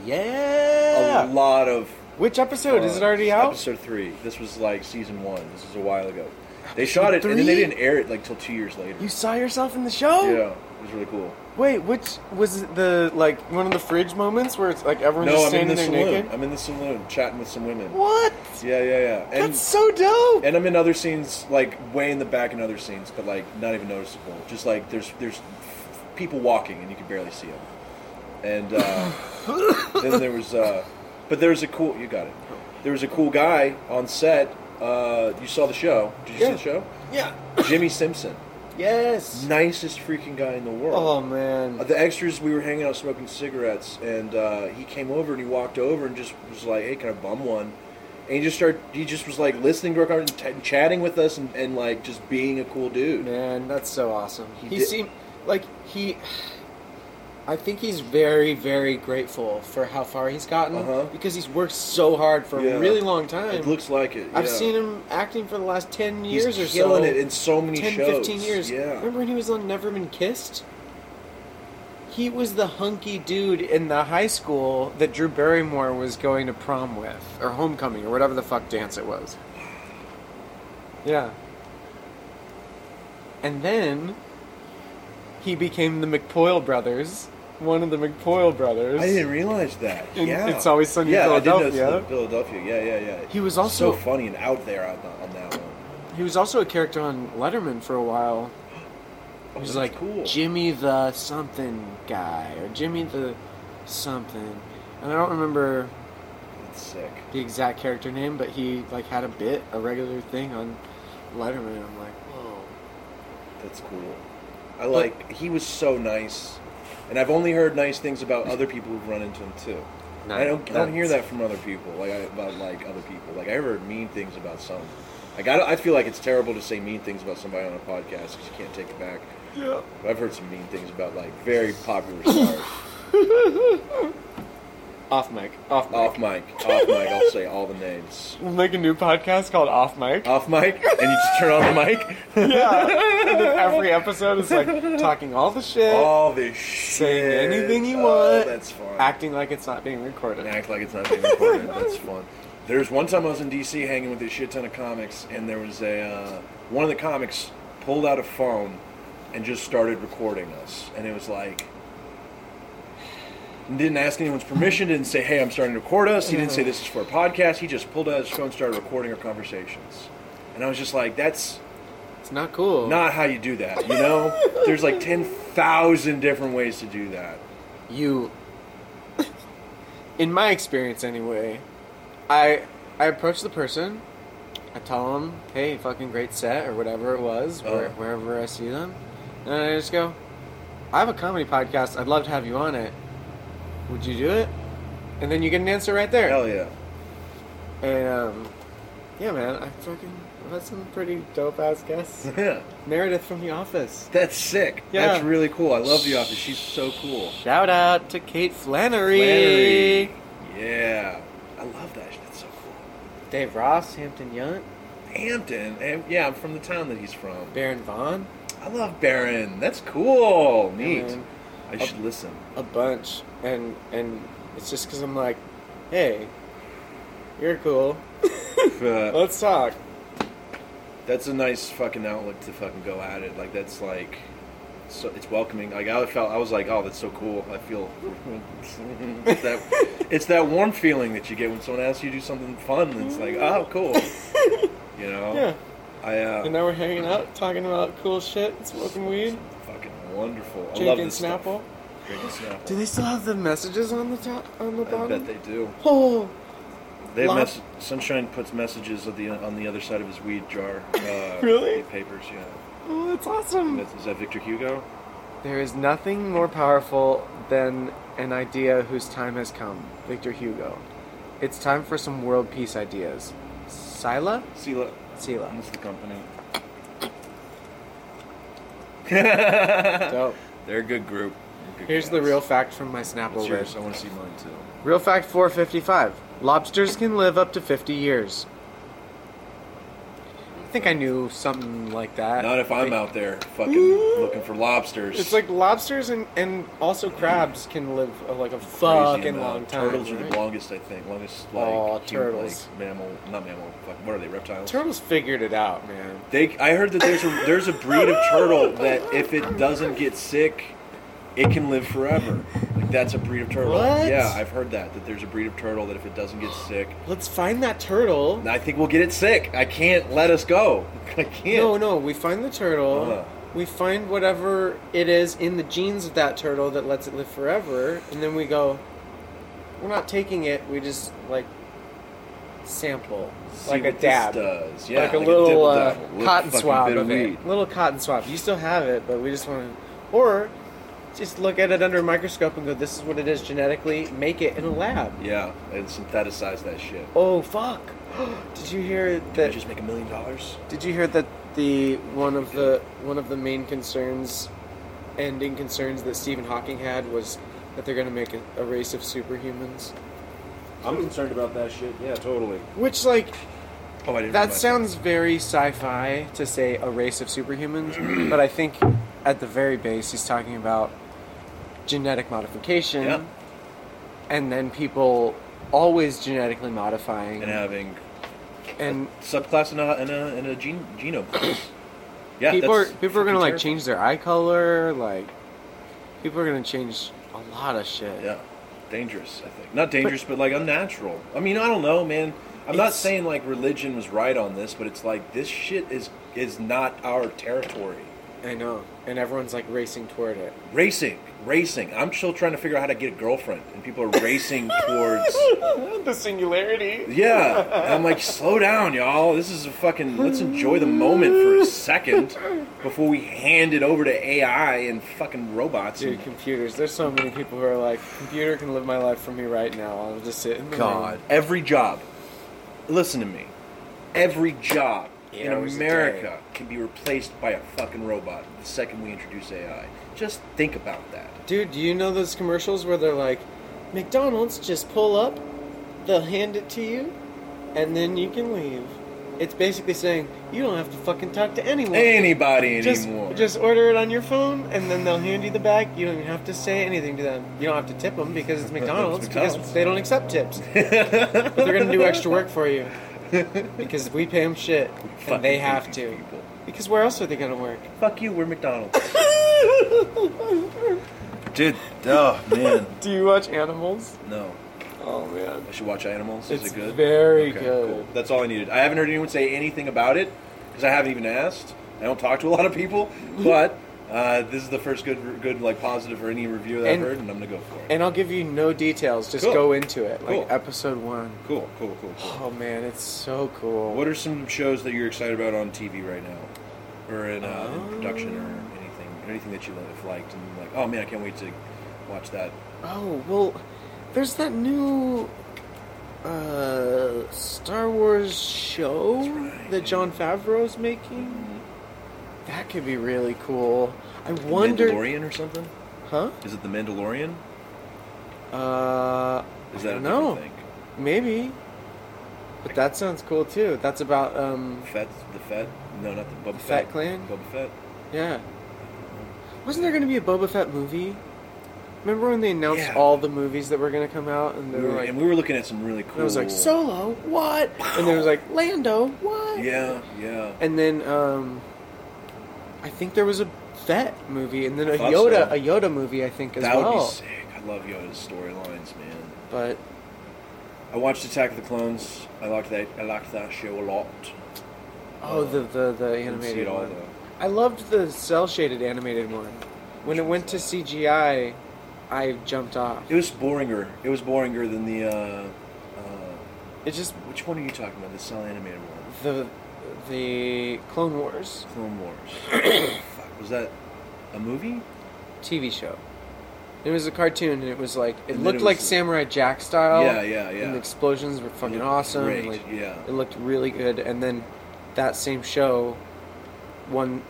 Speaker 2: Yeah.
Speaker 1: A lot of.
Speaker 2: Which episode is it
Speaker 1: uh,
Speaker 2: already out?
Speaker 1: Episode three. This was like season one. This is a while ago. They shot it and then they
Speaker 2: three?
Speaker 1: didn't air it like till two years later.
Speaker 2: You saw yourself in the show?
Speaker 1: Yeah, it was really cool.
Speaker 2: Wait, which was it the like one of the fridge moments where it's like everyone's
Speaker 1: no,
Speaker 2: just
Speaker 1: I'm
Speaker 2: standing
Speaker 1: in the
Speaker 2: there
Speaker 1: saloon.
Speaker 2: naked?
Speaker 1: I'm in the saloon chatting with some women.
Speaker 2: What?
Speaker 1: Yeah, yeah, yeah. And
Speaker 2: That's so dope.
Speaker 1: and I'm in other scenes, like way in the back in other scenes, but like not even noticeable. Just like there's there's people walking and you can barely see them. And uh, then there was, uh, but there was a cool. You got it. There was a cool guy on set. Uh, you saw the show? Did you see the show?
Speaker 4: Yeah.
Speaker 1: Jimmy Simpson,
Speaker 2: yes.
Speaker 1: nicest freaking guy in the world.
Speaker 2: Oh
Speaker 1: Uh,
Speaker 2: man.
Speaker 1: The extras, we were hanging out smoking cigarettes, and uh, he came over and he walked over and just was like, "Hey, can I bum one?" And he just started. He just was like listening to our conversation, t- and chatting with us, and, and like just being a cool dude.
Speaker 2: Man, that's so awesome.
Speaker 1: He
Speaker 2: He,
Speaker 1: did-
Speaker 2: seemed
Speaker 5: like he I think he's very, very grateful for how far he's gotten
Speaker 1: Uh-huh.
Speaker 5: because he's worked so hard for
Speaker 1: Yeah.
Speaker 5: a really long time.
Speaker 1: It looks like it.
Speaker 5: I've
Speaker 1: yeah.
Speaker 5: seen him acting for the last ten
Speaker 1: He's
Speaker 5: years or
Speaker 1: killing
Speaker 5: so.
Speaker 1: it in so many
Speaker 5: 10,
Speaker 1: shows.
Speaker 5: 15 years.
Speaker 1: Yeah.
Speaker 5: Remember when he was on Never Been Kissed? He was the hunky dude.
Speaker 2: in the high school that Drew Barrymore was going to prom with, or homecoming, or whatever the fuck dance it was. Yeah. And then he became the McPoyle brothers, one of the McPoyle brothers.
Speaker 1: I didn't realize that.
Speaker 2: In
Speaker 1: yeah.
Speaker 2: It's Always Sunny in
Speaker 1: yeah, I did notice
Speaker 2: Philadelphia.
Speaker 1: the Philadelphia. Yeah, yeah, yeah.
Speaker 2: He was also-
Speaker 1: so funny and out there on, the- on that one.
Speaker 2: He was also a character on Letterman for a while.
Speaker 1: Oh,
Speaker 2: He
Speaker 1: that's
Speaker 2: was like
Speaker 1: cool.
Speaker 2: Jimmy the something guy or Jimmy the something, and I don't remember
Speaker 1: That's sick.
Speaker 2: the exact character name, but he like had a bit, a regular thing on Letterman. I'm like, whoa.
Speaker 1: That's cool. I like. he was so nice, and I've only heard nice things about other people who've run into him too. I don't. I don't hear that from other people. Like I, about like other people. Like I heard mean things about some. Like I, don't- I feel like it's terrible to say mean things about somebody on a podcast because you can't take it back.
Speaker 2: Yeah.
Speaker 1: But I've heard some mean things about like very popular stars.
Speaker 2: Off mic. Off mic.
Speaker 1: off mic, off mic. I'll say all the names.
Speaker 2: We'll make a new podcast called Off Mic.
Speaker 1: Off mic, and you just turn on the mic.
Speaker 2: yeah. And then every episode is like talking all the shit,
Speaker 1: All this shit.
Speaker 2: saying anything you
Speaker 1: Oh,
Speaker 2: want,
Speaker 1: That's fun.
Speaker 2: acting like it's not being recorded.
Speaker 1: and act like it's not being recorded. That's fun. There's one time I was in DC hanging with a shit ton of comics, and there was a uh, one of the comics pulled out a phone and just started recording us, and it was like. Didn't ask anyone's permission. Didn't say, "Hey, I'm starting to record us." He didn't say this is for a podcast. He just pulled out his phone, and started recording our conversations, and I was just like, "That's
Speaker 2: It's not cool.
Speaker 1: not how you do that." You know, there's like ten thousand different ways to do that.
Speaker 2: you in my experience anyway i i approach the person i tell them hey fucking great set or whatever it was where,
Speaker 1: Uh-huh.
Speaker 2: wherever i see them and i just go i have a comedy podcast i'd love to have you on it would you do it and then you get an answer right there
Speaker 1: Hell yeah.
Speaker 2: and um yeah man i fucking i've had some pretty dope ass guests
Speaker 1: Yeah.
Speaker 2: meredith from the office
Speaker 1: That's sick.
Speaker 2: Yeah.
Speaker 1: That's really cool. I love The Office. She's so cool.
Speaker 2: shout out to kate flannery,
Speaker 1: Flannery. Yeah. I love that. That's so cool.
Speaker 2: dave ross hampton yunt
Speaker 1: Hampton. Ham- Yeah, I'm from the town that he's from.
Speaker 2: baron vaughn
Speaker 1: I love Barron. That's cool. Neat.
Speaker 2: man.
Speaker 1: I should listen.
Speaker 2: a bunch, and and it's just because I'm like, hey, you're cool.
Speaker 1: Uh,
Speaker 2: Let's talk.
Speaker 1: that's a nice fucking outlet to fucking go at it. Like, that's like. So it's welcoming. Like I felt, I was like, "Oh, that's so cool." I feel it's that it's that warm feeling that you get when someone asks you to do something fun. And it's like, "Oh, cool," you know.
Speaker 2: Yeah.
Speaker 1: I uh,
Speaker 2: And now we're hanging out, talking about cool shit, smoking weed,
Speaker 1: Fucking wonderful. I love
Speaker 2: drinking
Speaker 1: this stuff.
Speaker 2: Snapple.
Speaker 1: Drinking Snapple.
Speaker 2: Do they still have the messages on the top on the
Speaker 1: I bet
Speaker 2: bottom?
Speaker 1: they do.
Speaker 2: Oh,
Speaker 1: They have
Speaker 2: Lot-
Speaker 1: mess- Sunshine puts messages of the on the other side of his weed jar. Uh,
Speaker 2: Really?
Speaker 1: Papers, yeah.
Speaker 2: Oh, that's awesome.
Speaker 1: That's, is that Victor Hugo?
Speaker 2: There is nothing more powerful than an idea whose time has come. Victor Hugo. It's time for some world peace ideas. Sila?
Speaker 1: Sila.
Speaker 2: Sila.
Speaker 1: What's the company?
Speaker 2: Dope.
Speaker 1: They're a good group. They're good
Speaker 2: Here's the
Speaker 1: guys.
Speaker 2: real fact from my Snapple
Speaker 1: What's yours?
Speaker 2: list.
Speaker 1: I want to see mine too.
Speaker 2: Real fact 455. Lobsters can live up to 50 years. I think I knew something like that.
Speaker 1: Not if I'm out there fucking looking for lobsters.
Speaker 2: Uh, It's like lobsters and, and also crabs can live a, like a
Speaker 1: Crazy
Speaker 2: fucking
Speaker 1: amount.
Speaker 2: long time.
Speaker 1: Turtles are
Speaker 2: right?
Speaker 1: the longest, I think. Longest like,
Speaker 2: Aw,
Speaker 1: human-
Speaker 2: turtles.
Speaker 1: like mammal, not mammal. Fuck, what are they? Reptiles.
Speaker 2: Turtles figured it out, man.
Speaker 1: They, I heard that there's a there's a breed of turtle that if it doesn't get sick, it can live forever. Like that's a breed of turtle.
Speaker 2: What?
Speaker 1: Yeah, I've heard that that there's a breed of turtle that if it doesn't get sick,
Speaker 2: Let's find that turtle.
Speaker 1: And I think we'll get it sick. I can't let us go. I can't.
Speaker 2: No, no, we find the turtle.
Speaker 1: Uh.
Speaker 2: We find whatever it is in the genes of that turtle that lets it live forever, and then we go. We're not taking it. We just like sample,
Speaker 1: See
Speaker 2: like a
Speaker 1: what this
Speaker 2: dab,
Speaker 1: does. Yeah,
Speaker 2: like a little uh,
Speaker 1: dibble-dabble. Little
Speaker 2: cotton
Speaker 1: fucking
Speaker 2: swab
Speaker 1: bit
Speaker 2: of it. Little cotton swab. You still have it, but we just want to, or just look at it under a microscope and go, "This is what it is genetically." Make it in a lab.
Speaker 1: Yeah, and synthesize that shit.
Speaker 2: Oh fuck! Did you hear
Speaker 1: Did
Speaker 2: that?
Speaker 1: I just make a million dollars?
Speaker 2: Did you hear that the one of the one of the main concerns, ending concerns that Stephen Hawking had was that they're going to make a, a race of superhumans?
Speaker 1: I'm concerned about that shit. Yeah, totally.
Speaker 2: Which like
Speaker 1: Oh, I didn't.
Speaker 2: that
Speaker 1: realize
Speaker 2: sounds very sci-fi to say a race of superhumans, but I think at the very base he's talking about genetic modification,
Speaker 1: Yeah.
Speaker 2: and then people always genetically modifying
Speaker 1: And having
Speaker 2: and
Speaker 1: subclass in a in a, in a gene, genome. class. yeah,
Speaker 2: people are
Speaker 1: that's
Speaker 2: people are gonna
Speaker 1: fucking
Speaker 2: like
Speaker 1: terrifying.
Speaker 2: change their eye color. Like people are gonna change a lot of shit.
Speaker 1: Yeah, dangerous. I think not dangerous, but, like unnatural. I mean, I don't know, man. I'm not
Speaker 2: It's-
Speaker 1: saying like religion was right on this, but it's like this shit is is not our territory.
Speaker 2: I know, and everyone's like racing toward it.
Speaker 1: Racing, racing. I'm still trying to figure out how to get a girlfriend, and people are racing towards.
Speaker 2: the singularity.
Speaker 1: Yeah, and I'm like, slow down, y'all. This is a fucking. Let's enjoy the moment for a second before we hand it over to AI and fucking robots.
Speaker 2: Dude, computers. There's so many people who are like, computer can live my life for me right now. I'll just sit in the
Speaker 1: God,
Speaker 2: room."
Speaker 1: every job. Listen to me. Every job
Speaker 2: Eight
Speaker 1: in
Speaker 2: hours a day.
Speaker 1: America can be replaced by a fucking robot the second we introduce AI. Just think about that.
Speaker 2: Dude, do you know those commercials where they're like, McDonald's just pull up, they'll hand it to you, and then you can leave. It's basically saying you don't have to fucking talk to anyone.
Speaker 1: Anybody
Speaker 2: Just,
Speaker 1: anymore?
Speaker 2: just order it on your phone, and then they'll hand you the bag. You don't even have to say anything to them. You don't have to tip them because it's McDonald's, because
Speaker 1: McDonald's.
Speaker 2: they don't accept tips. but they're gonna do extra work for you because we pay them shit,
Speaker 1: Fucking
Speaker 2: and they
Speaker 1: hate
Speaker 2: have
Speaker 1: these
Speaker 2: to.
Speaker 1: people.
Speaker 2: Because where else are they gonna work?
Speaker 1: Fuck you. We're McDonald's. Dude, oh man,
Speaker 2: Do you watch Animals?
Speaker 1: no.
Speaker 4: Oh man.
Speaker 1: I should watch Animals. Is
Speaker 2: It's
Speaker 1: it good?
Speaker 2: very
Speaker 1: Okay,
Speaker 2: good.
Speaker 1: cool. That's all I needed. I haven't heard anyone say anything about it because I haven't even asked. I don't talk to a lot of people,
Speaker 2: Mm-hmm.
Speaker 1: but uh, this is the first good, good like positive or any review that
Speaker 2: And-
Speaker 1: I've heard, and I'm gonna go for it.
Speaker 2: And I'll give you no details. Just
Speaker 1: Cool.
Speaker 2: go into it, like
Speaker 1: Cool.
Speaker 2: episode one.
Speaker 1: cool, cool, cool, cool.
Speaker 2: Oh man, it's so cool.
Speaker 1: What are some shows that you're excited about on TV right now, or in, uh,
Speaker 2: Um,
Speaker 1: in production, or anything, anything that you have liked and like? Oh man, I can't wait to watch that.
Speaker 2: Oh well, there's that new uh, Star Wars show
Speaker 1: right.
Speaker 2: that John Favreau's making. That could be really cool. I wonder,
Speaker 1: Mandalorian or something?
Speaker 2: huh?
Speaker 1: Is it The Mandalorian?
Speaker 2: Uh,
Speaker 1: Is
Speaker 2: I
Speaker 1: that
Speaker 2: don't
Speaker 1: a
Speaker 2: know.
Speaker 1: different thing?
Speaker 2: Maybe. But that sounds cool too. That's about um,
Speaker 1: Fett, the Fett? No, not the Boba
Speaker 2: Fett
Speaker 1: Fett.
Speaker 2: Clan?
Speaker 1: Boba Fett.
Speaker 2: yeah. Wasn't there going to be a Boba Fett movie? Remember when they announced
Speaker 1: Yeah.
Speaker 2: all the movies that were going to come out, and they
Speaker 1: We
Speaker 2: were
Speaker 1: were-
Speaker 2: like,
Speaker 1: and we were looking at some really cool.
Speaker 2: and it was like Solo, what? And there was like Lando, what?
Speaker 1: Yeah, yeah.
Speaker 2: And then um, I think there was a Fett movie, and then a
Speaker 1: Thought
Speaker 2: Yoda,
Speaker 1: so.
Speaker 2: a Yoda movie, I think as
Speaker 1: that
Speaker 2: well.
Speaker 1: would be sick. I love Yoda's storylines, man.
Speaker 2: But
Speaker 1: I watched Attack of the Clones. I liked that. I liked that show a lot.
Speaker 2: oh, the the the
Speaker 1: Didn't see
Speaker 2: animated
Speaker 1: it all
Speaker 2: one.
Speaker 1: though.
Speaker 2: I loved the cell shaded animated one. When it went to CGI, I jumped off.
Speaker 1: It was boringer. It was boringer than the. Uh, uh,
Speaker 2: It just
Speaker 1: which one are you talking about? The cell animated one.
Speaker 2: the the Clone Wars
Speaker 1: Clone Wars. Fuck, was that a movie?
Speaker 2: TV show. It was a cartoon, and it was like it
Speaker 1: And then
Speaker 2: looked
Speaker 1: it
Speaker 2: like
Speaker 1: was-
Speaker 2: Samurai Jack style.
Speaker 1: Yeah, yeah, yeah.
Speaker 2: And the explosions were fucking
Speaker 1: Looked
Speaker 2: awesome.
Speaker 1: great,
Speaker 2: like,
Speaker 1: yeah.
Speaker 2: it looked really good. And then that same show, one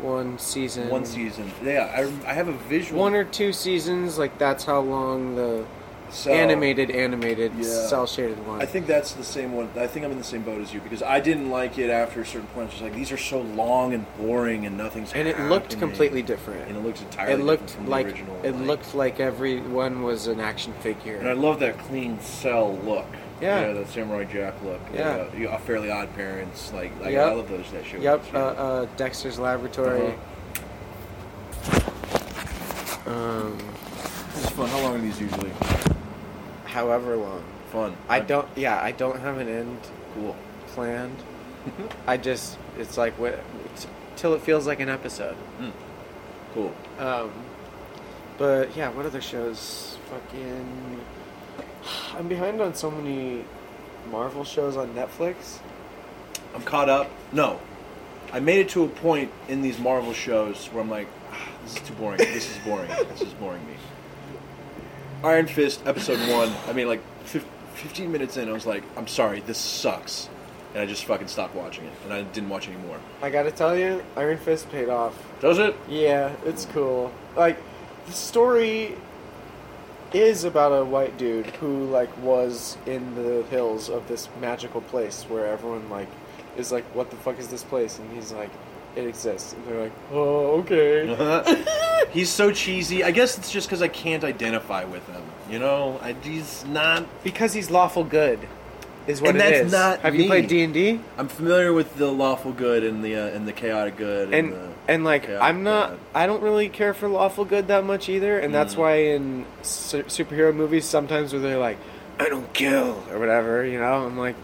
Speaker 2: one season,
Speaker 1: One season. Yeah, I, rem- I have a visual.
Speaker 2: one or two seasons. Like that's how long the
Speaker 1: So-
Speaker 2: animated animated
Speaker 1: Yeah.
Speaker 2: cell shaded one.
Speaker 1: I think that's the same one. I think I'm in the same boat as you because I didn't like it after a certain point. It's just like these are so long and boring and nothing's.
Speaker 2: and it looked
Speaker 1: happening.
Speaker 2: completely different.
Speaker 1: And it looked entirely.
Speaker 2: it
Speaker 1: different
Speaker 2: looked
Speaker 1: from the
Speaker 2: like
Speaker 1: original,
Speaker 2: it
Speaker 1: like-
Speaker 2: looked like everyone was an action figure.
Speaker 1: And I love that clean cell look.
Speaker 2: Yeah.
Speaker 1: that Samurai Jack look.
Speaker 2: Yeah.
Speaker 1: Uh, you- uh, Fairly Odd Parents. Like, like
Speaker 2: Yep.
Speaker 1: I love those that show.
Speaker 2: Yep, uh, uh, Dexter's Laboratory.
Speaker 1: Uh-huh.
Speaker 2: Um,
Speaker 1: This is fun. How long are these usually?
Speaker 2: however long.
Speaker 1: Fun.
Speaker 2: I don't. Yeah, I don't have an end
Speaker 1: Cool.
Speaker 2: planned. I just. It's like what, it's, till it feels like an episode.
Speaker 1: Cool.
Speaker 2: Um, but yeah, what other shows? Fucking. I'm behind on so many Marvel shows on Netflix.
Speaker 1: I'm caught up. No, I made it to a point in these Marvel shows where I'm like, ah, this is too boring. This is boring. this is boring me. Iron Fist episode one. I mean, like fif- 15 minutes in, I was like, I'm sorry, this sucks, and I just fucking stopped watching it, and I didn't watch anymore.
Speaker 2: I gotta tell you, Iron Fist paid off.
Speaker 1: Does it?
Speaker 2: Yeah, it's cool. Like, the story is about a white dude who like was in the hills of this magical place where everyone like is like, "What the fuck is this place?" And he's like, "It exists." And they're like, "Oh, okay."
Speaker 1: He's so cheesy. I guess it's just because I can't identify with him. You know, I, he's not.
Speaker 2: Because he's lawful good, is what
Speaker 1: And
Speaker 2: it
Speaker 1: that's
Speaker 2: is.
Speaker 1: not
Speaker 2: Have
Speaker 1: me.
Speaker 2: you played D and D?
Speaker 1: I'm familiar with the lawful good and the uh, and the chaotic good and,
Speaker 2: And
Speaker 1: the,
Speaker 2: and like
Speaker 1: yeah,
Speaker 2: I'm not,
Speaker 1: yeah.
Speaker 2: I don't really care for lawful good that much either, and
Speaker 1: Mm.
Speaker 2: that's why in su- superhero movies sometimes where they're like, I don't kill or whatever, you know, I'm like,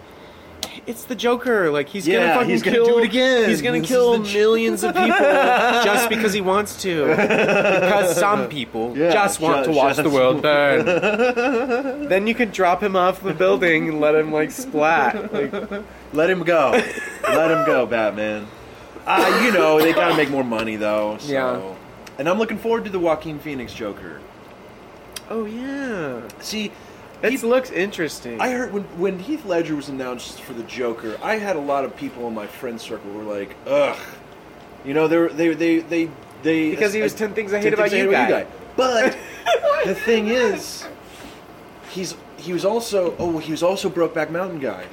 Speaker 2: it's the Joker, like he's
Speaker 1: Yeah,
Speaker 2: gonna fucking
Speaker 1: he's gonna
Speaker 2: kill,
Speaker 1: do it again.
Speaker 2: he's gonna
Speaker 1: This is
Speaker 2: kill
Speaker 1: the Jo-
Speaker 2: millions of people just because he wants to, because some people
Speaker 1: Yeah,
Speaker 2: just want to
Speaker 1: ju-
Speaker 2: watch the
Speaker 1: just-
Speaker 2: world burn. then you can drop him off the building and let him like splat, like
Speaker 1: Let him go. Let him go, Batman. Uh, you know, they gotta make more money though. So.
Speaker 2: Yeah.
Speaker 1: And I'm looking forward to the Joaquin Phoenix Joker.
Speaker 2: oh yeah,
Speaker 1: See,
Speaker 2: it
Speaker 1: Heath-
Speaker 2: looks interesting.
Speaker 1: I heard when when Heath Ledger was announced for the Joker, I had a lot of people in my friend circle were like, ugh. You know, they were- they they they they
Speaker 2: Because he was 10 Things I Hate About You guy.
Speaker 1: But the thing is, he's he was also oh he was also Brokeback Mountain guy,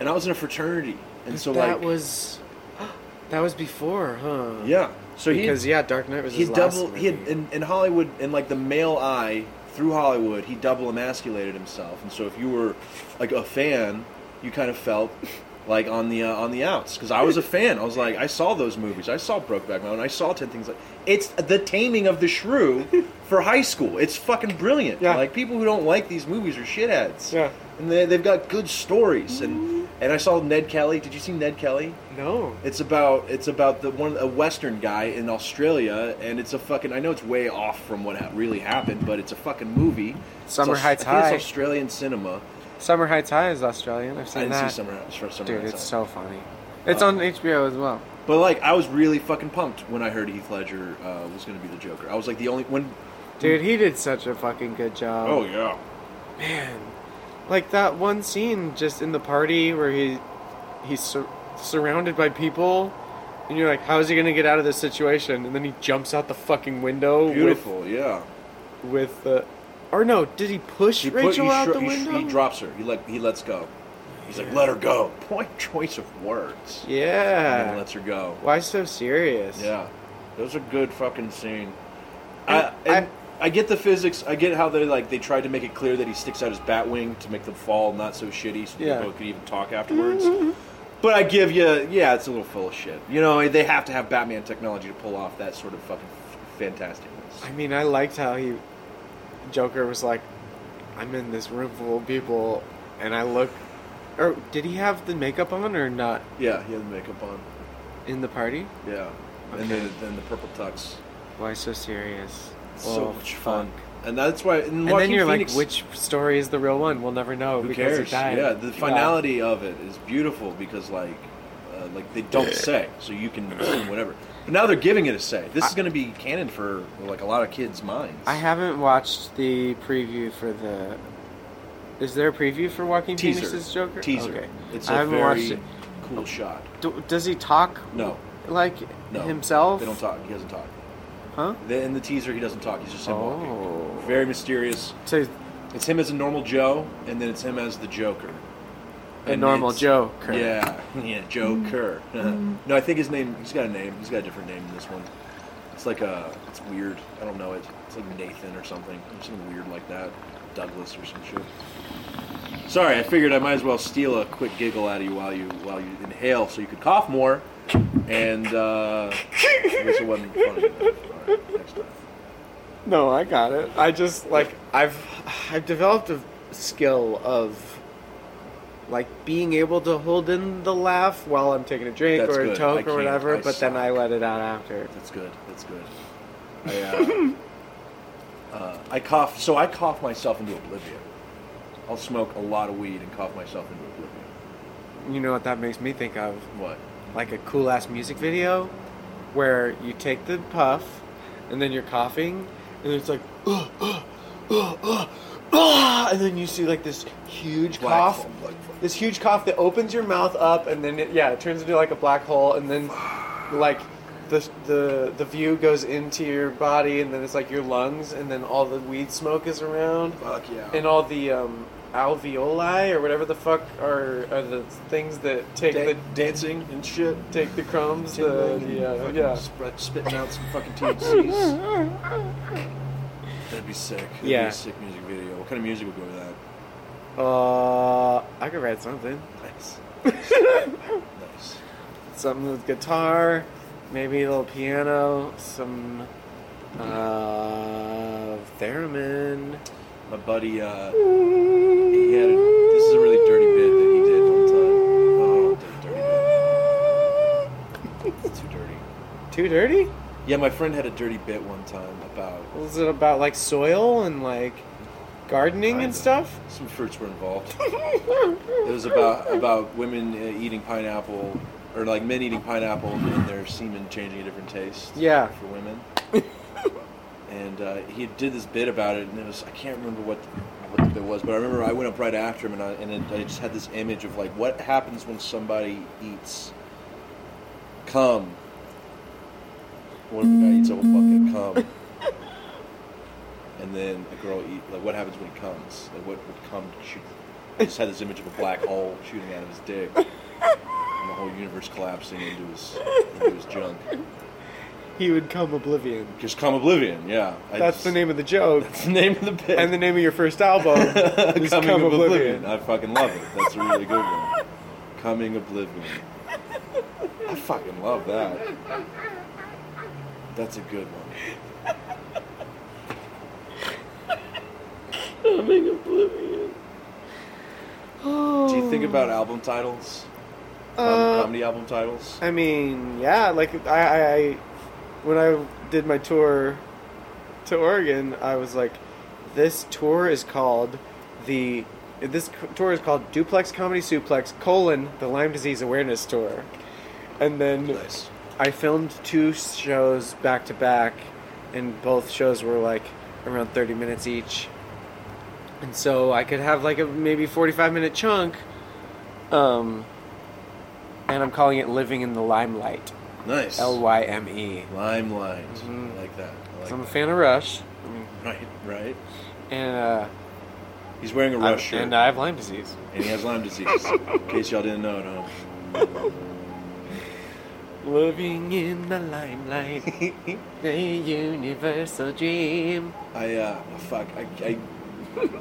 Speaker 1: and I was in a fraternity, and so
Speaker 2: that
Speaker 1: like
Speaker 2: was that was before, huh?
Speaker 1: yeah, so he
Speaker 2: because yeah, Dark Knight was
Speaker 1: he
Speaker 2: his last
Speaker 1: double he had
Speaker 2: movie.
Speaker 1: in, in Hollywood in like the male eye through Hollywood he double emasculated himself and so if you were like a fan you kind of felt like on the uh, on the outs because I was a fan I was like I saw those movies I saw Brokeback Mountain I saw Ten Things like it's the Taming of the Shrew for high school it's fucking brilliant
Speaker 2: Yeah.
Speaker 1: like people who don't like these movies are shitheads
Speaker 2: Yeah. Mm-hmm.
Speaker 1: and they, they've got good stories and and I saw Ned Kelly did you see Ned Kelly
Speaker 2: no.
Speaker 1: it's about it's about the one a Western guy in Australia, and it's a fucking. I know it's way off from what ha- really happened, but it's a fucking movie. It's
Speaker 2: Summer
Speaker 1: Aus-
Speaker 2: Heights
Speaker 1: I think
Speaker 2: High.
Speaker 1: It's Australian cinema.
Speaker 2: Summer Heights High is Australian. I've
Speaker 1: I
Speaker 2: seen
Speaker 1: didn't
Speaker 2: that.
Speaker 1: see Summer, Heights- for Summer
Speaker 2: Dude,
Speaker 1: Heights
Speaker 2: it's so
Speaker 1: High.
Speaker 2: funny. It's on HBO as well.
Speaker 1: But like, I was really fucking pumped when I heard Heath Ledger uh, was going to be the Joker. I was like the only when. oh,
Speaker 2: Dude, he did such a fucking good job.
Speaker 1: yeah.
Speaker 2: man, like that one scene just in the party where he he's sur- surrounded by people, and you're like, how is he gonna get out of this situation? And then he jumps out the fucking window with
Speaker 1: Beautiful, yeah.
Speaker 2: with the. Or no, did he push
Speaker 1: put-
Speaker 2: Rachel out
Speaker 1: shro-
Speaker 2: the
Speaker 1: he, sh-
Speaker 2: window?
Speaker 1: he drops her. He let he lets go. He's like, let her go. Point choice of words. And then
Speaker 2: yeah.
Speaker 1: lets her go.
Speaker 2: Why so serious?
Speaker 1: Yeah, those are good fucking scene. I,
Speaker 2: And
Speaker 1: and I get the physics. I get how they like they tried to make it clear that he sticks out his bat wing to make them fall not so shitty, so
Speaker 2: Yeah.
Speaker 1: they both can even talk afterwards. But I give you, yeah, it's a little full of shit. You know, they have to have Batman technology to pull off that sort of fucking f- fantasticness.
Speaker 2: I mean, I liked how he, Joker was like, I'm in this room full of people, and I look. Or did he have the makeup on or not
Speaker 1: Yeah, he had the makeup on.
Speaker 2: in the party?
Speaker 1: Yeah, and then then the purple tux.
Speaker 2: Why so serious?
Speaker 1: so
Speaker 2: Oh,
Speaker 1: much
Speaker 2: fuck.
Speaker 1: fun. And that's why. And,
Speaker 2: And
Speaker 1: Joaquin
Speaker 2: then you're
Speaker 1: Phoenix-
Speaker 2: like, which story is the real one? We'll never know
Speaker 1: Who
Speaker 2: because
Speaker 1: cares?
Speaker 2: he died.
Speaker 1: Yeah, the finality of it is beautiful because like said, like they don't say, so you can assume whatever. But now they're giving it a say. This is going to be canon for like a lot of kids' minds.
Speaker 2: I haven't watched the preview for the. Is there a preview for Walking
Speaker 1: teaser
Speaker 2: Phoenix's Joker?
Speaker 1: Teaser.
Speaker 2: Okay.
Speaker 1: It's
Speaker 2: I
Speaker 1: a
Speaker 2: haven't
Speaker 1: very
Speaker 2: watched it. Oh.
Speaker 1: cool shot.
Speaker 2: Do, does he talk
Speaker 1: No,
Speaker 2: like
Speaker 1: no,
Speaker 2: himself?
Speaker 1: They don't talk. He doesn't talk.
Speaker 2: Huh?
Speaker 1: The- In the teaser, he doesn't talk. He's just him
Speaker 2: Oh.
Speaker 1: walking. Very mysterious.
Speaker 2: So,
Speaker 1: It's him as a normal Joe, and then it's him as the Joker.
Speaker 2: a normal
Speaker 1: it's-
Speaker 2: Joker.
Speaker 1: Yeah, yeah, Joe Kerr. no, I think his name. He's got a name. He's got a different name in this one. It's like a. It's weird. I don't know it. It's like Nathan or something. Something weird like that. Douglas or some shit. Sorry, I figured I might as well steal a quick giggle out of you while you while you inhale, so you could cough more. And uh, I guess it wasn't funny. enough. All right, next time.
Speaker 2: No, I got it. I just like I've I've developed a skill of like being able to hold in the laugh while I'm taking a drink
Speaker 1: That's
Speaker 2: or a
Speaker 1: good. I
Speaker 2: toke or
Speaker 1: can't.
Speaker 2: whatever,
Speaker 1: I
Speaker 2: but then
Speaker 1: suck.
Speaker 2: I let it out after.
Speaker 1: That's good. That's good. I, uh, uh, I cough. So I cough myself into oblivion. I'll smoke a lot of weed and cough myself into oblivion.
Speaker 2: You know what that makes me think of?
Speaker 1: What?
Speaker 2: Like a cool ass music video where you take the puff and then you're coughing and it's like "Ugh, ugh, ugh, ugh, ugh," and then you see like this huge
Speaker 1: Black
Speaker 2: cough
Speaker 1: hole, black hole.
Speaker 2: this huge cough that opens your mouth up and then it, yeah it turns into like a black hole and then like the, the the view goes into your body and then it's like your lungs and then all the weed smoke is around
Speaker 1: Fuck yeah.
Speaker 2: and all the um, alveoli or whatever the fuck are, are the things that take
Speaker 1: Da-
Speaker 2: the
Speaker 1: dancing and shit.
Speaker 2: take the crumbs the,
Speaker 1: Tingling and
Speaker 2: the uh,
Speaker 1: fucking
Speaker 2: yeah
Speaker 1: spread- spitting out some fucking THCs. That'd be sick. That'd be
Speaker 2: Yeah.
Speaker 1: a sick music video. What kind of music would go with that?
Speaker 2: uh I could write something
Speaker 1: Nice. nice.
Speaker 2: something with guitar maybe a little piano some uh theremin
Speaker 1: My buddy, uh, he had a, this is a really dirty bit that he did one time. Oh, dirty, dirty bit. It's too dirty.
Speaker 2: too dirty
Speaker 1: Yeah, my friend had a dirty bit one time about
Speaker 2: Was it about like soil and like gardening
Speaker 1: Kinda.
Speaker 2: and stuff?
Speaker 1: some fruits were involved. it was about about women uh, eating pineapple or like men eating pineapple and their semen changing a different taste.
Speaker 2: Yeah.
Speaker 1: for women. and uh, he did this bit about it, and it was I can't remember what what the bit was, but I remember I went up right after him, and I and it, I just had this image of like what happens when somebody eats cum. What if a guy eats a whole bucket of cum? and then a girl eat like what happens when he comes? Like what would come shoot? I just had this image of a black hole shooting out of his dick, and the whole universe collapsing into his into his junk.
Speaker 2: He would come Oblivion.
Speaker 1: Just come oblivion, yeah. I
Speaker 2: That's
Speaker 1: just-
Speaker 2: the name of the joke.
Speaker 1: That's the name of the bit.
Speaker 2: and the name of your first album is
Speaker 1: coming
Speaker 2: Come
Speaker 1: oblivion.
Speaker 2: Oblivion.
Speaker 1: I fucking love it. That's a really good one. Coming oblivion. I fucking love that. That's a good one.
Speaker 4: Coming oblivion. Oh.
Speaker 1: Do you think about album titles? Com-
Speaker 2: Uh,
Speaker 1: comedy album titles?
Speaker 2: I mean, yeah, like I, I, I when I did my tour to Oregon, I was like, this tour is called the this c- tour is called Duplex Comedy Suplex colon the Lyme Disease Awareness Tour, and then
Speaker 1: Nice.
Speaker 2: I filmed two shows back to back, and both shows were like around 30 minutes each. And so I could have like a maybe 45 minute chunk. Um, and I'm calling it Living in the Limelight.
Speaker 1: Nice.
Speaker 2: L Y M E.
Speaker 1: Limelight.
Speaker 2: Mhm.
Speaker 1: I like that. I like
Speaker 2: So I'm a
Speaker 1: that.
Speaker 2: fan of Rush.
Speaker 1: Right, right.
Speaker 2: And, uh,
Speaker 1: He's wearing a
Speaker 2: I'm-
Speaker 1: Rush shirt.
Speaker 2: and I have Lyme disease.
Speaker 1: and he has Lyme disease. in case y'all didn't know, no.
Speaker 2: Living in the Limelight. the universal dream.
Speaker 1: I uh fuck I, I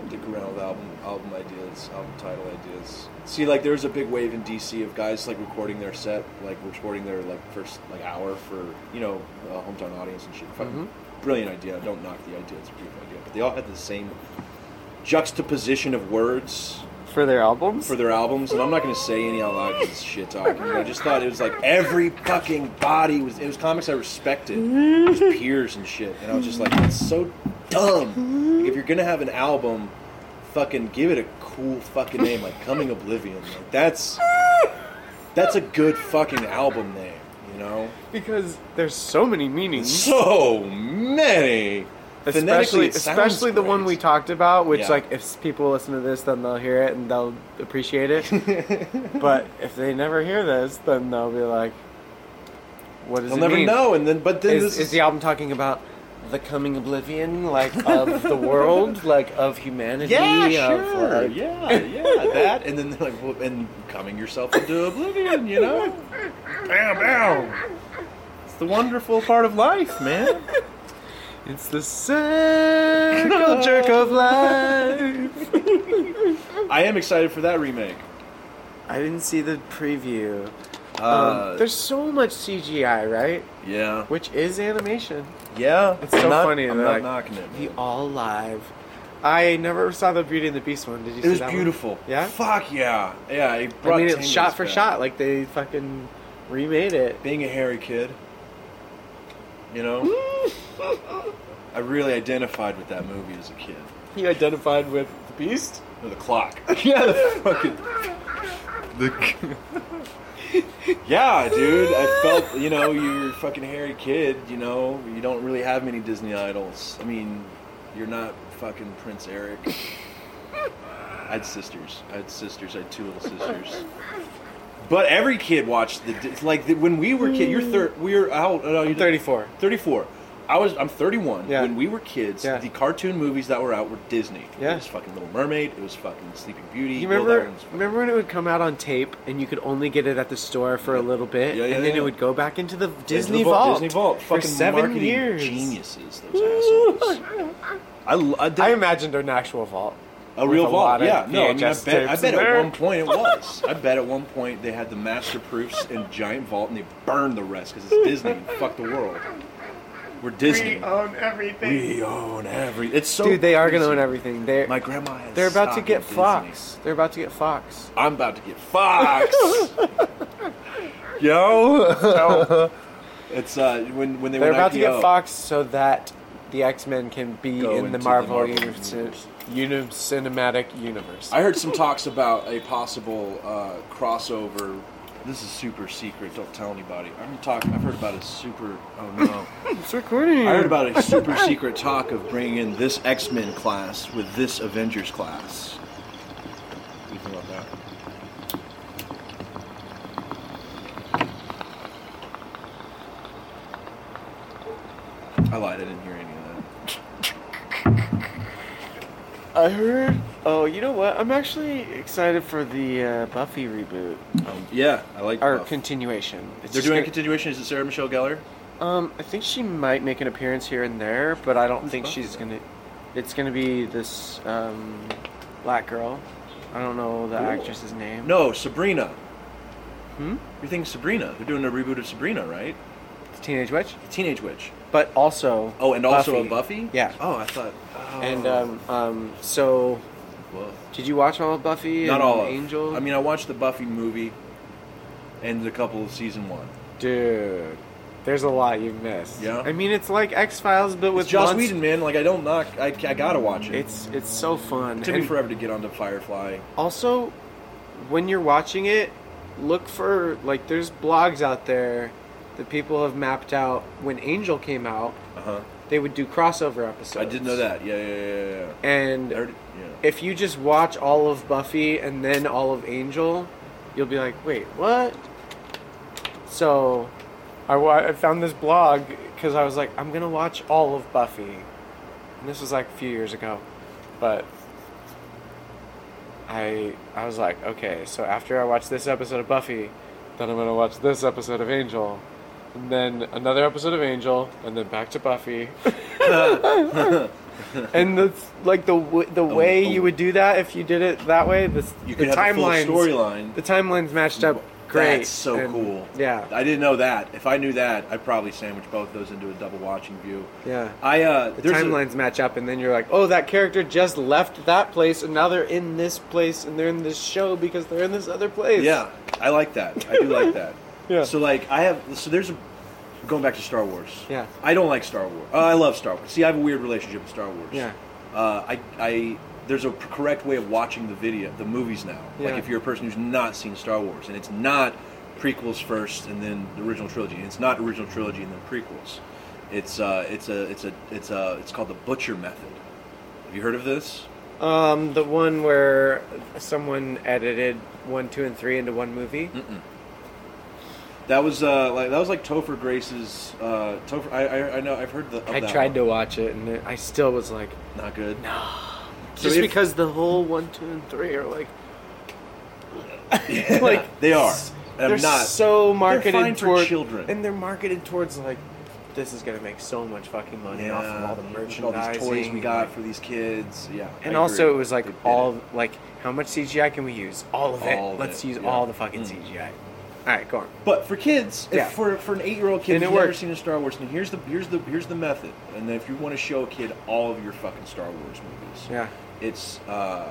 Speaker 1: dick around with album album ideas, album title ideas. See, like there was a big wave in DC of guys like recording their set, like recording their like first like hour for you know a hometown audience and shit. Fucking brilliant idea. Don't knock the idea; it's a brilliant idea. But they all had the same juxtaposition of words
Speaker 2: For their albums?
Speaker 1: for their albums, and I'm not going to say any out loud 'cause it's shit talking. but I just thought it was like every fucking body was. It was comics I respected, it was peers and shit, and I was just like, that's so dumb. Like, if you're going to have an album, fucking give it a cool fucking name like Coming Oblivion. Like that's That's a good fucking album name, you know?
Speaker 2: because there's so many meanings.
Speaker 1: So many.
Speaker 2: especially
Speaker 1: Phonetically, it sounds
Speaker 2: especially the one we
Speaker 1: great.
Speaker 2: talked about which
Speaker 1: Yeah.
Speaker 2: like if people listen to this then they'll hear it and they'll appreciate it but if they never hear this then they'll be like what does
Speaker 1: They'll
Speaker 2: it
Speaker 1: never
Speaker 2: mean?
Speaker 1: know, and then but then
Speaker 2: is,
Speaker 1: this
Speaker 2: is the album talking about the coming oblivion like of the world like of humanity
Speaker 1: yeah,
Speaker 2: of,
Speaker 1: sure,
Speaker 2: like-
Speaker 1: yeah, yeah, that, and then they're like, well, and coming yourself into oblivion, you know? Bam, bam. It's the wonderful part of life, man.
Speaker 2: it's the circle jerk of life
Speaker 1: I am excited for that remake.
Speaker 2: i didn't see the preview
Speaker 1: Uh,
Speaker 2: um, there's so much cgi right
Speaker 1: yeah,
Speaker 2: which is animation
Speaker 1: yeah.
Speaker 2: It's so
Speaker 1: I'm not,
Speaker 2: funny,
Speaker 1: I'm
Speaker 2: they're
Speaker 1: not
Speaker 2: like-
Speaker 1: knocking it.
Speaker 2: The
Speaker 1: man.
Speaker 2: All Live. I never saw the Beauty and the Beast one. Did you see
Speaker 1: It was
Speaker 2: that one?
Speaker 1: beautiful.
Speaker 2: Yeah?
Speaker 1: Fuck yeah. Yeah. It
Speaker 2: I
Speaker 1: brought
Speaker 2: mean, it's
Speaker 1: tingles
Speaker 2: shot for
Speaker 1: back.
Speaker 2: shot. Like they fucking remade it.
Speaker 1: Being a hairy kid, you know, I really identified with that movie as a kid.
Speaker 2: You identified with the Beast?
Speaker 1: Or the clock. yeah, the fucking. The. yeah, dude. I felt, you know, you're a fucking hairy kid, you know. You don't really have many Disney idols. I mean, you're not fucking Prince Eric. I had sisters. I had sisters. I had two little sisters. But every kid watched the Di- like the, when we were kid. You're third. We were how old? Oh, No, you
Speaker 2: I'm 34.
Speaker 1: 34. I was I'm 31.
Speaker 2: Yeah.
Speaker 1: When we were kids,
Speaker 2: Yeah.
Speaker 1: the cartoon movies that were out were Disney.
Speaker 2: Yeah.
Speaker 1: It was fucking Little Mermaid. It was fucking Sleeping Beauty.
Speaker 2: You
Speaker 1: Well, that
Speaker 2: remember?
Speaker 1: one's fucking-
Speaker 2: Remember when it would come out on tape and you could only get it at the store for a little bit,
Speaker 1: Yeah, yeah,
Speaker 2: and then
Speaker 1: yeah.
Speaker 2: it would go back into the Disney
Speaker 1: Disney
Speaker 2: vault.
Speaker 1: Disney Vault.
Speaker 2: for
Speaker 1: Fucking
Speaker 2: seven
Speaker 1: marketing
Speaker 2: years.
Speaker 1: geniuses. Those assholes. I, lo- I, did,
Speaker 2: I imagined an actual vault.
Speaker 1: a real
Speaker 2: with a lot
Speaker 1: vault.
Speaker 2: of
Speaker 1: Yeah. No. I, mean, I
Speaker 2: VHS
Speaker 1: bet. I
Speaker 2: tapes
Speaker 1: bet
Speaker 2: in
Speaker 1: at
Speaker 2: there.
Speaker 1: one point it was. I bet at one point they had the master proofs and giant vault, and they burned the rest because it's Disney and fuck the world. We're Disney. We own everything. We own every. It's so.
Speaker 2: Dude, they are gonna
Speaker 1: crazy.
Speaker 2: own everything. They're
Speaker 1: My grandma. Has
Speaker 2: they're about
Speaker 1: stock
Speaker 2: to
Speaker 1: in
Speaker 2: get
Speaker 1: Disney.
Speaker 2: Fox. They're about to get Fox.
Speaker 1: I'm about to get Fox. Yo. it's uh when when they
Speaker 2: They're
Speaker 1: went
Speaker 2: about to
Speaker 1: IPO,
Speaker 2: get Fox so that the X Men can be
Speaker 1: Go
Speaker 2: in
Speaker 1: into
Speaker 2: the
Speaker 1: the
Speaker 2: Marvel,
Speaker 1: Marvel
Speaker 2: uni-
Speaker 1: universe.
Speaker 2: uni- cinematic universe.
Speaker 1: I heard some talks about a possible uh, crossover. This is super secret. Don't tell anybody. I'm talking. I've heard about a super. Oh no.
Speaker 2: it's recording.
Speaker 1: I heard about a super secret talk of bringing in this X Men class with this Avengers class. What do you think about that? I lied. I didn't hear any of that.
Speaker 2: I heard. Oh, you know what? I'm actually excited for the uh, Buffy reboot
Speaker 1: Um, yeah, I like.
Speaker 2: or
Speaker 1: Buff.
Speaker 2: continuation. It's
Speaker 1: They're
Speaker 2: just
Speaker 1: doing a
Speaker 2: gonna-
Speaker 1: continuation. Is it Sarah Michelle Gellar?
Speaker 2: um, I think she might make an appearance here and there, but I don't think
Speaker 1: Buffy
Speaker 2: she's
Speaker 1: then?
Speaker 2: gonna. It's gonna be this um, black girl. I don't know the
Speaker 1: Cool.
Speaker 2: actress's name.
Speaker 1: No, Sabrina.
Speaker 2: Hmm?
Speaker 1: You're thinking Sabrina. They're doing a reboot of Sabrina, right?
Speaker 2: It's Teenage Witch,
Speaker 1: Teenage Witch.
Speaker 2: but also.
Speaker 1: Oh, and also
Speaker 2: Buffy.
Speaker 1: a Buffy.
Speaker 2: Yeah.
Speaker 1: Oh, I thought. Oh.
Speaker 2: And um, um, so
Speaker 1: Whoa.
Speaker 2: Did you watch all of Buffy?
Speaker 1: Not
Speaker 2: and
Speaker 1: all of it.
Speaker 2: Angel.
Speaker 1: I mean, I watched the Buffy movie and a couple of season one.
Speaker 2: dude, there's a lot you missed.
Speaker 1: Yeah?
Speaker 2: I mean, it's like X Files, but with
Speaker 1: With Joss
Speaker 2: monst-
Speaker 1: Whedon, man, like I don't knock. I, I gotta watch it.
Speaker 2: It's it's so fun.
Speaker 1: it took me
Speaker 2: And
Speaker 1: forever to get onto Firefly.
Speaker 2: Also, when you're watching it, look for like there's blogs out there that people have mapped out when Angel came out.
Speaker 1: Uh huh.
Speaker 2: They would do crossover episodes.
Speaker 1: I did know that. Yeah, yeah, yeah, yeah. yeah. I heard
Speaker 2: And
Speaker 1: it- yeah.
Speaker 2: if you just watch all of Buffy and then all of Angel, you'll be like, wait, what? So, I, wa- I found this blog because I was like, I'm gonna watch all of Buffy, and this was like a few years ago, but I I was like, okay, so after I watch this episode of Buffy, then I'm gonna watch this episode of Angel, and then another episode of Angel, and then back to Buffy. and that's like the w- the way
Speaker 1: oh.
Speaker 2: you would do that if you did it that way. This
Speaker 1: You
Speaker 2: the
Speaker 1: could have the full
Speaker 2: timelines-
Speaker 1: storyline.
Speaker 2: the timelines matched up great.
Speaker 1: That's so
Speaker 2: and-
Speaker 1: cool.
Speaker 2: Yeah.
Speaker 1: I didn't know that. If I knew that, I'd probably sandwich both of those into a double watching view.
Speaker 2: Yeah.
Speaker 1: I uh,
Speaker 2: The
Speaker 1: there's a-
Speaker 2: timelines match up, and then you're like, oh, that character just left that place, and now they're in this place, and they're in this show because they're in this other place.
Speaker 1: Yeah, I like that. I do like that.
Speaker 2: Yeah.
Speaker 1: So like I have so there's a going back to Star Wars.
Speaker 2: Yeah.
Speaker 1: I don't like Star Wars. Uh, I love Star Wars. See, I have a weird relationship with Star Wars.
Speaker 2: Yeah.
Speaker 1: Uh, I I there's a p- correct way of watching the video the movies now.
Speaker 2: Yeah.
Speaker 1: Like if you're a person who's not seen Star Wars and it's not prequels first and then the original trilogy. And it's not original trilogy and then prequels. It's uh, it's a it's a it's a it's called the Butcher Method. Have you heard of this?
Speaker 2: Um, the one where someone edited one, two, and three into one movie.
Speaker 1: That was uh, like that was like Topher Grace's. Uh, Topher, I, I I know I've heard the. Of
Speaker 2: I
Speaker 1: that
Speaker 2: tried
Speaker 1: one.
Speaker 2: to watch it, and it, I still was like,
Speaker 1: Not good. So
Speaker 2: just
Speaker 1: if-
Speaker 2: because the whole one, two, and three are like, like
Speaker 1: They are.
Speaker 2: s-
Speaker 1: And
Speaker 2: they're
Speaker 1: I'm not.
Speaker 2: so marketed
Speaker 1: fine for
Speaker 2: toward
Speaker 1: children.
Speaker 2: and they're marketed towards like, this is gonna make so much fucking money off of all the
Speaker 1: merch
Speaker 2: merchandise,
Speaker 1: all these toys we got for these kids. Yeah. I
Speaker 2: And
Speaker 1: agree.
Speaker 2: also, it was like
Speaker 1: They did
Speaker 2: all
Speaker 1: it.
Speaker 2: like how much CGI can we use? All of it.
Speaker 1: All of
Speaker 2: Let's
Speaker 1: it,
Speaker 2: use
Speaker 1: yeah. Mm.
Speaker 2: all the fucking CGI. All right, go on.
Speaker 1: But for kids, if
Speaker 2: Yeah.
Speaker 1: for for an eight year old kid
Speaker 2: And it
Speaker 1: who's never
Speaker 2: worked.
Speaker 1: seen a Star Wars, and here's the here's the here's the method. And then if you want to show a kid all of your fucking Star Wars movies,
Speaker 2: Yeah.
Speaker 1: it's uh,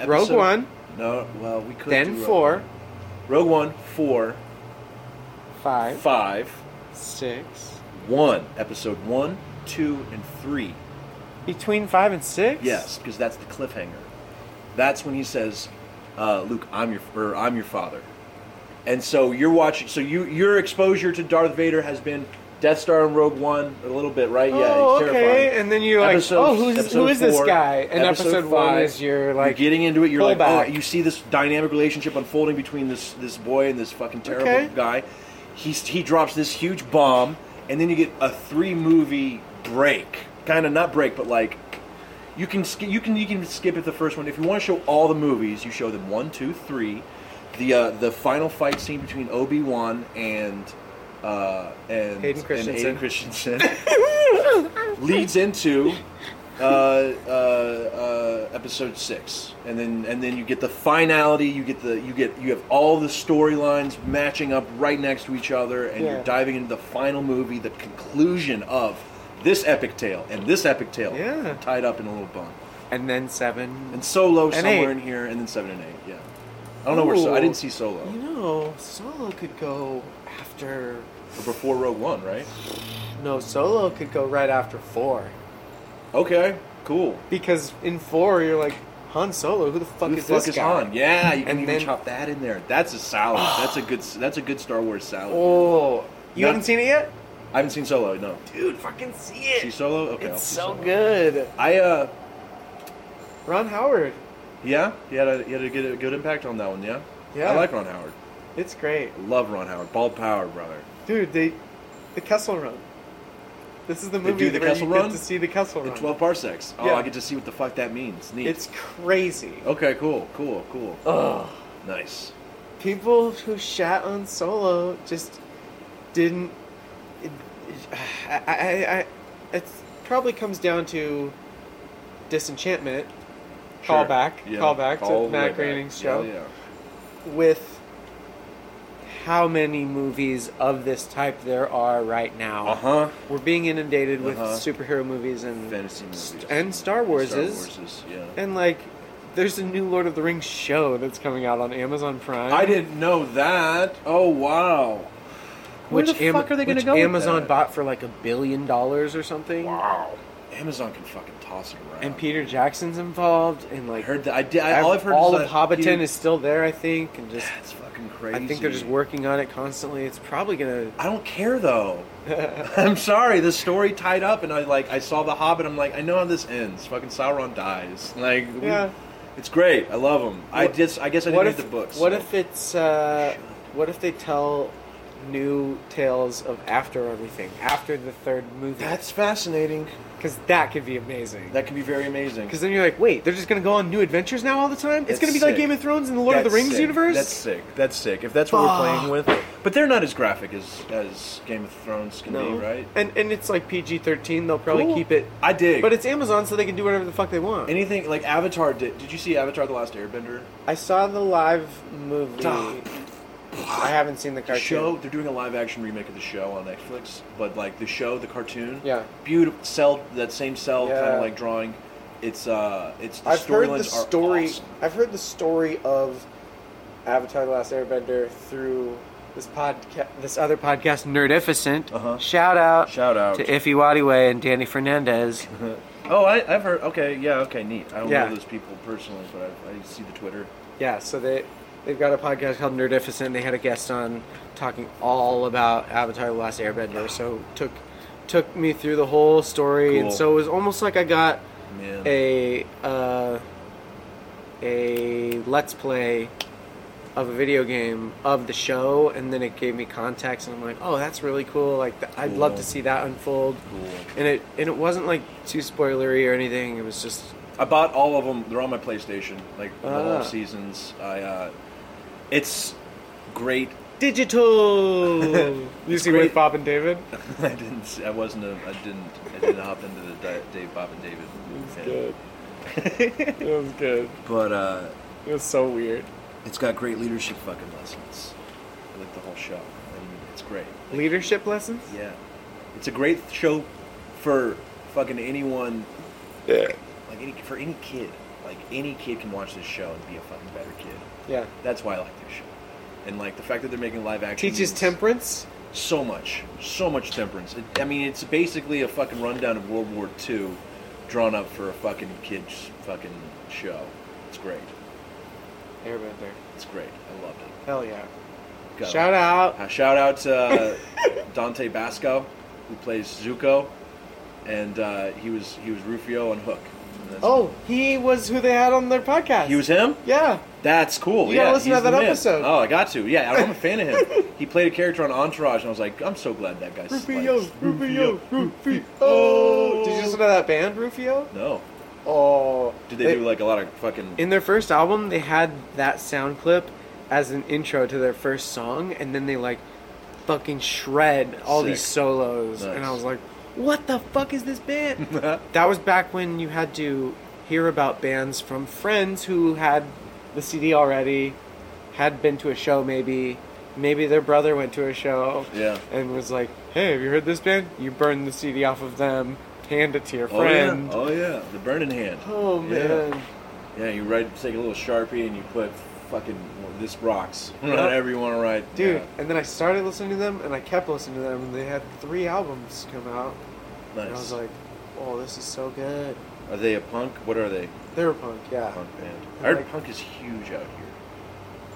Speaker 2: Rogue
Speaker 1: episode-
Speaker 2: One.
Speaker 1: No, well we could
Speaker 2: Then
Speaker 1: do Rogue
Speaker 2: four,
Speaker 1: One. Rogue One, four,
Speaker 2: five,
Speaker 1: five,
Speaker 2: six.
Speaker 1: one. Episode one, two, and three.
Speaker 2: Between five and six.
Speaker 1: Yes, because that's the cliffhanger. That's when he says, uh, "Luke, I'm your or I'm your father," and so you're watching. So you your exposure to Darth Vader has been Death Star and Rogue One a little bit, right?
Speaker 2: Oh,
Speaker 1: yeah, it's
Speaker 2: okay.
Speaker 1: terrifying.
Speaker 2: And then you're like,
Speaker 1: Episode-
Speaker 2: oh, who's, who
Speaker 1: episode
Speaker 2: is this
Speaker 1: four,
Speaker 2: guy? And episode, one
Speaker 1: five,
Speaker 2: is your
Speaker 1: You're
Speaker 2: like
Speaker 1: getting into it. You're like,
Speaker 2: pullback.
Speaker 1: oh, you see this dynamic relationship unfolding between this this boy and this fucking terrible
Speaker 2: Okay.
Speaker 1: guy. He's, he drops this huge bomb, and then you get a three movie break. Kind of not break, but like you can sk- you can you can skip it the first one. If you want to show all the movies, you show them one, two, three. The uh, the final fight scene between Obi Wan and uh, and
Speaker 2: Hayden
Speaker 1: and
Speaker 2: Christensen.
Speaker 1: Hayden Christensen leads into uh, uh, uh, episode six, and then and then you get the finality. You get the you get you have all the storylines matching up right next to each other, and
Speaker 2: Yeah.
Speaker 1: you're diving into the final movie, the conclusion of this epic tale and this epic tale,
Speaker 2: Yeah.
Speaker 1: tied up in a little bun.
Speaker 2: and then seven.
Speaker 1: And Solo
Speaker 2: And
Speaker 1: somewhere
Speaker 2: eight.
Speaker 1: in here, and then seven and eight. Yeah, I don't know where. So I
Speaker 2: Ooh.
Speaker 1: didn't see Solo
Speaker 2: you know, Solo could go after.
Speaker 1: But before Rogue One, right?
Speaker 2: No, Solo could go right after four.
Speaker 1: Okay, cool.
Speaker 2: Because in four, you're like Han Solo. Who the fuck
Speaker 1: Who the
Speaker 2: is
Speaker 1: fuck
Speaker 2: this
Speaker 1: is
Speaker 2: guy?
Speaker 1: Han? Yeah, you can
Speaker 2: And
Speaker 1: even
Speaker 2: then-
Speaker 1: chop that in there. That's a salad. that's a good. That's a good Star Wars salad.
Speaker 2: Oh, you
Speaker 1: Not-
Speaker 2: haven't seen it yet,
Speaker 1: I haven't seen Solo. No,
Speaker 2: dude. Fucking see
Speaker 1: see
Speaker 2: it.
Speaker 1: Solo. Okay, I'll
Speaker 2: It's
Speaker 1: see
Speaker 2: so
Speaker 1: Solo.
Speaker 2: good.
Speaker 1: I uh,
Speaker 2: Ron Howard.
Speaker 1: yeah, he had a he had a good a good impact on that one. Yeah,
Speaker 2: Yeah.
Speaker 1: I like Ron Howard.
Speaker 2: It's great,
Speaker 1: I love Ron Howard. Bald power, brother.
Speaker 2: dude. They, the Kessel Run. This is the
Speaker 1: They
Speaker 2: movie
Speaker 1: do the
Speaker 2: where
Speaker 1: Kessel
Speaker 2: you
Speaker 1: Run?
Speaker 2: get to see the Kessel
Speaker 1: The
Speaker 2: Run.
Speaker 1: twelve parsecs. Oh,
Speaker 2: Yeah.
Speaker 1: I get to see what the fuck that means. Neat.
Speaker 2: It's crazy.
Speaker 1: okay. Cool. Cool. Cool.
Speaker 2: Ugh.
Speaker 1: Nice.
Speaker 2: People who shat on Solo just didn't. It, it- I, I, I, it's probably comes down to disenchantment.
Speaker 1: Sure.
Speaker 2: Callback.
Speaker 1: Yeah,
Speaker 2: Callback
Speaker 1: all
Speaker 2: to
Speaker 1: the way
Speaker 2: Matt
Speaker 1: back.
Speaker 2: Groening's show.
Speaker 1: Yeah, yeah.
Speaker 2: With how many movies of this type there are right now.
Speaker 1: Uh huh.
Speaker 2: We're being inundated with
Speaker 1: Uh-huh.
Speaker 2: superhero movies and
Speaker 1: Fantasy movies.
Speaker 2: and Star Warses.
Speaker 1: Star Warses. Yeah.
Speaker 2: And like, there's a new Lord of the Rings show that's coming out on Amazon Prime.
Speaker 1: I didn't know that. Oh wow. Where
Speaker 2: which
Speaker 1: the
Speaker 2: Am-
Speaker 1: fuck are they gonna
Speaker 2: which
Speaker 1: go with
Speaker 2: Amazon
Speaker 1: that?
Speaker 2: bought for like a billion dollars or something.
Speaker 1: Wow. Amazon can fucking toss it around.
Speaker 2: And Peter Jackson's involved, and
Speaker 1: I
Speaker 2: like
Speaker 1: heard that. I did. I, all I've heard
Speaker 2: all
Speaker 1: is
Speaker 2: of
Speaker 1: that
Speaker 2: Hobbiton
Speaker 1: Peter-
Speaker 2: is still there, I think, and just
Speaker 1: That's fucking crazy.
Speaker 2: I think they're just working on it constantly. It's probably gonna.
Speaker 1: I don't care though. I'm sorry. The story tied up, and I like I saw the Hobbit. I'm like, I know how this ends. Fucking Sauron dies. Like, we-
Speaker 2: Yeah.
Speaker 1: it's great. I love him. I
Speaker 2: What-
Speaker 1: just. I guess I didn't
Speaker 2: what
Speaker 1: read
Speaker 2: if
Speaker 1: the books.
Speaker 2: What
Speaker 1: so.
Speaker 2: if it's uh, what if they tell new tales of after everything after the third movie?
Speaker 1: That's fascinating.
Speaker 2: because that could be amazing.
Speaker 1: That can be very amazing.
Speaker 2: Because then you're like, wait, they're just gonna go on new adventures now all the time? It's
Speaker 1: That's
Speaker 2: gonna be like
Speaker 1: sick.
Speaker 2: Game of Thrones and the Lord of
Speaker 1: That's
Speaker 2: the Rings
Speaker 1: sick.
Speaker 2: universe?
Speaker 1: That's sick. That's sick. If that's what we're playing with, but they're not as graphic as as Game of Thrones can be, right?
Speaker 2: And and it's like PG thirteen, they'll probably
Speaker 1: Cool.
Speaker 2: keep it
Speaker 1: I dig.
Speaker 2: but it's Amazon so they can do whatever the fuck they want.
Speaker 1: anything like Avatar. Did, did you see Avatar: The Last Airbender?
Speaker 2: I saw the live movie. I haven't seen the
Speaker 1: The
Speaker 2: cartoon.
Speaker 1: show. They're doing a live action remake of the show on Netflix, but like the show, the cartoon.
Speaker 2: Yeah.
Speaker 1: Beautiful. Cell. That same cell kind
Speaker 2: Yeah.
Speaker 1: of like drawing. It's uh. It's the
Speaker 2: I've heard the
Speaker 1: storylines are
Speaker 2: story
Speaker 1: awesome.
Speaker 2: I've heard the story of Avatar The Last Airbender through this podcast this other podcast, Nerdificent.
Speaker 1: Uh-huh.
Speaker 2: Shout out
Speaker 1: Shout out.
Speaker 2: to Iffy Wadiway and Danny Fernandez.
Speaker 1: Oh, I, I've heard. Okay, yeah, okay, neat. I don't
Speaker 2: Yeah.
Speaker 1: know those people personally, but I, I see the Twitter.
Speaker 2: Yeah, so they They've got a podcast called Nerdificent. They had a guest on talking all about Avatar: The Last Airbender. So took took me through the whole story, and
Speaker 1: Cool.
Speaker 2: so it was almost like I got
Speaker 1: Man.
Speaker 2: a uh, a let's play of a video game of the show, and then it gave me context, and I'm like, oh, that's really cool. Like th- I'd love
Speaker 1: Cool.
Speaker 2: to see that unfold.
Speaker 1: Cool.
Speaker 2: And it and it wasn't like too spoilery or anything. It was just
Speaker 1: I bought all of them. They're on my PlayStation, like the
Speaker 2: Ah.
Speaker 1: whole seasons. I, uh, it's great.
Speaker 2: digital. you see
Speaker 1: great.
Speaker 2: with Bob and David.
Speaker 1: I didn't. see- I wasn't. A, I didn't. I didn't hop into the Di- Dave, Bob, and David. Yeah.
Speaker 2: It was good.
Speaker 1: But uh,
Speaker 2: It was so weird.
Speaker 1: it's got great leadership fucking lessons. I like the whole show. I mean, it's great.
Speaker 2: Leadership lessons.
Speaker 1: Yeah, it's a great show for fucking anyone. Like any for any kid. Like any kid can watch this show and be a fucking better kid.
Speaker 2: Yeah.
Speaker 1: That's why I like this show. And like the fact that they're making live action
Speaker 2: Teaches
Speaker 1: means
Speaker 2: temperance.
Speaker 1: so much, so much temperance. It, I mean, it's basically a fucking rundown of World War II, drawn up for a fucking kids fucking show. It's great.
Speaker 2: Airbender.
Speaker 1: It's great. I loved it.
Speaker 2: Hell yeah.
Speaker 1: Got it.
Speaker 2: Shout out.
Speaker 1: Uh, shout out to uh, Dante Basco, who plays Zuko, and uh, he was he was Rufio on Hook. And that's-
Speaker 2: Oh, he was who they had on their podcast.
Speaker 1: he was him.
Speaker 2: Yeah.
Speaker 1: That's cool.
Speaker 2: You
Speaker 1: yeah,
Speaker 2: gotta listen to
Speaker 1: he's
Speaker 2: that
Speaker 1: the man.
Speaker 2: episode.
Speaker 1: Oh, I got to. Yeah, I'm a fan of him. He played a character on Entourage, and I was like, I'm so glad that guy's.
Speaker 2: Rufio,
Speaker 1: like,
Speaker 2: Rufio, Rufio.
Speaker 1: Oh.
Speaker 2: Did you listen to that band, Rufio?
Speaker 1: No.
Speaker 2: Oh.
Speaker 1: Did they, do like a lot of fucking?
Speaker 2: In their first album, they had that sound clip as an intro to their first song, and then they like fucking shred all
Speaker 1: Sick.
Speaker 2: these solos,
Speaker 1: Nice.
Speaker 2: and I was like, "What the fuck is this band?" that was back when you had to hear about bands from friends who had the CD already, had been to a show maybe, maybe their brother went to a show,
Speaker 1: Yeah.
Speaker 2: and was like, "Hey, have you heard this band?" You burn the CD off of them, hand it to your
Speaker 1: oh yeah.
Speaker 2: friend.
Speaker 1: Oh yeah. The burning hand.
Speaker 2: Oh,
Speaker 1: Yeah.
Speaker 2: man.
Speaker 1: Yeah, you write, take a little sharpie, and you put fucking this rocks on
Speaker 2: Yep.
Speaker 1: every one right.
Speaker 2: Dude,
Speaker 1: Yeah.
Speaker 2: and then I started listening to them, and I kept listening to them, and they had three albums come out,
Speaker 1: Nice.
Speaker 2: and I was like, "Oh, this is so good."
Speaker 1: Are they a punk? What are they?
Speaker 2: They were punk, yeah.
Speaker 1: Punk band. I
Speaker 2: And,
Speaker 1: heard
Speaker 2: like,
Speaker 1: punk is huge out here.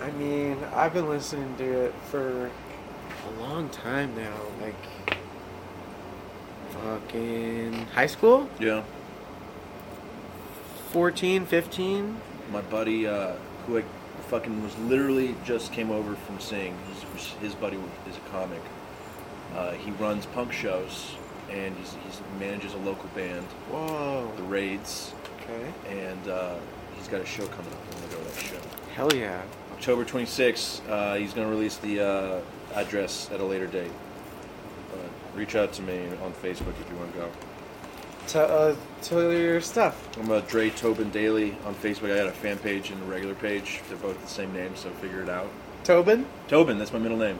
Speaker 2: I mean, I've been listening to it for a long time now, like fucking high school,
Speaker 1: Yeah.
Speaker 2: 14, 15.
Speaker 1: My buddy, uh, who I fucking was literally just came over from seeing, his, his buddy is a comic. Uh, he runs punk shows, and he's, he's manages a local band,
Speaker 2: Whoa.
Speaker 1: The Raids,
Speaker 2: Okay.
Speaker 1: and uh, he's got a show coming up. I'm gonna go to that show.
Speaker 2: Hell yeah.
Speaker 1: October 26th, uh, he's gonna release the uh, address at a later date. But reach out to me on Facebook if you want to go.
Speaker 2: To uh, to your stuff.
Speaker 1: I'm a Dre Tobin Daily on Facebook. I got a fan page and a regular page. They're both the same name, so figure it out.
Speaker 2: Tobin.
Speaker 1: Tobin, that's my middle name.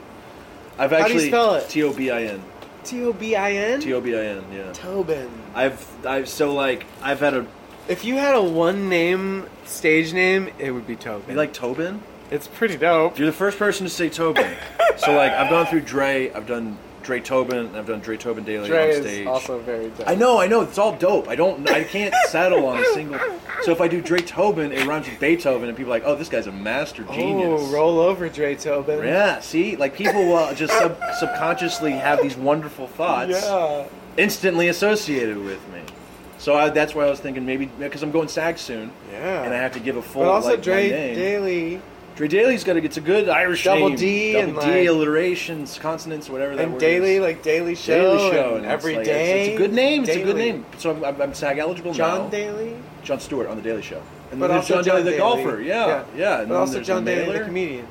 Speaker 1: I've
Speaker 2: do you
Speaker 1: actually
Speaker 2: spell it?
Speaker 1: T O B I N.
Speaker 2: T o b i
Speaker 1: T
Speaker 2: n.
Speaker 1: O B I N. Yeah.
Speaker 2: Tobin.
Speaker 1: I've I've so like I've had a
Speaker 2: If you had a one name stage name, it would be
Speaker 1: you
Speaker 2: Tobin.
Speaker 1: like Tobin.
Speaker 2: it's pretty dope.
Speaker 1: You're the first person to say Tobin. so like I've gone through Dre. I've done Dre Tobin. and I've done Dre Tobin Daily
Speaker 2: Dre
Speaker 1: on stage.
Speaker 2: is also very dope.
Speaker 1: I know, I know. It's all dope. I don't, I can't settle on a single. So if I do Dre Tobin, it rhymes with Beethoven, and people are like, "Oh, this guy's a master genius."
Speaker 2: Oh, roll over, Dre Tobin.
Speaker 1: Yeah, see, like people will just sub- subconsciously have these wonderful thoughts
Speaker 2: Yeah.
Speaker 1: instantly associated with me. So I, that's why I was thinking maybe because I'm going SAG soon,
Speaker 2: Yeah.
Speaker 1: and I have to give a full
Speaker 2: but also
Speaker 1: like my
Speaker 2: Dre
Speaker 1: name.
Speaker 2: Daly
Speaker 1: Dre Daly's got to get a good Irish
Speaker 2: Double
Speaker 1: name.
Speaker 2: D and,
Speaker 1: double D
Speaker 2: like-
Speaker 1: alliterations, consonants, whatever that
Speaker 2: and
Speaker 1: word
Speaker 2: Daily,
Speaker 1: is.
Speaker 2: like Daily Show,
Speaker 1: Daily show
Speaker 2: and
Speaker 1: it's
Speaker 2: every day.
Speaker 1: like- it's- It's, a good name. It's a good
Speaker 2: Daily.
Speaker 1: name. So I'm, I'm, I'm SAG eligible
Speaker 2: John
Speaker 1: now.
Speaker 2: Daly,
Speaker 1: John Stewart on the Daily Show, and
Speaker 2: but
Speaker 1: then
Speaker 2: also
Speaker 1: there's John, Daly, the
Speaker 2: Daly.
Speaker 1: golfer. Yeah, yeah. And
Speaker 2: but
Speaker 1: then
Speaker 2: also
Speaker 1: there's
Speaker 2: John Daly,
Speaker 1: Mailer.
Speaker 2: the comedian.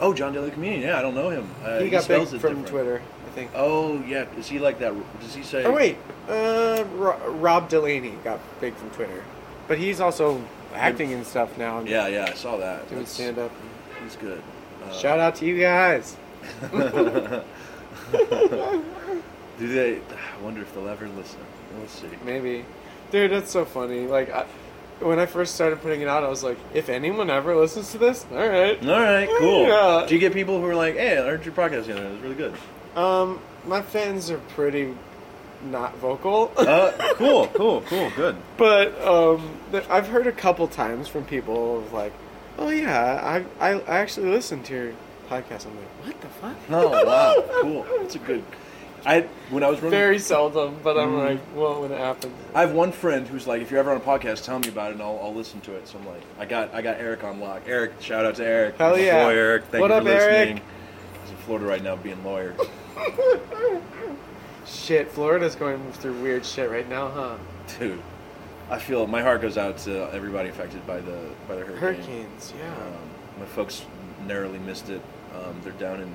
Speaker 1: Oh, John Daly, the comedian. Yeah, I don't know him. Uh,
Speaker 2: he got big
Speaker 1: spells
Speaker 2: from
Speaker 1: it different.
Speaker 2: Twitter, I think.
Speaker 1: Oh yeah, is he like that? Does he say?
Speaker 2: Oh wait, uh, Ro- Rob Delaney got big from Twitter, but he's also acting and stuff now. and
Speaker 1: Yeah, yeah, I saw that.
Speaker 2: doing
Speaker 1: That's-
Speaker 2: stand up.
Speaker 1: He's good. Uh,
Speaker 2: Shout out to you guys.
Speaker 1: do they? I wonder if they'll ever listen. Let's see.
Speaker 2: Maybe, dude, that's so funny. Like, I, when I first started putting it out, I was like, if anyone ever listens to this, all right.
Speaker 1: All right, cool.
Speaker 2: Yeah.
Speaker 1: Do you get people who are like, "Hey, I heard your podcast the other night. It was really good."
Speaker 2: Um, my fans are pretty not vocal,
Speaker 1: Uh, cool, cool, cool, good.
Speaker 2: but um, th- I've heard a couple times from people of like, Oh yeah, I I, I actually listened to your podcast. I'm like, what the fuck?
Speaker 1: Oh wow, cool. That's a good. I when I was running,
Speaker 4: Very seldom, but I'm
Speaker 5: Mm-hmm.
Speaker 4: like, well, when it happens.
Speaker 1: I have one friend who's like, if you're ever on a podcast, tell me about it, and I'll, I'll listen to it. So I'm like, I got I got Eric on lock. Eric, shout out to Eric.
Speaker 2: Hell
Speaker 1: He's a
Speaker 2: yeah.
Speaker 1: lawyer. Eric, thank
Speaker 2: What
Speaker 1: you
Speaker 2: up,
Speaker 1: for
Speaker 2: Eric?
Speaker 1: listening. He's in Florida right now, being lawyer.
Speaker 2: Shit, Florida's going through weird shit right now, huh?
Speaker 1: Dude, I feel my heart goes out to everybody affected by the by the hurricane.
Speaker 2: Hurricanes, yeah.
Speaker 1: Um, my folks narrowly missed it. Um, they're down in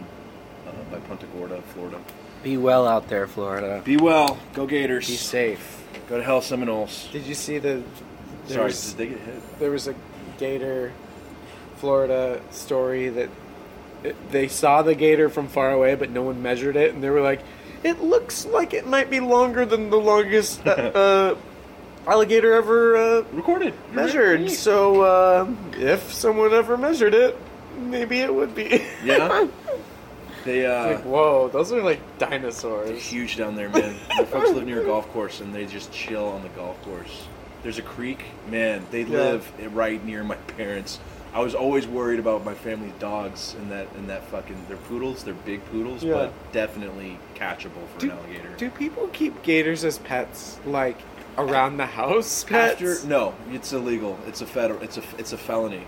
Speaker 1: uh, by Punta Gorda, Florida.
Speaker 5: Be well out there, Florida.
Speaker 1: Be well. Go Gators.
Speaker 5: Be safe.
Speaker 1: Go to Hell Seminoles.
Speaker 2: Did you see the? There
Speaker 1: Sorry,
Speaker 2: was-
Speaker 1: did they get hit?
Speaker 2: there was a gator florida story that it- they saw the gator from far away but no one measured it and they were like it looks like it might be longer than the longest uh, uh, alligator ever uh,
Speaker 1: Recorded.
Speaker 2: measured so uh, if someone ever measured it maybe it would be
Speaker 1: Yeah. They uh,
Speaker 2: like whoa those are like
Speaker 1: They're
Speaker 2: dinosaurs
Speaker 1: huge down there, man. My folks live near a golf course, and they just chill on the golf course. There's a creek, man. They live right near my parents. I was always worried about my family's dogs and that and that fucking they're poodles. They're big poodles,
Speaker 2: Yeah.
Speaker 1: but definitely catchable for
Speaker 2: do,
Speaker 1: an alligator.
Speaker 2: do people keep gators as pets like around the house pets?
Speaker 1: After no, it's illegal. It's a federal. It's a it's a felony.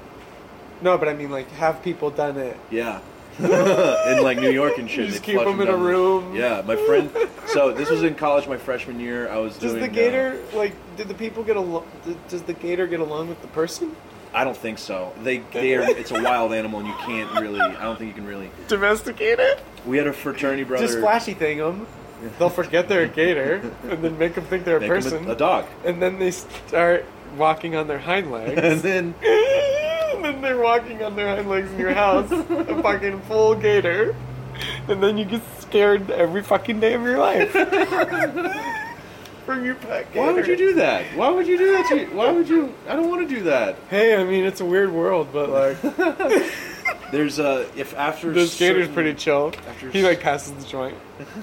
Speaker 2: no but i mean like have people done it
Speaker 1: Yeah. in like New York and shit.
Speaker 2: You just
Speaker 1: they
Speaker 2: keep
Speaker 1: flush
Speaker 2: them in a
Speaker 1: down the-
Speaker 2: room.
Speaker 1: Yeah, my friend. So this was in college, my freshman year. I was
Speaker 2: Does
Speaker 1: doing.
Speaker 2: the
Speaker 1: uh,
Speaker 2: gator like? Did the people get along? Does the gator get along with the person?
Speaker 1: I don't think so. They they are. It's a wild animal, and you can't really. I don't think you can really.
Speaker 2: Domesticate it.
Speaker 1: We had a fraternity brother.
Speaker 2: Just flashy thing them. They'll forget they're a gator and then make them think they're a
Speaker 1: make him
Speaker 2: person,
Speaker 1: a, a dog,
Speaker 2: and then they start walking on their hind legs.
Speaker 1: and then
Speaker 2: and then they're walking on their hind legs in your house, a fucking full gator, and then you get scared every fucking day of your life. From your pet gator.
Speaker 1: why would you do that? Why would you do that? To, why would you? I don't want to do that.
Speaker 2: Hey, I mean it's a weird world, but like.
Speaker 1: There's a if after
Speaker 2: This gator's
Speaker 1: certain-
Speaker 2: pretty chill.
Speaker 1: After
Speaker 2: He like passes the joint.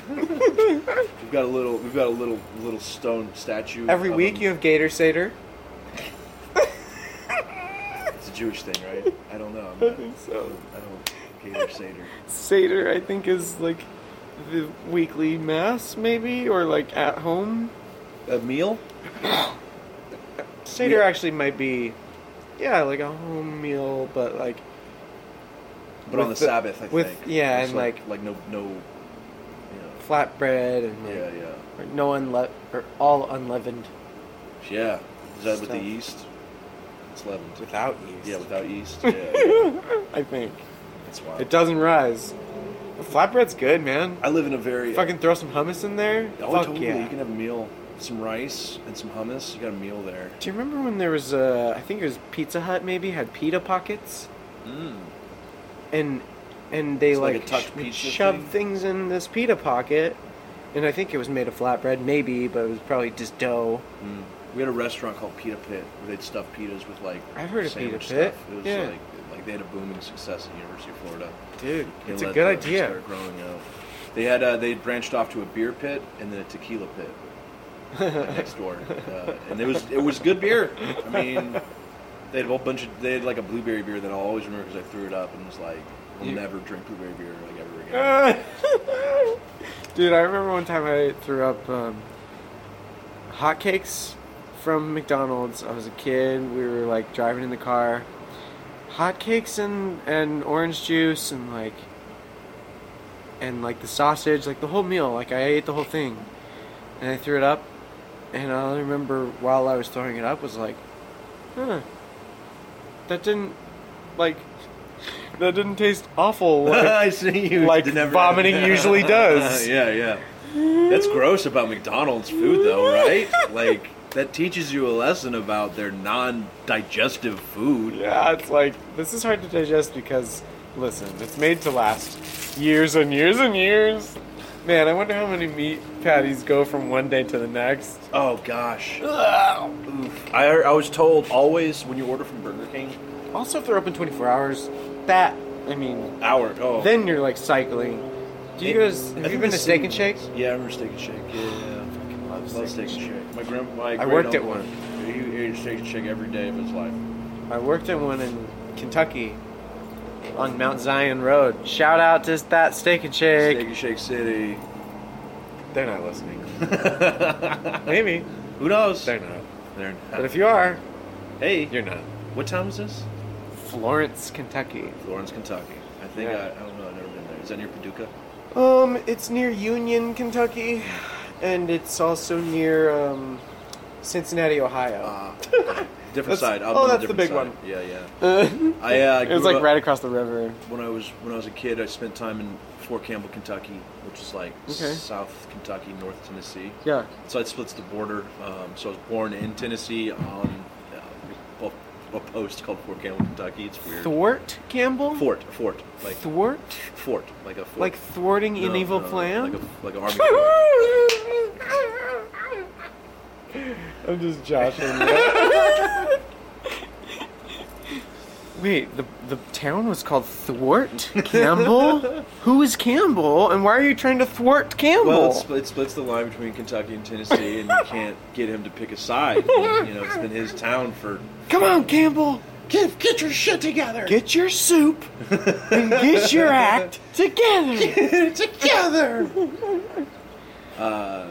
Speaker 1: We've got a little. We've got a little little stone statue.
Speaker 2: Every
Speaker 1: of
Speaker 2: week
Speaker 1: him.
Speaker 2: you have gator seder.
Speaker 1: It's a Jewish thing, right? I don't know. I'm
Speaker 2: I
Speaker 1: not,
Speaker 2: think so.
Speaker 1: I don't. Gator Seder.
Speaker 2: Seder, I think, is like the weekly mass, maybe, or like at home.
Speaker 1: A meal?
Speaker 2: Seder
Speaker 1: Yeah.
Speaker 2: actually might be, yeah, like a home meal, but like
Speaker 1: But on the,
Speaker 2: With the-
Speaker 1: Sabbath, I
Speaker 2: with-
Speaker 1: think.
Speaker 2: yeah,
Speaker 1: It's
Speaker 2: and
Speaker 1: like like no no. You
Speaker 2: flatbread and
Speaker 1: know,
Speaker 2: like
Speaker 1: yeah, yeah.
Speaker 2: or no unle or all unleavened
Speaker 1: Yeah. Is that with the
Speaker 2: Stuff.
Speaker 1: yeast? It's leavened.
Speaker 2: without yeast.
Speaker 1: yeah, without yeast. Yeah,
Speaker 2: I think
Speaker 1: that's wild.
Speaker 2: it doesn't rise. Flatbread's good, man.
Speaker 1: I live in a very uh,
Speaker 2: Fucking throw some hummus in there.
Speaker 1: Oh,
Speaker 2: Fuck
Speaker 1: totally.
Speaker 2: yeah.
Speaker 1: You can have a meal, some rice and some hummus. You got a meal there.
Speaker 2: Do you remember when there was a? I think it was Pizza Hut. Maybe had pita pockets,
Speaker 1: Mm.
Speaker 2: and and they
Speaker 1: It's like
Speaker 2: like,
Speaker 1: a tucked
Speaker 2: sh-
Speaker 1: pizza
Speaker 2: shoved
Speaker 1: thing?
Speaker 2: things in this pita pocket, and I think it was made of flatbread, maybe, but it was probably just dough.
Speaker 1: Mm. We had a restaurant called Pita Pit where they'd stuff pitas with like
Speaker 2: I've heard of
Speaker 1: sandwich
Speaker 2: Pita Pit.
Speaker 1: stuff. It was
Speaker 2: Yeah.
Speaker 1: like like they had a booming success at the University of Florida.
Speaker 2: Dude,
Speaker 1: They
Speaker 2: it's a
Speaker 1: let
Speaker 2: good
Speaker 1: that
Speaker 2: idea.
Speaker 1: Start growing up. They had uh, they branched off to a beer pit and then a tequila pit next door, uh, and it was it was good beer. I mean, they had a whole bunch of they had like a blueberry beer that I'll always remember because I threw it up and was like, I'll never drink blueberry beer like ever
Speaker 2: Uh,
Speaker 1: again.
Speaker 2: Dude, I remember one time I threw up um, hotcakes from McDonald's. I was a kid. We were like driving in the car, hotcakes and and orange juice and like and like the sausage, like the whole meal. Like I ate the whole thing, and I threw it up. And all I remember while I was throwing it up was like, huh, that didn't like that didn't taste awful. Like,
Speaker 1: I see you
Speaker 2: like
Speaker 1: did never-
Speaker 2: vomiting usually does.
Speaker 1: yeah, yeah. That's gross about McDonald's food, though, right? Like that teaches you a lesson about their non-digestive food.
Speaker 2: Yeah, it's like this is hard to digest because listen, it's made to last years and years and years. Man, I wonder how many meat patties go from one day to the next.
Speaker 1: Oh gosh. Oof. I, I was told always when you order from Burger King,
Speaker 2: Also, if they're open 24 hours, that I mean,
Speaker 1: hour. Oh.
Speaker 2: then you're like cycling. Do you guys have you been to Steak and Shake?
Speaker 1: Yeah, I remember Steak and Shake. Yeah, yeah. yeah.
Speaker 2: love
Speaker 1: Love
Speaker 2: Steak and
Speaker 1: Steak and Shake. My grandma, my
Speaker 2: I worked at
Speaker 1: great-uncle, He ate Steak and Shake every day of his life.
Speaker 2: I worked at one and Kentucky, on Mount Zion Road. Shout out to that Steak and Shake.
Speaker 1: Steak and Shake City.
Speaker 2: They're not listening. Maybe
Speaker 1: Who knows?
Speaker 2: they're not.
Speaker 1: They're-
Speaker 2: But if you are,
Speaker 1: hey,
Speaker 2: you're not.
Speaker 1: what time is this?
Speaker 2: Florence, Kentucky.
Speaker 1: Florence, Kentucky. I think
Speaker 2: Yeah.
Speaker 1: I, I don't know. I've never been there. Is that near Paducah?
Speaker 2: Um, it's near Union, Kentucky, and it's also near um, Cincinnati, Ohio.
Speaker 1: Uh, different
Speaker 2: Ah. That's-
Speaker 1: side. I'll
Speaker 2: oh,
Speaker 1: do
Speaker 2: that's the
Speaker 1: different
Speaker 2: big
Speaker 1: side.
Speaker 2: one.
Speaker 1: Yeah, yeah.
Speaker 2: it
Speaker 1: I uh,
Speaker 2: was
Speaker 1: grew
Speaker 2: like
Speaker 1: up-
Speaker 2: right across the river.
Speaker 1: when I was when I was a kid. I spent time in Fort Campbell, Kentucky, which is like
Speaker 2: Okay.
Speaker 1: South Kentucky, North Tennessee.
Speaker 2: Yeah.
Speaker 1: So it splits the border. Um, so I was born in Tennessee on uh, a, a post called Fort Campbell, Kentucky. It's weird.
Speaker 2: Thwart Campbell.
Speaker 1: Fort, fort, like
Speaker 2: Thwart.
Speaker 1: fort, like a fort.
Speaker 2: Like thwarting
Speaker 1: No,
Speaker 2: an evil
Speaker 1: no,
Speaker 2: plan.
Speaker 1: Like a, like an army. fort.
Speaker 2: I'm just joshing. Wait, the the town was called Thwart Campbell. Who is Campbell, and why are you trying to thwart Campbell?
Speaker 1: Well, it, spl- it splits the line between Kentucky and Tennessee, and you can't get him to pick a side. you know, it's been his town for
Speaker 2: Come on, Campbell,
Speaker 1: get get your shit together.
Speaker 2: get your soup and get your act together.
Speaker 1: together. uh,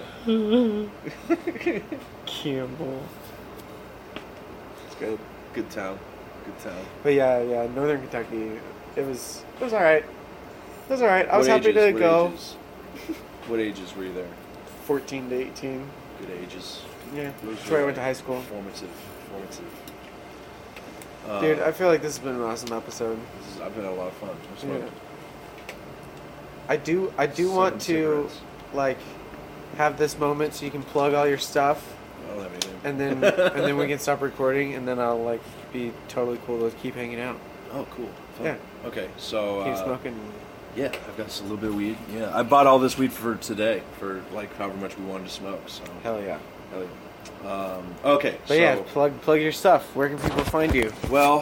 Speaker 2: Campbell.
Speaker 1: it's good. Good town. Good town.
Speaker 2: But yeah, yeah, Northern Kentucky. It was it was all right. It was all right. I was
Speaker 1: What
Speaker 2: happy
Speaker 1: ages-
Speaker 2: to
Speaker 1: what
Speaker 2: go.
Speaker 1: Ages, what ages were you there?
Speaker 2: 14 to 18.
Speaker 1: Good ages.
Speaker 2: Yeah,
Speaker 1: What was
Speaker 2: that's where I
Speaker 1: your,
Speaker 2: went to
Speaker 1: like,
Speaker 2: high school.
Speaker 1: Formative. Formative. Uh,
Speaker 2: Dude, I feel like this has been an awesome episode.
Speaker 1: this is, I've had a lot of fun. I'm smoking.
Speaker 2: Yeah. I do, I do
Speaker 1: Seven
Speaker 2: want to,
Speaker 1: cigarettes.
Speaker 2: like, have this moment so you can plug all your stuff,
Speaker 1: I don't have anything.
Speaker 2: and then and then we can stop recording, and then I'll like be totally cool to keep hanging out,
Speaker 1: Oh, cool. Fun.
Speaker 2: Yeah.
Speaker 1: Okay, so.
Speaker 2: keep
Speaker 1: uh,
Speaker 2: smoking.
Speaker 1: Yeah, I've got just a little bit of weed. Yeah, I bought all this weed for today, for like however much we wanted to smoke. So.
Speaker 2: Hell yeah!
Speaker 1: Hell yeah. Um, okay.
Speaker 2: But
Speaker 1: so,
Speaker 2: yeah, plug plug your stuff. Where can people find you?
Speaker 1: Well,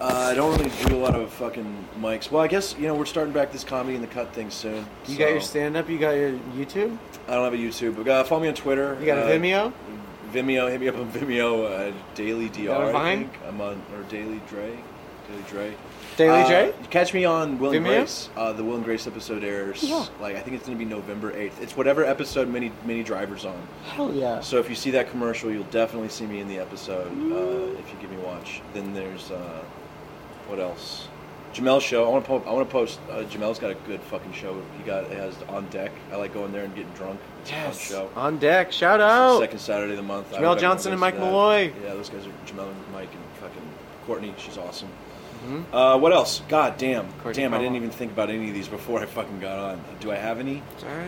Speaker 1: uh, I don't really do a lot of fucking mics. Well, I guess you know we're starting back this comedy in the cut thing soon.
Speaker 2: You
Speaker 1: so-
Speaker 2: got your stand up. You got your YouTube.
Speaker 1: I don't have a YouTube, but uh, follow me on Twitter.
Speaker 2: You got
Speaker 1: uh,
Speaker 2: a Vimeo.
Speaker 1: Vimeo, hit me up on Vimeo. Uh, Daily Dr.
Speaker 2: got a
Speaker 1: I
Speaker 2: Vine?
Speaker 1: think I'm on or Daily Dre. Daily Dre.
Speaker 2: Daily
Speaker 1: uh,
Speaker 2: J.
Speaker 1: Catch me on Will and
Speaker 2: Vimeo? Oh,
Speaker 1: Grace. Uh, the Will and Grace episode airs.
Speaker 2: Yeah.
Speaker 1: Like I think it's gonna be November eighth. It's whatever episode many many drivers on.
Speaker 5: Hell yeah.
Speaker 1: So if you see that commercial, you'll definitely see me in the episode uh, if you give me a watch. Then there's uh, what else? Jamel's show. I want to po- I want to post. Uh, Jamel's got a good fucking show. He got it has on deck. I like going there and getting drunk. It's a fun show.
Speaker 2: On deck. Shout out.
Speaker 1: Second Saturday of the month. I
Speaker 2: Oh. Jamel
Speaker 1: would recommend
Speaker 2: Johnson and
Speaker 1: listening
Speaker 2: Mike
Speaker 1: to that.
Speaker 2: Malloy.
Speaker 1: Yeah, those guys are Jamel and Mike and fucking Courtney. She's awesome. Uh, what else? God damn,
Speaker 2: Mm-hmm. Courtney
Speaker 1: damn! I didn't
Speaker 2: Cromwell.
Speaker 1: even think about any of these before I fucking got on. Do I have any?
Speaker 2: All right.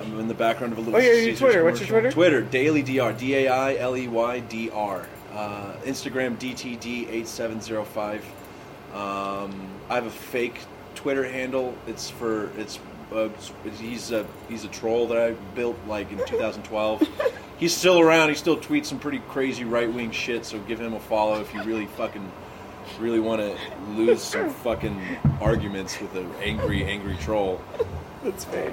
Speaker 1: I'm in the background of a little.
Speaker 2: Oh, yeah, your
Speaker 1: Caesars
Speaker 2: Twitter. What's your
Speaker 1: commercial. Twitter daily dr d a i l e y d r. Uh, Instagram dtd eight seven zero five. Um, I have a fake Twitter handle. It's for it's. Uh, it's- he's a he's a troll that I built like in 2012. he's still around. He still tweets some pretty crazy right wing shit. So give him a follow if you really fucking really want to lose some fucking arguments with an angry angry troll.
Speaker 2: That's fake.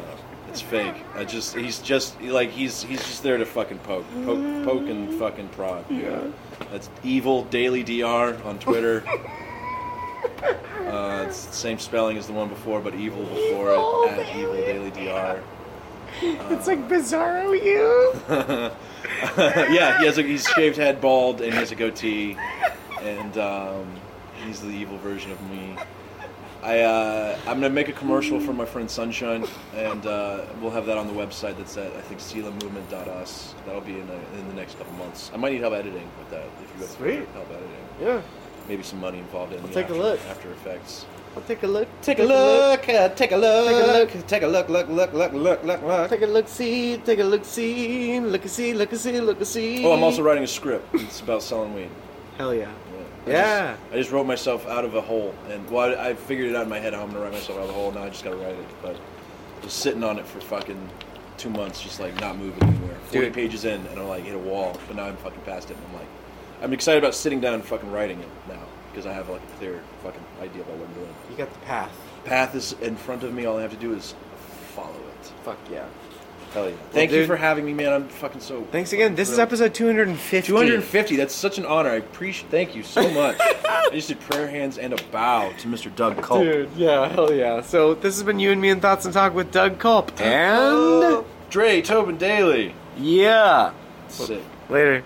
Speaker 1: It's fake. I just he's just like he's he's just there to fucking poke, poke, poke and fucking prod. Yeah. That's evil daily dr on Twitter. uh, it's the same spelling as the one before, but evil before it at evil daily dr.
Speaker 2: It's like Bizarro you.
Speaker 1: yeah, he has a he's shaved head, bald, and he has a goatee, and um, he's the evil version of me. I uh, I'm gonna make a commercial for my friend Sunshine, and uh, we'll have that on the website. That's at I think SelaMovement.us. That'll be in the, in the next couple months. I might need help editing with that. If you guys
Speaker 2: Sweet.
Speaker 1: need help editing,
Speaker 2: Yeah.
Speaker 1: maybe some money involved in. the
Speaker 2: take a
Speaker 1: after,
Speaker 2: look.
Speaker 1: After Effects.
Speaker 2: I'll take a look.
Speaker 1: Take a look. uh, Take a look. Take a look. Look. Look. Look. Look. Look. Look.
Speaker 2: Take a look, see. Take a look, see. Look a see. Look a see. Look a see.
Speaker 1: Oh, I'm also writing a script. It's about selling weed.
Speaker 2: Hell yeah.
Speaker 1: I
Speaker 2: Yeah.
Speaker 1: just- I just wrote myself out of a hole, and well, I, I figured it out in my head how I'm gonna write myself out of a hole. Now I just gotta write it, but just sitting on it for fucking two months, just like not moving anywhere. Forty
Speaker 2: Dude.
Speaker 1: pages in, and I'm like hit a wall, but now I'm fucking past it, and I'm like, I'm excited about sitting down and fucking writing it now because I have like a clear fucking idea about what I'm doing.
Speaker 2: You got the path.
Speaker 1: Path is in front of me. All I have to do is follow it.
Speaker 2: Fuck yeah.
Speaker 1: Hell yeah. Thank you
Speaker 2: dude.
Speaker 1: for having me, man. I'm fucking so.
Speaker 2: Thanks again. This is episode 250.
Speaker 1: 250. That's such an honor. I appreciate. Thank you so much. I just did prayer hands and a bow to Mr. Doug Culp.
Speaker 2: Dude, yeah, hell yeah. So this has been you and me in Thoughts and Talk with Doug Culp. Oh. And
Speaker 1: Dre Tobin Daly.
Speaker 2: yeah.
Speaker 1: Sick.
Speaker 2: Later.